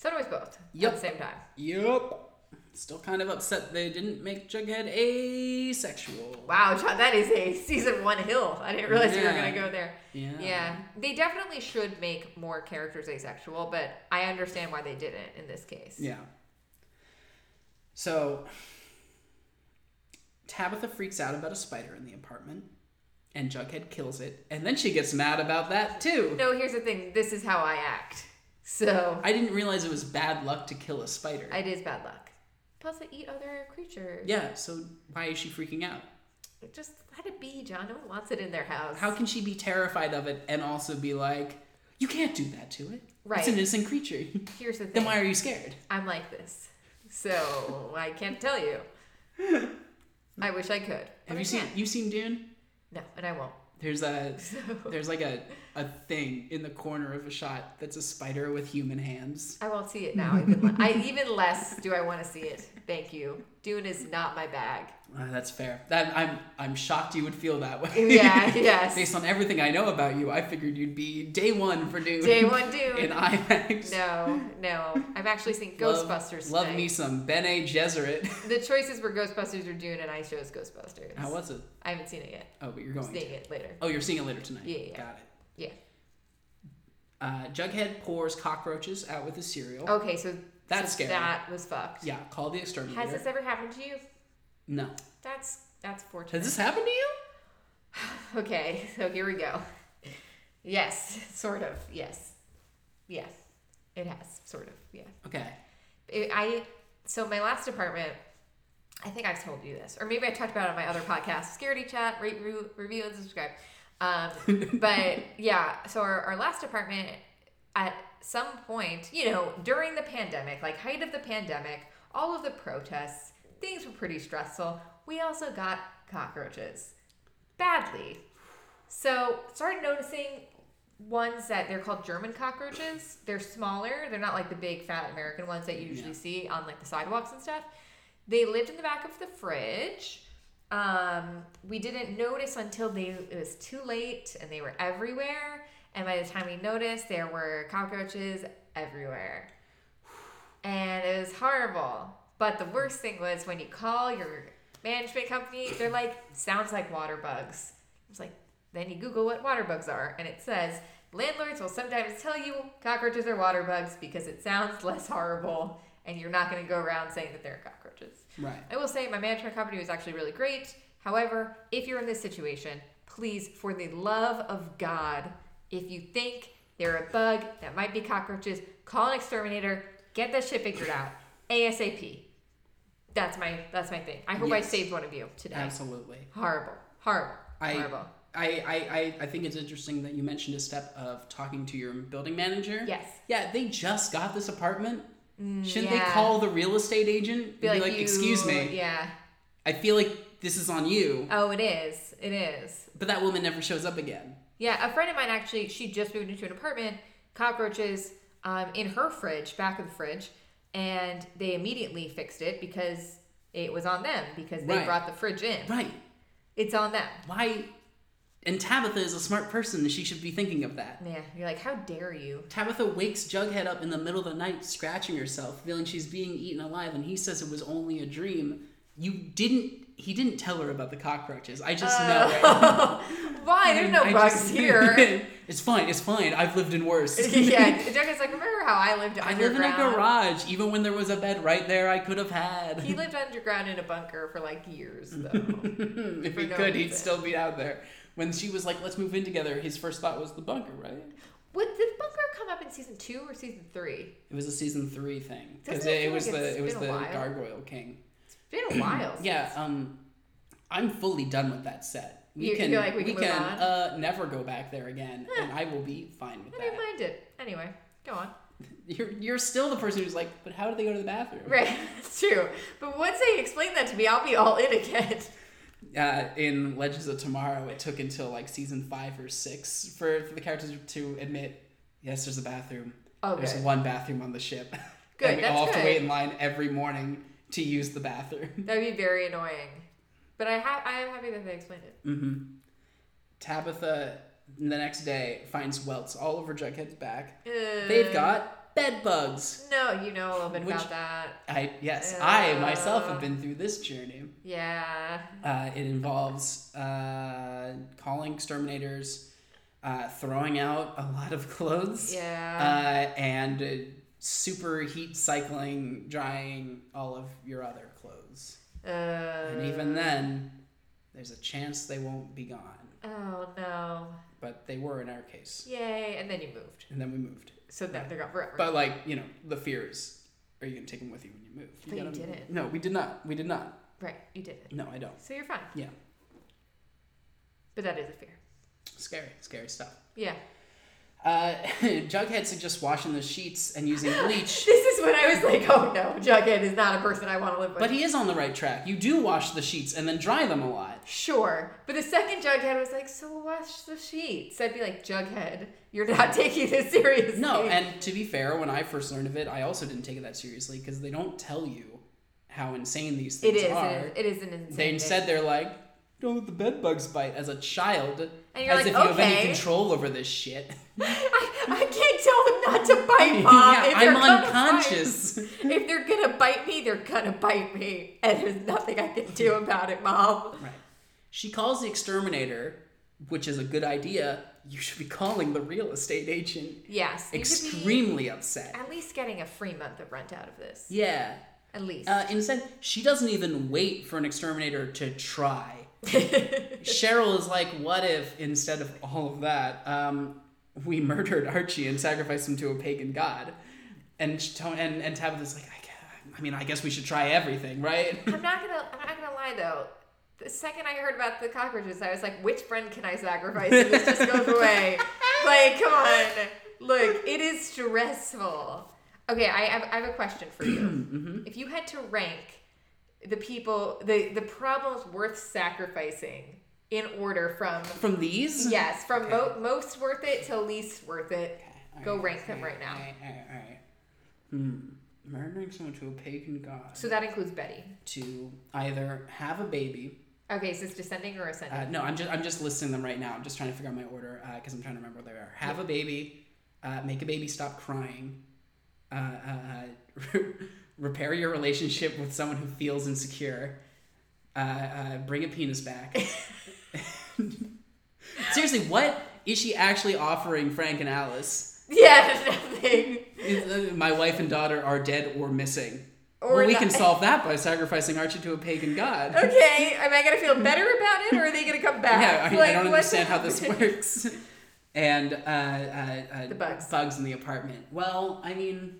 Speaker 2: Sometimes both
Speaker 3: Yep.
Speaker 2: at the same time.
Speaker 3: Yup. Still kind of upset they didn't make Jughead asexual.
Speaker 2: Wow, John, that is a [laughs] season one hill. I didn't realize we were
Speaker 3: Yeah.
Speaker 2: gonna go there.
Speaker 3: Yeah.
Speaker 2: Yeah, they definitely should make more characters asexual, but I understand why they didn't in this case.
Speaker 3: Yeah. So Tabitha freaks out about a spider in the apartment, and Jughead kills it, and then she gets mad about that too.
Speaker 2: No, here's the thing. This is how I act. So
Speaker 3: I didn't realize it was bad luck to kill a spider.
Speaker 2: it is bad luck. Plus, I eat other creatures.
Speaker 3: yeah, so why is she freaking out?
Speaker 2: Just let it be, John. No one wants it in their house.
Speaker 3: How can she be terrified of it and also be like, you can't do that to it?
Speaker 2: Right.
Speaker 3: It's an innocent creature. [laughs]
Speaker 2: Here's the thing.
Speaker 3: then why are you scared?
Speaker 2: I'm like this, so I can't tell
Speaker 3: [laughs]
Speaker 2: you. I wish I could. but
Speaker 3: Have
Speaker 2: I
Speaker 3: you seen
Speaker 2: can't.
Speaker 3: you seen Dune?
Speaker 2: No, and I won't.
Speaker 3: There's a
Speaker 2: [laughs]
Speaker 3: there's like a, a thing in the corner of a shot that's a spider with human hands.
Speaker 2: I won't see it now. Even le-
Speaker 3: [laughs]
Speaker 2: I even less do I want to see it. Thank you. Dune is not my
Speaker 3: [laughs]
Speaker 2: bag.
Speaker 3: Uh, that's fair. That, I'm I'm shocked you would feel that way.
Speaker 2: Yeah, yes.
Speaker 3: [laughs] Based on everything I know about you, I figured you'd be day one for Dune.
Speaker 2: Day one
Speaker 3: [laughs] in
Speaker 2: Dune.
Speaker 3: IMAX.
Speaker 2: No, no. I'm actually seeing
Speaker 3: Love-
Speaker 2: Ghostbusters.
Speaker 3: Love,
Speaker 2: tonight.
Speaker 3: me some Bene Gesserit. [laughs]
Speaker 2: The choices were Ghostbusters or Dune, and I chose Ghostbusters.
Speaker 3: How was it?
Speaker 2: I haven't seen it yet.
Speaker 3: Oh, but you're going.
Speaker 2: Seeing
Speaker 3: to.
Speaker 2: it later.
Speaker 3: Oh, you're seeing it later tonight.
Speaker 2: Yeah, yeah.
Speaker 3: Got it.
Speaker 2: Yeah.
Speaker 3: Uh, Jughead pours cockroaches out with his cereal.
Speaker 2: Okay, so
Speaker 3: That's
Speaker 2: so
Speaker 3: scary.
Speaker 2: That was fucked.
Speaker 3: Yeah, call the exterminator.
Speaker 2: Has this ever happened to you?
Speaker 3: no.
Speaker 2: That's that's fortunate.
Speaker 3: Has this happened to you?
Speaker 2: Okay, [laughs] so here we go. Yes, sort of. Yes, yes, it has. Sort of. Yeah.
Speaker 3: Okay.
Speaker 2: It- I so my last apartment, I think I've told you this, or maybe I talked about it on my other podcast, Scaredy Chat. Rate, re- review, and subscribe. Um, but yeah, so our, our last apartment at some point, you know, during the pandemic, like height of the pandemic, all of the protests, things were pretty stressful. We also got cockroaches badly. So started noticing ones that they're called German cockroaches. They're smaller. They're not like the big fat American ones that you usually
Speaker 4: Yeah.
Speaker 2: see on like the sidewalks and stuff. They lived in the back of the fridge. Um, we didn't notice until they it was too late and they were everywhere. And by the time we noticed, there were cockroaches everywhere. And it was horrible. But the worst thing was when you call your management company, they're like, sounds like water bugs. It's like, then you Google what water bugs are, and it says, landlords will sometimes tell you cockroaches are water bugs because it sounds less horrible, and you're not going to go around saying that they're cockroaches. [laughs]
Speaker 3: Right.
Speaker 2: I will say my management company was actually really great. However, if you're in this situation, please, for the love of God, if you think they're a bug that might be cockroaches, call an exterminator, get that shit figured
Speaker 3: [clears throat]
Speaker 2: out ASAP. That's my that's my thing. I hope I
Speaker 3: Yes.
Speaker 2: saved one of you today.
Speaker 3: Absolutely.
Speaker 2: Horrible, horrible,
Speaker 3: I,
Speaker 2: horrible.
Speaker 3: I, I, I, I think it's interesting that you mentioned a step of talking to your building manager.
Speaker 2: Yes. Mm,
Speaker 3: Yeah, they just got this apartment. Shouldn't they
Speaker 2: yeah.
Speaker 3: call the real estate agent? and Be like,
Speaker 2: you-
Speaker 3: excuse me,
Speaker 2: Yeah.
Speaker 3: I feel like this is on you.
Speaker 2: Oh, it is. It is.
Speaker 3: But that woman never shows up again.
Speaker 2: Yeah, a friend of mine actually, she just moved into an apartment, cockroaches um, in her fridge, back of the fridge, and they immediately fixed it because it was on them because they
Speaker 3: Right.
Speaker 2: brought the fridge in.
Speaker 3: Right.
Speaker 2: It's on them.
Speaker 3: Why? And Tabitha is a smart person. and She should be thinking of that.
Speaker 2: Yeah, you're like, how dare you?
Speaker 3: Tabitha wakes Jughead up in the middle of the night, scratching herself, feeling she's being eaten alive, and he says it was only a dream. You didn't. He didn't tell her about the cockroaches. I just
Speaker 2: Oh.
Speaker 3: know. it.
Speaker 2: Why? There's no
Speaker 3: I
Speaker 2: bugs
Speaker 3: just- [laughs]
Speaker 2: here.
Speaker 3: it's fine. It's fine. I've lived in
Speaker 2: [laughs]
Speaker 3: worse.
Speaker 2: yeah, Jughead's like, remember how I lived
Speaker 3: [laughs] I live in a
Speaker 2: underground?
Speaker 3: garage. Even when there was a bed right there, I could have had. [laughs]
Speaker 2: He lived underground in a bunker for like years, though.
Speaker 3: if
Speaker 2: for
Speaker 3: he
Speaker 2: no
Speaker 3: could, he'd
Speaker 2: reason.
Speaker 3: still be out there. When she was like, "Let's move in together," his first thought was the bunker, right?
Speaker 2: Would the bunker come up in season two or season three?
Speaker 3: It was a season three thing because
Speaker 2: Doesn't it
Speaker 3: it,
Speaker 2: feel
Speaker 3: was
Speaker 2: like it's
Speaker 3: the it was
Speaker 2: been a
Speaker 3: the
Speaker 2: while?
Speaker 3: Gargoyle King.
Speaker 2: It's been a while. since-
Speaker 3: [clears throat] Yeah, um, I'm fully done with that set. We
Speaker 2: You- you
Speaker 3: can
Speaker 2: feel like we
Speaker 3: we
Speaker 2: can move
Speaker 3: can
Speaker 2: on?
Speaker 3: uh, never go back there again, and I will be fine with
Speaker 2: I
Speaker 3: that.
Speaker 2: didn't mind it. Anyway, go on.
Speaker 3: You're you're still the person who's like, but how do they go to the bathroom?
Speaker 2: Right, [laughs] that's true. But once they explain that to me, I'll be all in again. [laughs]
Speaker 3: Uh, in Legends of Tomorrow, it took until like season five or six for, for the characters to admit, yes, there's a bathroom.
Speaker 2: Oh,
Speaker 3: There's
Speaker 2: good.
Speaker 3: one bathroom on
Speaker 2: [laughs]
Speaker 3: the ship.
Speaker 2: Good,
Speaker 3: and we
Speaker 2: that's
Speaker 3: all have
Speaker 2: good.
Speaker 3: to wait in line every morning to use the bathroom. [laughs]
Speaker 2: That'd be very annoying. But I ha- I am happy that they explained it.
Speaker 3: Tabitha the next day finds welts all over Jughead's back.
Speaker 2: Uh,
Speaker 3: Mm. They've got bed bugs.
Speaker 2: No, you know a little bit
Speaker 3: Which-
Speaker 2: about that.
Speaker 3: I yes, I myself
Speaker 2: Uh.
Speaker 3: have been through this journey.
Speaker 2: Yeah.
Speaker 3: Uh, it involves uh, calling exterminators, uh, throwing out a lot of [laughs] clothes,
Speaker 2: Yeah.
Speaker 3: uh, and uh, super heat cycling, drying all of your other clothes.
Speaker 2: Uh,
Speaker 3: And even then, there's a chance they won't be gone,
Speaker 2: Oh, no.
Speaker 3: but they were in our case,
Speaker 2: Yay. And then you moved.
Speaker 3: and then we moved.
Speaker 2: So that they're gone forever.
Speaker 3: But like you know, the fear is, are you gonna take them with you when you move?
Speaker 2: But you
Speaker 3: gotta-
Speaker 2: didn't.
Speaker 3: No, we did not. We did not.
Speaker 2: right, you did it.
Speaker 3: No, I don't.
Speaker 2: So you're fine.
Speaker 3: Yeah,
Speaker 2: But that is a fear.
Speaker 3: scary, scary stuff.
Speaker 2: Yeah. [laughs]
Speaker 3: Uh, [laughs] Jughead suggests washing the sheets and using bleach,
Speaker 2: This is when I was like, oh no, Jughead is not a person I want to live with.
Speaker 3: but he is on the right track. You do wash the sheets and then dry them a lot.
Speaker 2: Sure. But the second Jughead was like, so wash the sheets. I'd be like, Jughead, you're not [laughs] taking this seriously.
Speaker 3: No, and to be fair, when I first learned of it, I also didn't take it that seriously because they don't tell you how insane these
Speaker 2: it is,
Speaker 3: things
Speaker 2: it
Speaker 3: are.
Speaker 2: is. It is an insane.
Speaker 3: they
Speaker 2: thing.
Speaker 3: instead they're like, "Don't let the bed bugs bite." As a child,
Speaker 2: And you're
Speaker 3: as
Speaker 2: like,
Speaker 3: if you have any
Speaker 2: "Okay."
Speaker 3: control over
Speaker 2: [laughs]
Speaker 3: this shit. [laughs]
Speaker 2: I, I can't tell them not to bite, Mom.
Speaker 3: Yeah,
Speaker 2: Uh, if they're
Speaker 3: I'm
Speaker 2: gonna
Speaker 3: unconscious. [laughs]
Speaker 2: bite- if they're going to bite me, they're going to bite me. And there's nothing I can
Speaker 3: [laughs]
Speaker 2: do about it, Mom.
Speaker 3: Right. She calls the exterminator, which is a good idea. You should be calling the real estate agent.
Speaker 2: Yes. you could be
Speaker 3: Extremely upset.
Speaker 2: At least getting a free month of rent out of this.
Speaker 3: Yeah.
Speaker 2: At least.
Speaker 3: Uh, instead, she doesn't even wait for an exterminator
Speaker 2: [laughs]
Speaker 3: to try. Cheryl is like, "What if instead of all of that, um, we murdered Archie and sacrificed him to a pagan god?" And she- and and Tabitha's like, "I can't, I mean, I guess we should try everything, right? [laughs]
Speaker 2: I'm not gonna. I'm not gonna lie though. The second I heard about the cockroaches, I was like, "Which friend can I sacrifice if this just
Speaker 3: [laughs]
Speaker 2: goes away?" like, come on. Look, it is stressful. Okay, I have, I have a question for you.
Speaker 3: [clears throat] mm-hmm.
Speaker 2: if you had to rank the people, the the problems worth sacrificing in order
Speaker 3: [laughs]
Speaker 2: from
Speaker 3: From these?
Speaker 2: yes, from mo- most worth it to least worth it.
Speaker 3: Okay,
Speaker 2: Go
Speaker 3: alright,
Speaker 2: rank them right now.
Speaker 3: alright, alright, alright. Hmm. Murdering someone to a pagan god.
Speaker 2: So that includes Betty.
Speaker 3: to either have a baby.
Speaker 2: Okay, so it's descending or ascending.
Speaker 3: Uh, no, I'm just I'm just listing them right now. I'm just trying to figure out my order because I'm trying to remember where they are. Have a baby, uh, make a baby stop crying, uh, uh, uh, [laughs] repair your relationship with someone who feels insecure, uh, uh, bring a penis back. [laughs] Seriously, what is she actually offering Frank and Alice?
Speaker 2: [laughs] yeah, nothing.
Speaker 3: Is, uh, My wife and daughter are dead or missing.
Speaker 2: Or
Speaker 3: well, we
Speaker 2: not-
Speaker 3: can solve that by sacrificing Archie to a
Speaker 2: [laughs]
Speaker 3: pagan god.
Speaker 2: Okay, am I gonna feel better about it, or are they gonna come
Speaker 3: [laughs] Yeah,
Speaker 2: back?
Speaker 3: I,
Speaker 2: Like,
Speaker 3: I don't
Speaker 2: what
Speaker 3: understand
Speaker 2: [laughs]
Speaker 3: how this
Speaker 2: happened?
Speaker 3: works. And uh, uh, uh,
Speaker 2: The bugs.
Speaker 3: in the apartment. Well, I mean,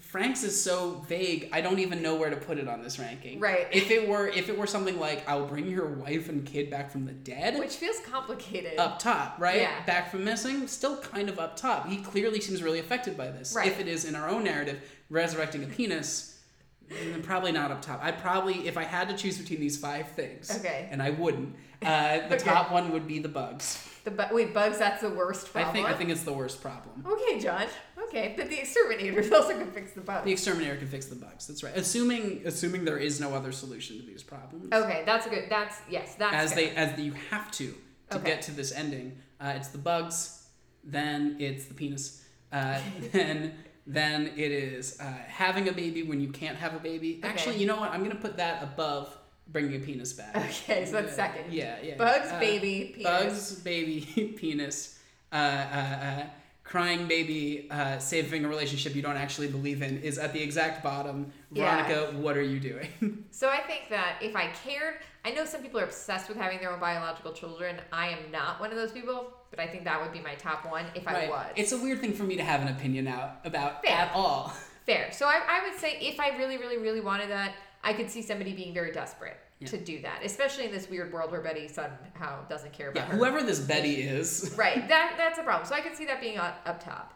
Speaker 3: Frank's is so vague. I don't even know where to put it on this ranking.
Speaker 2: Right.
Speaker 3: If it were, if it were something like, "I'll bring your wife and kid back from the dead,"
Speaker 2: Which feels complicated.
Speaker 3: up top, right?
Speaker 2: Yeah.
Speaker 3: Back from missing, still kind of up top. He clearly seems really affected by this.
Speaker 2: Right.
Speaker 3: If it is in our own narrative, resurrecting a penis, then probably not up top. I probably, if I had to choose between these five things,
Speaker 2: Okay.
Speaker 3: and I wouldn't, uh, the
Speaker 2: Okay.
Speaker 3: top one would be the bugs.
Speaker 2: The bu- wait, bugs. That's the worst problem.
Speaker 3: I think I think it's the worst problem.
Speaker 2: Okay, John. Okay, but the exterminator also can fix the bugs.
Speaker 3: The exterminator can fix the bugs. That's right. Assuming assuming there is no other solution to these problems.
Speaker 2: okay, that's a good. That's yes. That's
Speaker 3: as
Speaker 2: good.
Speaker 3: they as you have to to
Speaker 2: Okay.
Speaker 3: get to this ending. Uh, it's the bugs, then it's the penis, uh, [laughs] then then it is uh, having a baby when you can't have a baby. Actually,
Speaker 2: Okay.
Speaker 3: you know what? I'm gonna put that above bringing a penis back.
Speaker 2: Okay, so that's
Speaker 3: Yeah,
Speaker 2: second.
Speaker 3: Yeah, yeah.
Speaker 2: Bugs,
Speaker 3: Uh,
Speaker 2: baby, penis.
Speaker 3: Bugs, baby, [laughs] penis. Uh, uh, uh, crying baby, uh, saving a relationship you don't actually believe in is at the exact bottom.
Speaker 2: Yeah.
Speaker 3: Veronica, what are you doing? [laughs]
Speaker 2: So I think that if I cared, I know some people are obsessed with having their own biological children. I am not one of those people, but I think that would be my top one if I was.
Speaker 3: It's a weird thing for me to have an opinion out about
Speaker 2: Fair.
Speaker 3: at all.
Speaker 2: Fair. So I, I would say if I really, really, really wanted that, I could see somebody being very desperate
Speaker 3: Yeah.
Speaker 2: to do that, especially in this weird world where Betty somehow doesn't care about
Speaker 3: Yeah,
Speaker 2: her.
Speaker 3: whoever this Betty is. [laughs]
Speaker 2: right. That that's a problem. So I could see that being up, up top.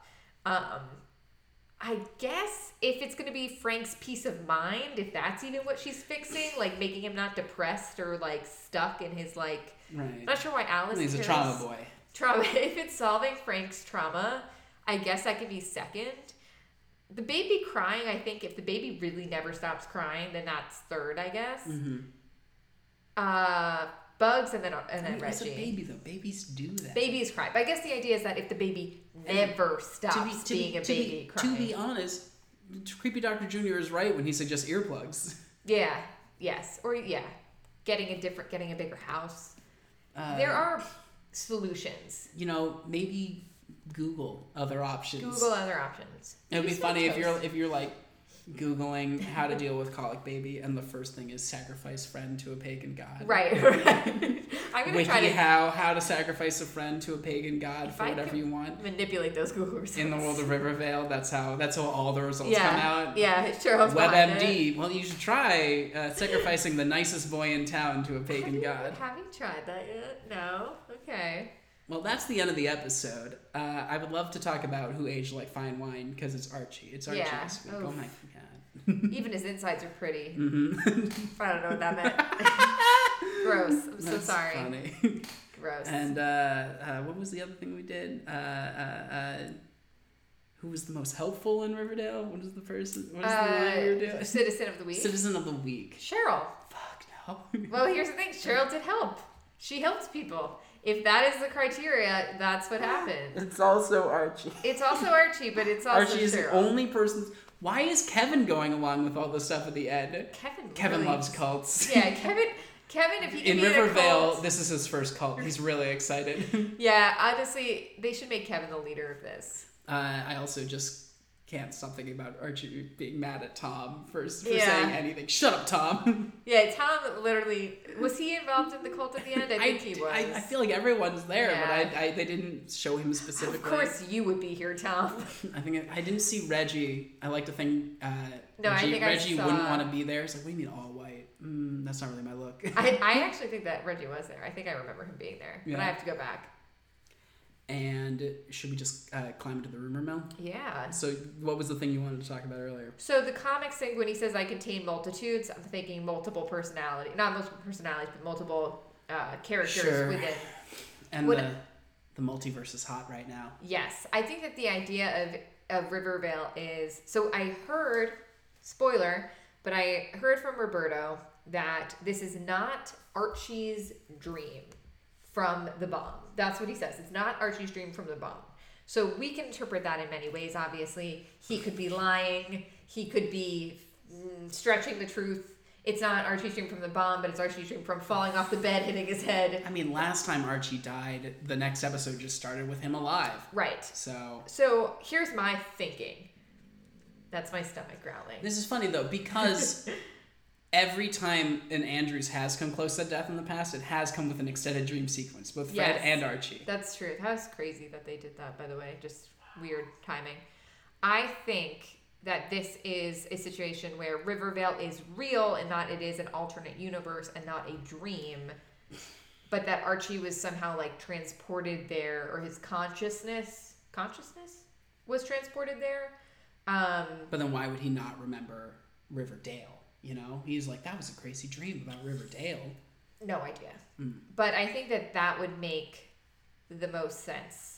Speaker 2: Um, I guess if it's going to be Frank's peace of mind, if that's even what she's fixing, like making him not depressed or like stuck in his like. I'm
Speaker 3: Right.
Speaker 2: not sure why Alice.
Speaker 3: He's a
Speaker 2: cares.
Speaker 3: trauma boy.
Speaker 2: Trauma. [laughs] If it's solving Frank's trauma, I guess that could be second. The baby crying, I think, if the baby really never stops crying, then that's third, I guess.
Speaker 3: Mm-hmm.
Speaker 2: Uh, bugs and then and then
Speaker 3: It's a
Speaker 2: Reggie.
Speaker 3: baby though. Babies do that.
Speaker 2: Babies cry. But I guess the idea is that if the baby never
Speaker 3: To
Speaker 2: stops
Speaker 3: be, to
Speaker 2: being
Speaker 3: be,
Speaker 2: a
Speaker 3: to be-
Speaker 2: baby
Speaker 3: to
Speaker 2: crying.
Speaker 3: be honest, creepy Doctor Junior is right when he suggests earplugs. [laughs]
Speaker 2: yeah. Yes. Or yeah. Getting a different getting a bigger house.
Speaker 3: Uh,
Speaker 2: there are solutions.
Speaker 3: you know, maybe Google other options.
Speaker 2: Google other options.
Speaker 3: It would be
Speaker 2: Use
Speaker 3: funny if
Speaker 2: lactose.
Speaker 3: you're if you're like googling
Speaker 2: [laughs]
Speaker 3: how to deal with colic baby, and the first thing is sacrifice friend to a pagan god.
Speaker 2: Right, [laughs] right. I'm gonna try
Speaker 3: Wiki
Speaker 2: to
Speaker 3: how how to sacrifice a friend to a pagan god for
Speaker 2: I
Speaker 3: whatever
Speaker 2: could-
Speaker 3: you
Speaker 2: [laughs]
Speaker 3: want.
Speaker 2: manipulate those Google results.
Speaker 3: in the world of Rivervale. That's how that's how all the results
Speaker 2: yeah,
Speaker 3: come
Speaker 2: [laughs]
Speaker 3: out.
Speaker 2: Yeah, Cheryl's behind it.
Speaker 3: WebMD. Well, you should try uh, sacrificing the nicest boy in town to a
Speaker 2: Have [laughs]
Speaker 3: pagan
Speaker 2: you,
Speaker 3: god.
Speaker 2: have you tried that yet? No.
Speaker 3: [laughs]
Speaker 2: Okay.
Speaker 3: Well, that's the end of the episode. Uh, I would love to talk about who aged like fine wine because it's Archie. It's Archie
Speaker 2: Yeah.
Speaker 3: this week. Oh
Speaker 2: Oof.
Speaker 3: my god.
Speaker 2: Even his insides are pretty.
Speaker 3: Mhm. [laughs]
Speaker 2: I don't know what that meant. Gross. I'm so
Speaker 3: That's
Speaker 2: sorry.
Speaker 3: funny. [laughs]
Speaker 2: Gross.
Speaker 3: and uh, uh, what was the other thing we did? Uh, uh, uh, who was the most helpful in Riverdale? What is the person? What is the line we were
Speaker 2: uh,
Speaker 3: doing?
Speaker 2: citizen of the week.
Speaker 3: [laughs] Citizen of the week.
Speaker 2: Cheryl.
Speaker 3: Fuck no.
Speaker 2: Well, here's the thing. Cheryl did help. She helped people. If that is the criteria, that's what happened.
Speaker 3: It's also Archie.
Speaker 2: It's also Archie, but it's also
Speaker 3: Archie is the
Speaker 2: Cheryl.
Speaker 3: only person. Why is Kevin going along with all this stuff at the end?
Speaker 2: Kevin.
Speaker 3: Kevin
Speaker 2: really-
Speaker 3: loves cults.
Speaker 2: Yeah, Kevin. Kevin,
Speaker 3: [laughs]
Speaker 2: if he can
Speaker 3: In
Speaker 2: be in a
Speaker 3: Rivervale,
Speaker 2: cult-
Speaker 3: this is his first cult. He's really excited. [laughs]
Speaker 2: yeah, honestly, they should make Kevin the leader of this.
Speaker 3: Uh, I also just can't stop thinking about Archie being mad at Tom for, for
Speaker 2: Yeah.
Speaker 3: saying anything. Shut up, Tom. [laughs]
Speaker 2: Yeah, Tom literally was he involved in the cult at the end? I think he was.
Speaker 3: I, I feel like everyone's there, but
Speaker 2: Yeah.
Speaker 3: I, I they didn't show him specifically.
Speaker 2: of course you would be here,
Speaker 3: [laughs]
Speaker 2: Tom.
Speaker 3: I think I, I didn't see Reggie. I like to think uh,
Speaker 2: No, I
Speaker 3: Reggie,
Speaker 2: think I
Speaker 3: Reggie wouldn't
Speaker 2: saw-
Speaker 3: want to be there. It's like, what do you mean all white? Mm, that's not really my look.
Speaker 2: I, I actually think that Reggie was there. I think I remember him being there, but
Speaker 3: Yeah.
Speaker 2: I have to go back.
Speaker 3: [laughs] and should we just uh, climb into the rumor mill?
Speaker 2: Yeah.
Speaker 3: So, what was the thing you wanted to talk about earlier?
Speaker 2: So the comic thing when he says I contain multitudes, I'm thinking multiple personality, not multiple personalities, but multiple uh, characters
Speaker 3: Sure.
Speaker 2: within.
Speaker 3: And
Speaker 2: What-
Speaker 3: the the multiverse is hot right now.
Speaker 2: Yes, I think that the idea of of Rivervale is so. I heard spoiler, but I heard from Roberto that this is not Archie's dream from the bomb. That's what he says. It's not Archie's dream from the bomb. So we can interpret that in many ways. Obviously, he could be lying. He could be mm, stretching the truth. It's not Archie's dream from the bomb, but it's Archie's dream from falling off the bed, hitting his head.
Speaker 3: I mean, last time Archie died, the next episode just started with him alive.
Speaker 2: Right.
Speaker 3: So
Speaker 2: So here's my thinking. That's my stomach growling.
Speaker 3: this is funny though because every time an Andrews has come close to death in the past, it has come with an extended dream sequence, both Fred
Speaker 2: Yes.
Speaker 3: and Archie.
Speaker 2: That's true. That was crazy that they did that, by the way. Just weird timing. I think that this is a situation where Rivervale is real and not it is an alternate universe and not a dream, but that Archie was somehow like transported there or his consciousness consciousness was transported there. Um
Speaker 3: But then why would he not remember Riverdale? You know, he's like that was a crazy dream about Riverdale.
Speaker 2: No idea.
Speaker 3: Hmm.
Speaker 2: But I think that that would make the most sense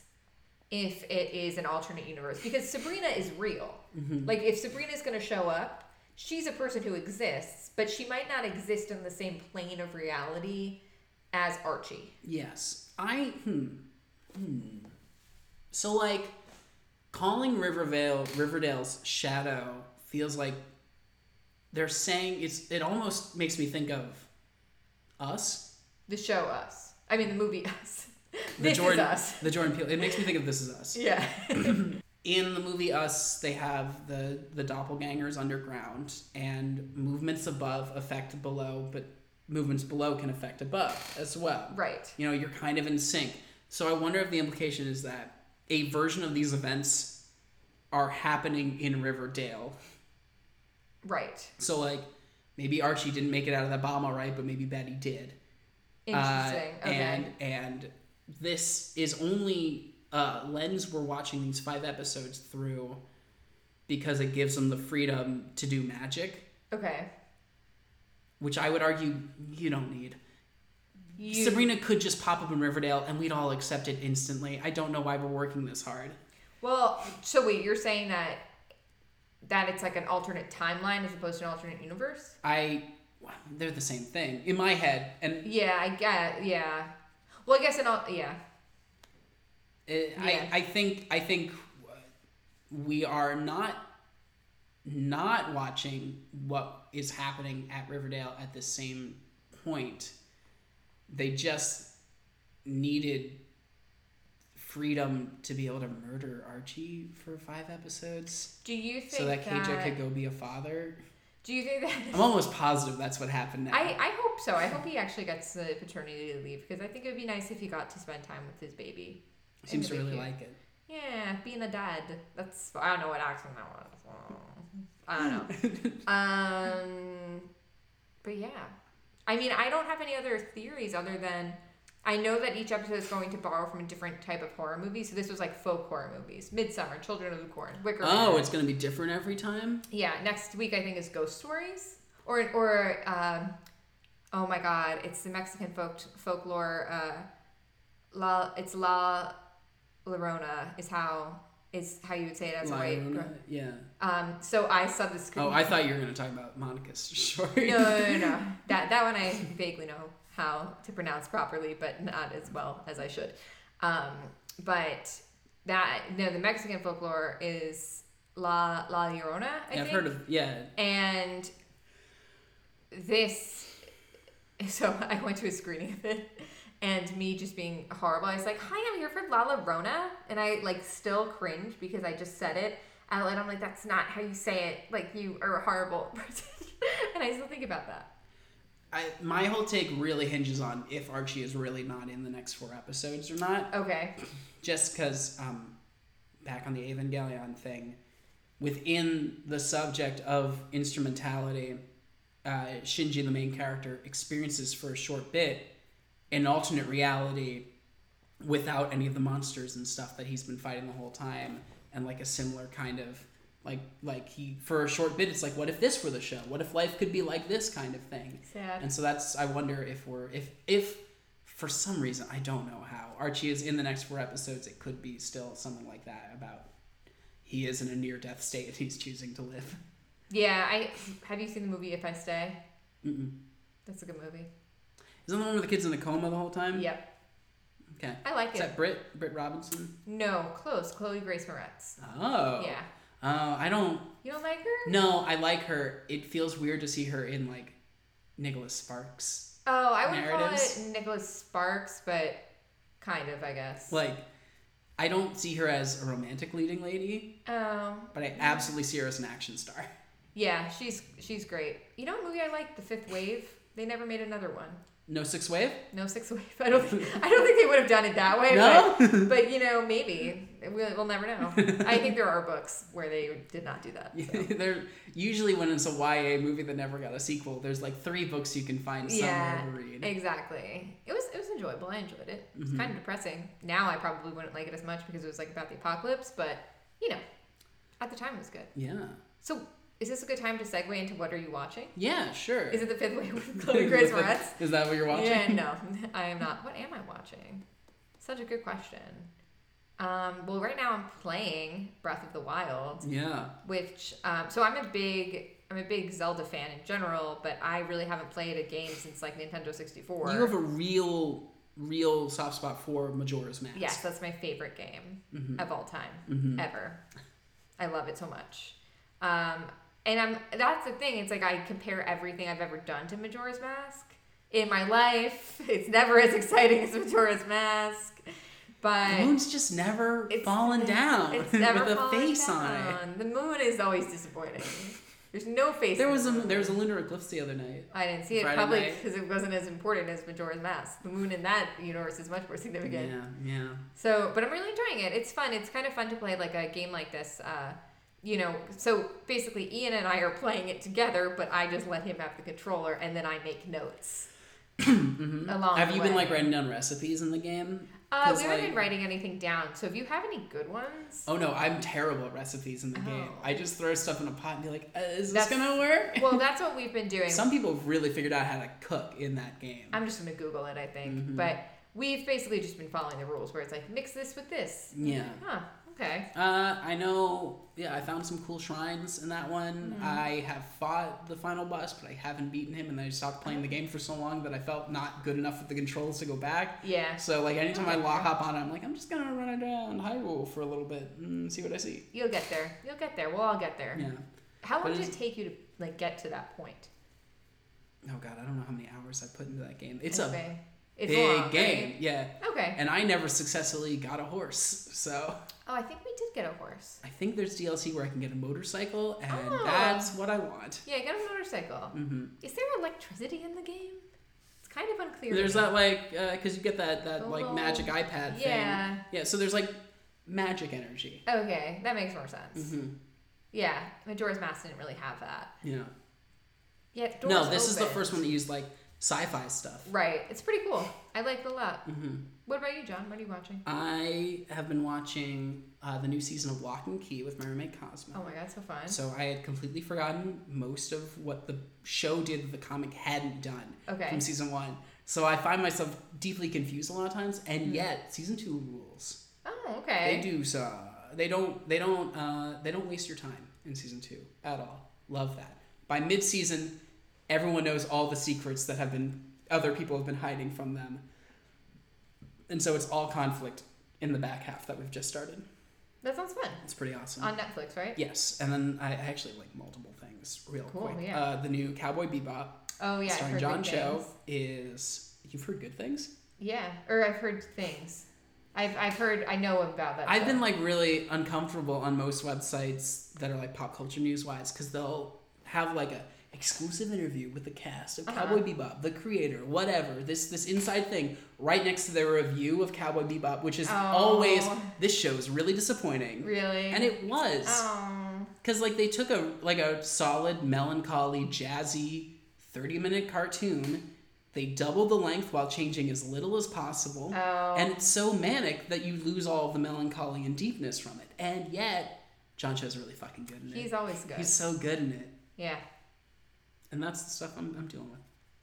Speaker 2: if it is an alternate universe because Sabrina is real.
Speaker 3: Mm-hmm.
Speaker 2: Like if Sabrina's going to show up, she's a person who exists, but she might not exist in the same plane of reality as Archie.
Speaker 3: Yes. I hmm. Hmm. So like calling Rivervale Riverdale's shadow feels like they're saying it's it almost makes me think of us.
Speaker 2: The show us. I mean the movie [laughs] us.
Speaker 3: The
Speaker 2: this
Speaker 3: Jordan
Speaker 2: is us.
Speaker 3: The Jordan Peele. It makes me think of this is us.
Speaker 2: Yeah. [laughs]
Speaker 3: In the movie Us, they have the the doppelgangers underground and movements above affect below, but movements below can affect above as well.
Speaker 2: right.
Speaker 3: you know you're kind of in sync so i wonder if the implication is that a version of these events are happening in riverdale
Speaker 2: Right.
Speaker 3: so like maybe archie didn't make it out of the bomb all right but maybe betty did Uh,
Speaker 2: Interesting. okay.
Speaker 3: and and this is only a lens we're watching these five episodes through because it gives them the freedom to do magic
Speaker 2: okay.
Speaker 3: which i would argue you don't need
Speaker 2: You,
Speaker 3: sabrina could just pop up in riverdale and we'd all accept it instantly i don't know why we're working this hard
Speaker 2: Well, so wait, you're saying that that it's like an alternate timeline as opposed to an alternate universe?
Speaker 3: I they're the same thing in my head, and
Speaker 2: Yeah, I get. Yeah. Well, I guess an all. Yeah.
Speaker 3: it,
Speaker 2: Yeah.
Speaker 3: Eh, I I think I think we are not not watching what is happening at Riverdale at the same point. They just needed freedom to be able to murder Archie for five episodes
Speaker 2: Do you think
Speaker 3: so that
Speaker 2: that,
Speaker 3: KJ could go be a father.
Speaker 2: Do you think
Speaker 3: I'm
Speaker 2: that?
Speaker 3: almost positive that's what happened now.
Speaker 2: [laughs] I, I hope so. I hope he actually gets the paternity leave because I think it would be nice if he got to spend time with his baby.
Speaker 3: Seems to
Speaker 2: It'd be
Speaker 3: really
Speaker 2: cute.
Speaker 3: like it.
Speaker 2: Yeah, being a dad. That's I don't know what accent that was.
Speaker 3: [laughs]
Speaker 2: I don't know. um, but yeah, I mean, I don't have any other theories other than I know that each episode is going to borrow from a different type of horror movie. So this was like folk horror movies: Midsummer, Children of the Corn, Wicker.
Speaker 3: Oh,
Speaker 2: Man.
Speaker 3: it's gonna be different every time.
Speaker 2: yeah. Next week I think is ghost stories or or um, oh my god, it's the Mexican folk folklore. Uh, la, it's la Llorona is how is how you would say it as a white.
Speaker 3: Lion,
Speaker 2: girl.
Speaker 3: Yeah.
Speaker 2: Um, so I saw the screen.
Speaker 3: Oh, I thought you were going to talk about Monica's
Speaker 2: [laughs]
Speaker 3: story.
Speaker 2: no, no, no, no. that that one I vaguely know how to pronounce properly, but not as well as I should. Um, but that no, the Mexican folklore is la la Llorona. I
Speaker 3: Yeah, I've
Speaker 2: think.
Speaker 3: heard of yeah.
Speaker 2: and this so [laughs] i went to a screening of it and me just being horrible i was like hi i'm here for lala rona and i like still cringe because i just said it outlet. I'm like, that's not how you say it. Like, you are a horrible [laughs] person. and I still think about that.
Speaker 3: I, my whole take really hinges on if Archie is really not in the next four episodes or not.
Speaker 2: Okay.
Speaker 3: Just because, um, back on the Evangelion thing, within the subject of instrumentality, uh, Shinji, the main character, experiences for a short bit an alternate reality without any of the monsters and stuff that he's been fighting the whole time, and like a similar kind of like like he for a short bit it's like what if this were the show what if life could be like this kind of thing
Speaker 2: Sad.
Speaker 3: and so that's I wonder if we're if if for some reason I don't know how Archie is in the next four episodes. It could be still something like that about he is in a near death state and he's choosing to live.
Speaker 2: Yeah, I have you seen the movie If I Stay?
Speaker 3: Mm-mm.
Speaker 2: That's a good movie.
Speaker 3: Isn't the one with the kids in the coma the whole time?
Speaker 2: Yep.
Speaker 3: Okay.
Speaker 2: I like
Speaker 3: Is
Speaker 2: it.
Speaker 3: that Britt Britt Robinson?
Speaker 2: No, close. Chloe Grace Moretz.
Speaker 3: Oh.
Speaker 2: Yeah.
Speaker 3: Uh, I don't.
Speaker 2: You don't like her?
Speaker 3: No, I like her. It feels weird to see her in like Nicholas Sparks.
Speaker 2: Oh, I would call
Speaker 3: Narratives?
Speaker 2: it Nicholas Sparks, but kind of, I guess.
Speaker 3: Like, I don't see her as a romantic leading lady,
Speaker 2: Oh,
Speaker 3: but I absolutely see her as an action star.
Speaker 2: yeah, she's she's great. You know, what movie I like, The Fifth Wave. They never made another one.
Speaker 3: No six wave.
Speaker 2: No Sixth Wave. [laughs] I don't. Think, I don't think they would have done it that [laughs] way.
Speaker 3: No?
Speaker 2: But, but you know, maybe we'll, we'll never
Speaker 3: [laughs]
Speaker 2: know. I think there are books where they did not do that. so. [laughs]
Speaker 3: [laughs] there usually when it's a YA movie that never got a sequel, there's like three books you can find somewhere
Speaker 2: Yeah,
Speaker 3: to read.
Speaker 2: exactly. It was it was enjoyable. I enjoyed it. It was
Speaker 3: Mm-hmm.
Speaker 2: kind of depressing. Now I probably wouldn't like it as much because it was like about the apocalypse. But you know, at the time it was good.
Speaker 3: yeah.
Speaker 2: So is this a good time to segue into what are you watching?
Speaker 3: Yeah, sure. [laughs]
Speaker 2: Is it the Fifth [laughs] Wave with Chloe Grace Moretz?
Speaker 3: Is that what you're watching?
Speaker 2: Yeah, no, [laughs] I am not. What am I watching? Such a good question. Um, well, right now I'm playing Breath of the Wild,
Speaker 3: Yeah.
Speaker 2: which um, so I'm a big I'm a big Zelda fan in general, but I really haven't played a game since like Nintendo 64.
Speaker 3: You have a real, real soft spot for Majora's Mask.
Speaker 2: Yes, that's my favorite game
Speaker 3: Mm-hmm.
Speaker 2: of all time ever. I love it so much. Um, and I'm that's the thing. It's like I compare everything I've ever done to Majora's Mask in my life. [laughs] It's never as exciting as Majora's Mask,
Speaker 3: The
Speaker 2: but
Speaker 3: moon's just never fallen down
Speaker 2: It's never
Speaker 3: [laughs] with a
Speaker 2: fallen
Speaker 3: face on it.
Speaker 2: down. The moon is always disappointing. There's no face.
Speaker 3: There
Speaker 2: in
Speaker 3: was a
Speaker 2: the moon.
Speaker 3: there was a lunar eclipse the other night.
Speaker 2: I didn't see it
Speaker 3: Friday
Speaker 2: probably
Speaker 3: night.
Speaker 2: because it wasn't as important as Majora's Mask. The moon in that universe is much more significant.
Speaker 3: Yeah, yeah. [clears throat]
Speaker 2: So, but I'm really enjoying it. It's fun. It's kind of fun to play like a game like this. Uh, you know, so basically, Ian and I are playing it together, but I just let him have the controller, and then I make notes along.
Speaker 3: Mm-hmm. Have
Speaker 2: the
Speaker 3: you been
Speaker 2: way.
Speaker 3: like writing down recipes in the game?
Speaker 2: Uh,
Speaker 3: 'Cause,
Speaker 2: we haven't
Speaker 3: like-
Speaker 2: been writing anything down. So, if you have any good ones,
Speaker 3: Oh no, I'm terrible at recipes in the game.
Speaker 2: Oh.
Speaker 3: I just throw stuff in a pot and be like, uh, "Is this
Speaker 2: That's-
Speaker 3: gonna work?"
Speaker 2: well, that's what we've been doing.
Speaker 3: Some people have really figured out how to cook in that game.
Speaker 2: I'm just gonna Google it, I think.
Speaker 3: Mm-hmm.
Speaker 2: But we've basically just been following the rules, where it's like mix this with this.
Speaker 3: yeah.
Speaker 2: Huh. Okay.
Speaker 3: Uh, I know. Yeah, I found some cool shrines in that one.
Speaker 2: Mm-hmm.
Speaker 3: I have fought the final boss, but I haven't beaten him, and I stopped playing the game for so long that I felt not good enough with the controls to go back.
Speaker 2: Yeah.
Speaker 3: So like anytime I lock hop on it, I'm like, I'm just gonna run around Hyrule for a little bit and see what I see.
Speaker 2: You'll get there. You'll get there. We'll all get there.
Speaker 3: Yeah.
Speaker 2: How long
Speaker 3: But
Speaker 2: did it
Speaker 3: it's-
Speaker 2: take you to like get to that point?
Speaker 3: Oh god, I don't know how many hours I put into that game. It's a
Speaker 2: Okay. It's
Speaker 3: big
Speaker 2: long,
Speaker 3: game. Yeah.
Speaker 2: right? Okay.
Speaker 3: And I never successfully got a horse, so
Speaker 2: Oh, I think we did get a horse.
Speaker 3: I think there's DLC where I can get a motorcycle, and
Speaker 2: Oh.
Speaker 3: that's what I want.
Speaker 2: Yeah, get a motorcycle.
Speaker 3: hmm
Speaker 2: Is there electricity in the game? It's kind of unclear. to
Speaker 3: There's
Speaker 2: me.
Speaker 3: that like because you get that that
Speaker 2: The
Speaker 3: like
Speaker 2: little-
Speaker 3: magic iPad thing.
Speaker 2: Yeah.
Speaker 3: Yeah. So there's like magic energy.
Speaker 2: Okay, that makes more sense.
Speaker 3: Mm-hmm.
Speaker 2: Yeah, Majora's Mask didn't really have that.
Speaker 3: Yeah.
Speaker 2: Yeah. doors
Speaker 3: No, this is the
Speaker 2: open.
Speaker 3: first one that used like sci-fi stuff.
Speaker 2: Right. It's pretty cool. I like it a lot.
Speaker 3: hmm
Speaker 2: What about you, John? What are you watching?
Speaker 3: I have been watching uh, the new season of Lock and Key with my roommate Cosmo.
Speaker 2: Oh my god, so fun.
Speaker 3: So I had completely forgotten most of what the show did that the comic hadn't done
Speaker 2: Okay.
Speaker 3: from season one. So I find myself deeply confused a lot of times, and yet season two rules.
Speaker 2: oh, Mm-hmm. okay.
Speaker 3: They do so. They don't. They don't. Uh, they don't waste your time in season two at all. Love that. By mid season, everyone knows all the secrets that have been other people have been hiding from them, and so it's all conflict in the back half that we've just started.
Speaker 2: That sounds fun.
Speaker 3: It's pretty awesome.
Speaker 2: On Netflix, right?
Speaker 3: Yes, and then I I actually like multiple things real
Speaker 2: Cool,
Speaker 3: quick.
Speaker 2: yeah.
Speaker 3: Uh, the new Cowboy Bebop,
Speaker 2: Oh yeah, I've
Speaker 3: starring
Speaker 2: heard
Speaker 3: John
Speaker 2: good
Speaker 3: Cho,
Speaker 2: things.
Speaker 3: is you've heard good things.
Speaker 2: Yeah, or I've heard things. I've I've heard I know about that.
Speaker 3: I've
Speaker 2: show.
Speaker 3: been like really uncomfortable on most websites that are like pop culture news wise because they'll have like a exclusive interview with the cast of
Speaker 2: Uh-huh.
Speaker 3: Cowboy Bebop, the creator, whatever. This this inside thing right next to their review of Cowboy Bebop, which is
Speaker 2: Oh.
Speaker 3: always this show is really disappointing.
Speaker 2: really
Speaker 3: And it was
Speaker 2: Oh.
Speaker 3: because like they took a like a solid melancholy jazzy 30 minute cartoon they doubled the length while changing as little as possible
Speaker 2: Oh.
Speaker 3: and it's so manic that you lose all of the melancholy and deepness from it and yet john cho's really fucking good in
Speaker 2: Oh, He's
Speaker 3: it
Speaker 2: always good.
Speaker 3: he's so good in it
Speaker 2: yeah.
Speaker 3: and that's the stuff i'm, I'm dealing with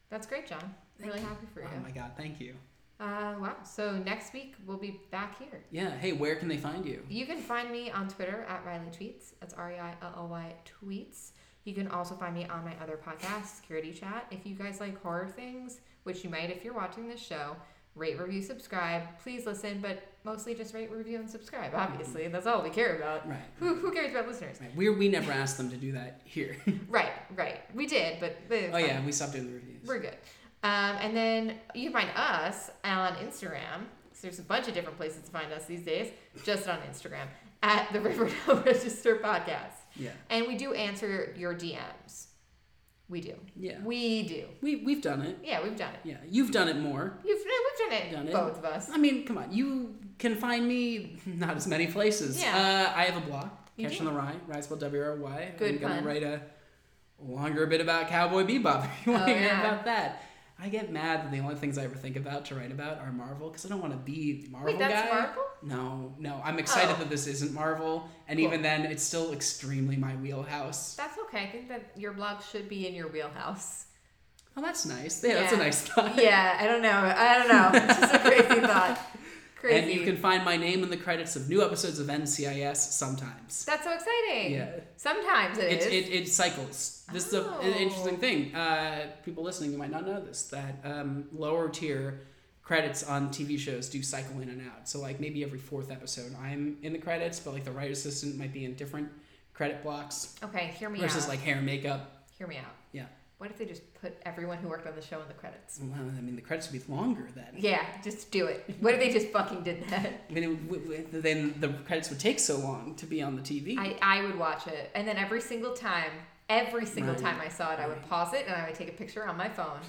Speaker 2: That's great, John. really happy for you.
Speaker 3: oh my god thank you
Speaker 2: Uh, wow. So next week we'll be back here.
Speaker 3: yeah hey where can they find you
Speaker 2: You can find me on Twitter at Riley Tweets. That's R E I L L Y Tweets. You can also find me on my other podcast, Security Chat. If you guys like horror things, which you might if you're watching this show, rate, review, subscribe. Please listen, but mostly just rate, review, and subscribe. Obviously, that's all we care about.
Speaker 3: right,
Speaker 2: Who, who cares about
Speaker 3: [laughs]
Speaker 2: listeners?
Speaker 3: right. we we never asked them to do that here
Speaker 2: Right, right. We did, but
Speaker 3: [laughs] oh yeah we stopped doing the reviews
Speaker 2: We're good. Um, and then you can find us on Instagram. So there's a bunch of different places to find us these days, just on Instagram at the [laughs] Riverdale Register Podcast. [laughs]
Speaker 3: yeah
Speaker 2: And we do answer your DMs. We do.
Speaker 3: Yeah.
Speaker 2: We do.
Speaker 3: we, we've done it
Speaker 2: Yeah, we've done it.
Speaker 3: yeah you've done it more
Speaker 2: You've, no, we've done it.
Speaker 3: Done it.
Speaker 2: Both of us.
Speaker 3: I mean, come on. You can find me not as many places.
Speaker 2: Yeah.
Speaker 3: Uh, I have a blog,
Speaker 2: You
Speaker 3: Catch
Speaker 2: do.
Speaker 3: on the Rye, Rye spelled W R Y. I'm
Speaker 2: Good
Speaker 3: gonna
Speaker 2: pun.
Speaker 3: write a longer bit about Cowboy Bebop. [laughs] If you want to
Speaker 2: Oh,
Speaker 3: hear
Speaker 2: yeah.
Speaker 3: about that. I get mad that the only things I ever think about to write about are Marvel because I don't want to be the Marvel
Speaker 2: Wait, that's
Speaker 3: guy.
Speaker 2: Marvel?
Speaker 3: No, no. I'm excited
Speaker 2: Oh.
Speaker 3: that this isn't Marvel, and
Speaker 2: Cool.
Speaker 3: even then, it's still extremely my wheelhouse.
Speaker 2: That's okay. I think that your blog should be in your wheelhouse.
Speaker 3: [laughs] Oh, that's nice. Yeah, that's a
Speaker 2: Yeah.
Speaker 3: nice [laughs] thought.
Speaker 2: yeah, I don't know. I don't know. It's just a crazy thought. Crazy.
Speaker 3: [laughs] And you can find my name in the credits of new episodes of NCIS sometimes.
Speaker 2: That's so exciting.
Speaker 3: Yeah.
Speaker 2: Sometimes it
Speaker 3: it,
Speaker 2: is.
Speaker 3: it, it cycles. This
Speaker 2: Oh.
Speaker 3: is a, an interesting thing. Uh, people listening, you might not know this, that um, lower tier credits on TV shows do cycle in and out. So, like, maybe every fourth episode I'm in the credits, but, like, the writer's assistant might be in different credit blocks
Speaker 2: okay, hear me
Speaker 3: versus,
Speaker 2: out.
Speaker 3: like, hair and makeup.
Speaker 2: Hear me out.
Speaker 3: Yeah.
Speaker 2: What if they just put everyone who worked on the show in the credits?
Speaker 3: Well, I mean, the credits would be longer then.
Speaker 2: Yeah, just do it. What if they just fucking did that?
Speaker 3: I mean, it would- w- w- then the credits would take so long to be on the TV.
Speaker 2: I, I would watch it. And then every single time, every single
Speaker 3: Right,
Speaker 2: time I saw it, I would
Speaker 3: right.
Speaker 2: pause it and I would take a picture on my phone.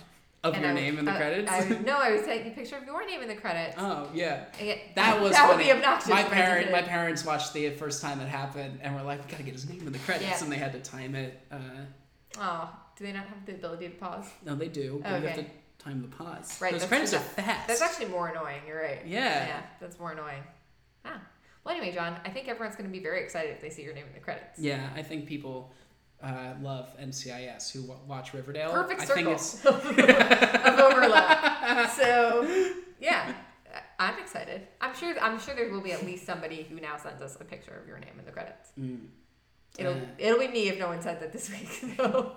Speaker 3: of
Speaker 2: and
Speaker 3: your
Speaker 2: I would-
Speaker 3: name in the
Speaker 2: uh,
Speaker 3: credits.
Speaker 2: I would, no, I would take a picture of your name in the credits.
Speaker 3: [laughs] oh, yeah.
Speaker 2: Yeah, [laughs]
Speaker 3: That was
Speaker 2: that
Speaker 3: funny.
Speaker 2: would be obnoxious.
Speaker 3: My
Speaker 2: if I did
Speaker 3: parent,
Speaker 2: it.
Speaker 3: my parents watched the first time it happened, and were like, "We gotta get his name in the credits,"
Speaker 2: Yeah.
Speaker 3: and they had to time it. Uh,
Speaker 2: Oh, do they not have the ability to pause?
Speaker 3: no, they do. But You have to
Speaker 2: Okay.
Speaker 3: time the pause.
Speaker 2: Right,
Speaker 3: Those
Speaker 2: that's
Speaker 3: credits
Speaker 2: true.
Speaker 3: are fast.
Speaker 2: That's actually more annoying. You're right.
Speaker 3: Yeah.
Speaker 2: Yeah, that's more annoying. Ah. Well, anyway, John, I think everyone's going to be very excited if they see your name in the credits.
Speaker 3: yeah, I think people uh, love NCIS who w- watch Riverdale.
Speaker 2: Perfect
Speaker 3: I
Speaker 2: circle
Speaker 3: think it's
Speaker 2: of overlap. So, yeah, I- I'm excited. I'm sure. I'm sure there will be at least somebody who now sends us a picture of your name in the credits.
Speaker 3: Mm.
Speaker 2: It'll
Speaker 3: Uh,
Speaker 2: it'll be me if no one said that this [laughs] week. Though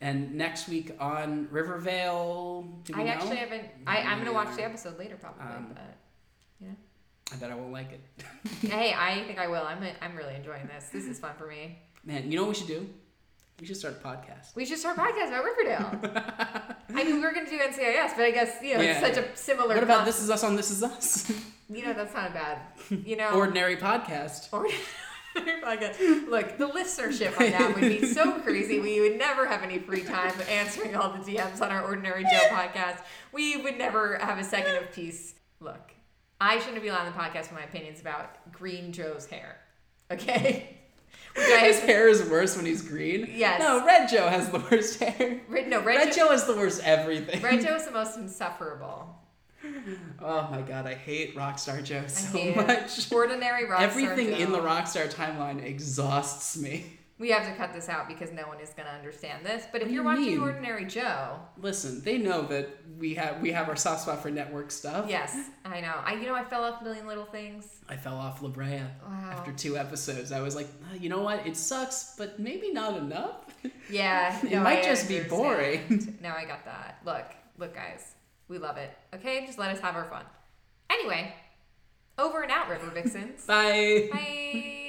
Speaker 3: and next week on Rivervale, do we
Speaker 2: I
Speaker 3: know?
Speaker 2: actually haven't. I, I'm gonna watch the
Speaker 3: Yeah.
Speaker 2: episode later probably.
Speaker 3: Um,
Speaker 2: but
Speaker 3: I bet I won't like it. [laughs]
Speaker 2: hey, I think I will. I'm I'm really enjoying this. This is fun for me.
Speaker 3: Man, you know what we should do? We should start a podcast.
Speaker 2: We should start a podcast about Riverdale.
Speaker 3: [laughs]
Speaker 2: I mean, we were going to do NCIS, but I guess, you know,
Speaker 3: Yeah.
Speaker 2: it's such a similar.
Speaker 3: What about
Speaker 2: con-
Speaker 3: This Is Us on This
Speaker 2: [laughs]
Speaker 3: Is Us?
Speaker 2: You know, that's not a bad, you know.
Speaker 3: Ordinary podcast.
Speaker 2: or- [laughs] podcast. Look, the listenership on that would be
Speaker 3: [laughs]
Speaker 2: so crazy. We would never have any free time answering all the DMs on our Ordinary Joe podcast. We would never have a second of peace. Look, I shouldn't be allowed on the podcast for my opinions about Green Joe's hair. Okay? [laughs] Which I
Speaker 3: His
Speaker 2: have,
Speaker 3: hair is worse when he's green.
Speaker 2: Yes.
Speaker 3: No, Red Joe has the worst [laughs] hair.
Speaker 2: Red- no,
Speaker 3: Red,
Speaker 2: Red, Joe,
Speaker 3: Joe has the worst everything. [laughs]
Speaker 2: Red Joe is the most insufferable.
Speaker 3: Oh my god, I hate Rockstar Joe so
Speaker 2: hate it.
Speaker 3: much.
Speaker 2: Ordinary rock
Speaker 3: Everything
Speaker 2: star
Speaker 3: in the
Speaker 2: Joe.
Speaker 3: Rockstar timeline exhausts me.
Speaker 2: We have to cut this out because no one is going to understand this. But if
Speaker 3: What do
Speaker 2: you're
Speaker 3: you
Speaker 2: watching
Speaker 3: mean?
Speaker 2: Ordinary Joe,
Speaker 3: Listen, they know that we have we have our soft spot for network stuff.
Speaker 2: yes, I know. I you know I fell off a million little things.
Speaker 3: I fell off La Brea
Speaker 2: Wow.
Speaker 3: after two episodes. I was like, "Ah, you know what? It sucks, but maybe not enough. [laughs]
Speaker 2: Yeah,
Speaker 3: It
Speaker 2: no,
Speaker 3: might
Speaker 2: I
Speaker 3: just be
Speaker 2: understand.
Speaker 3: boring.
Speaker 2: No, I got that. Look, look, guys, we love it. Okay, just let us have our fun. Anyway, over and out, River Vixens.
Speaker 3: Bye.
Speaker 2: Bye.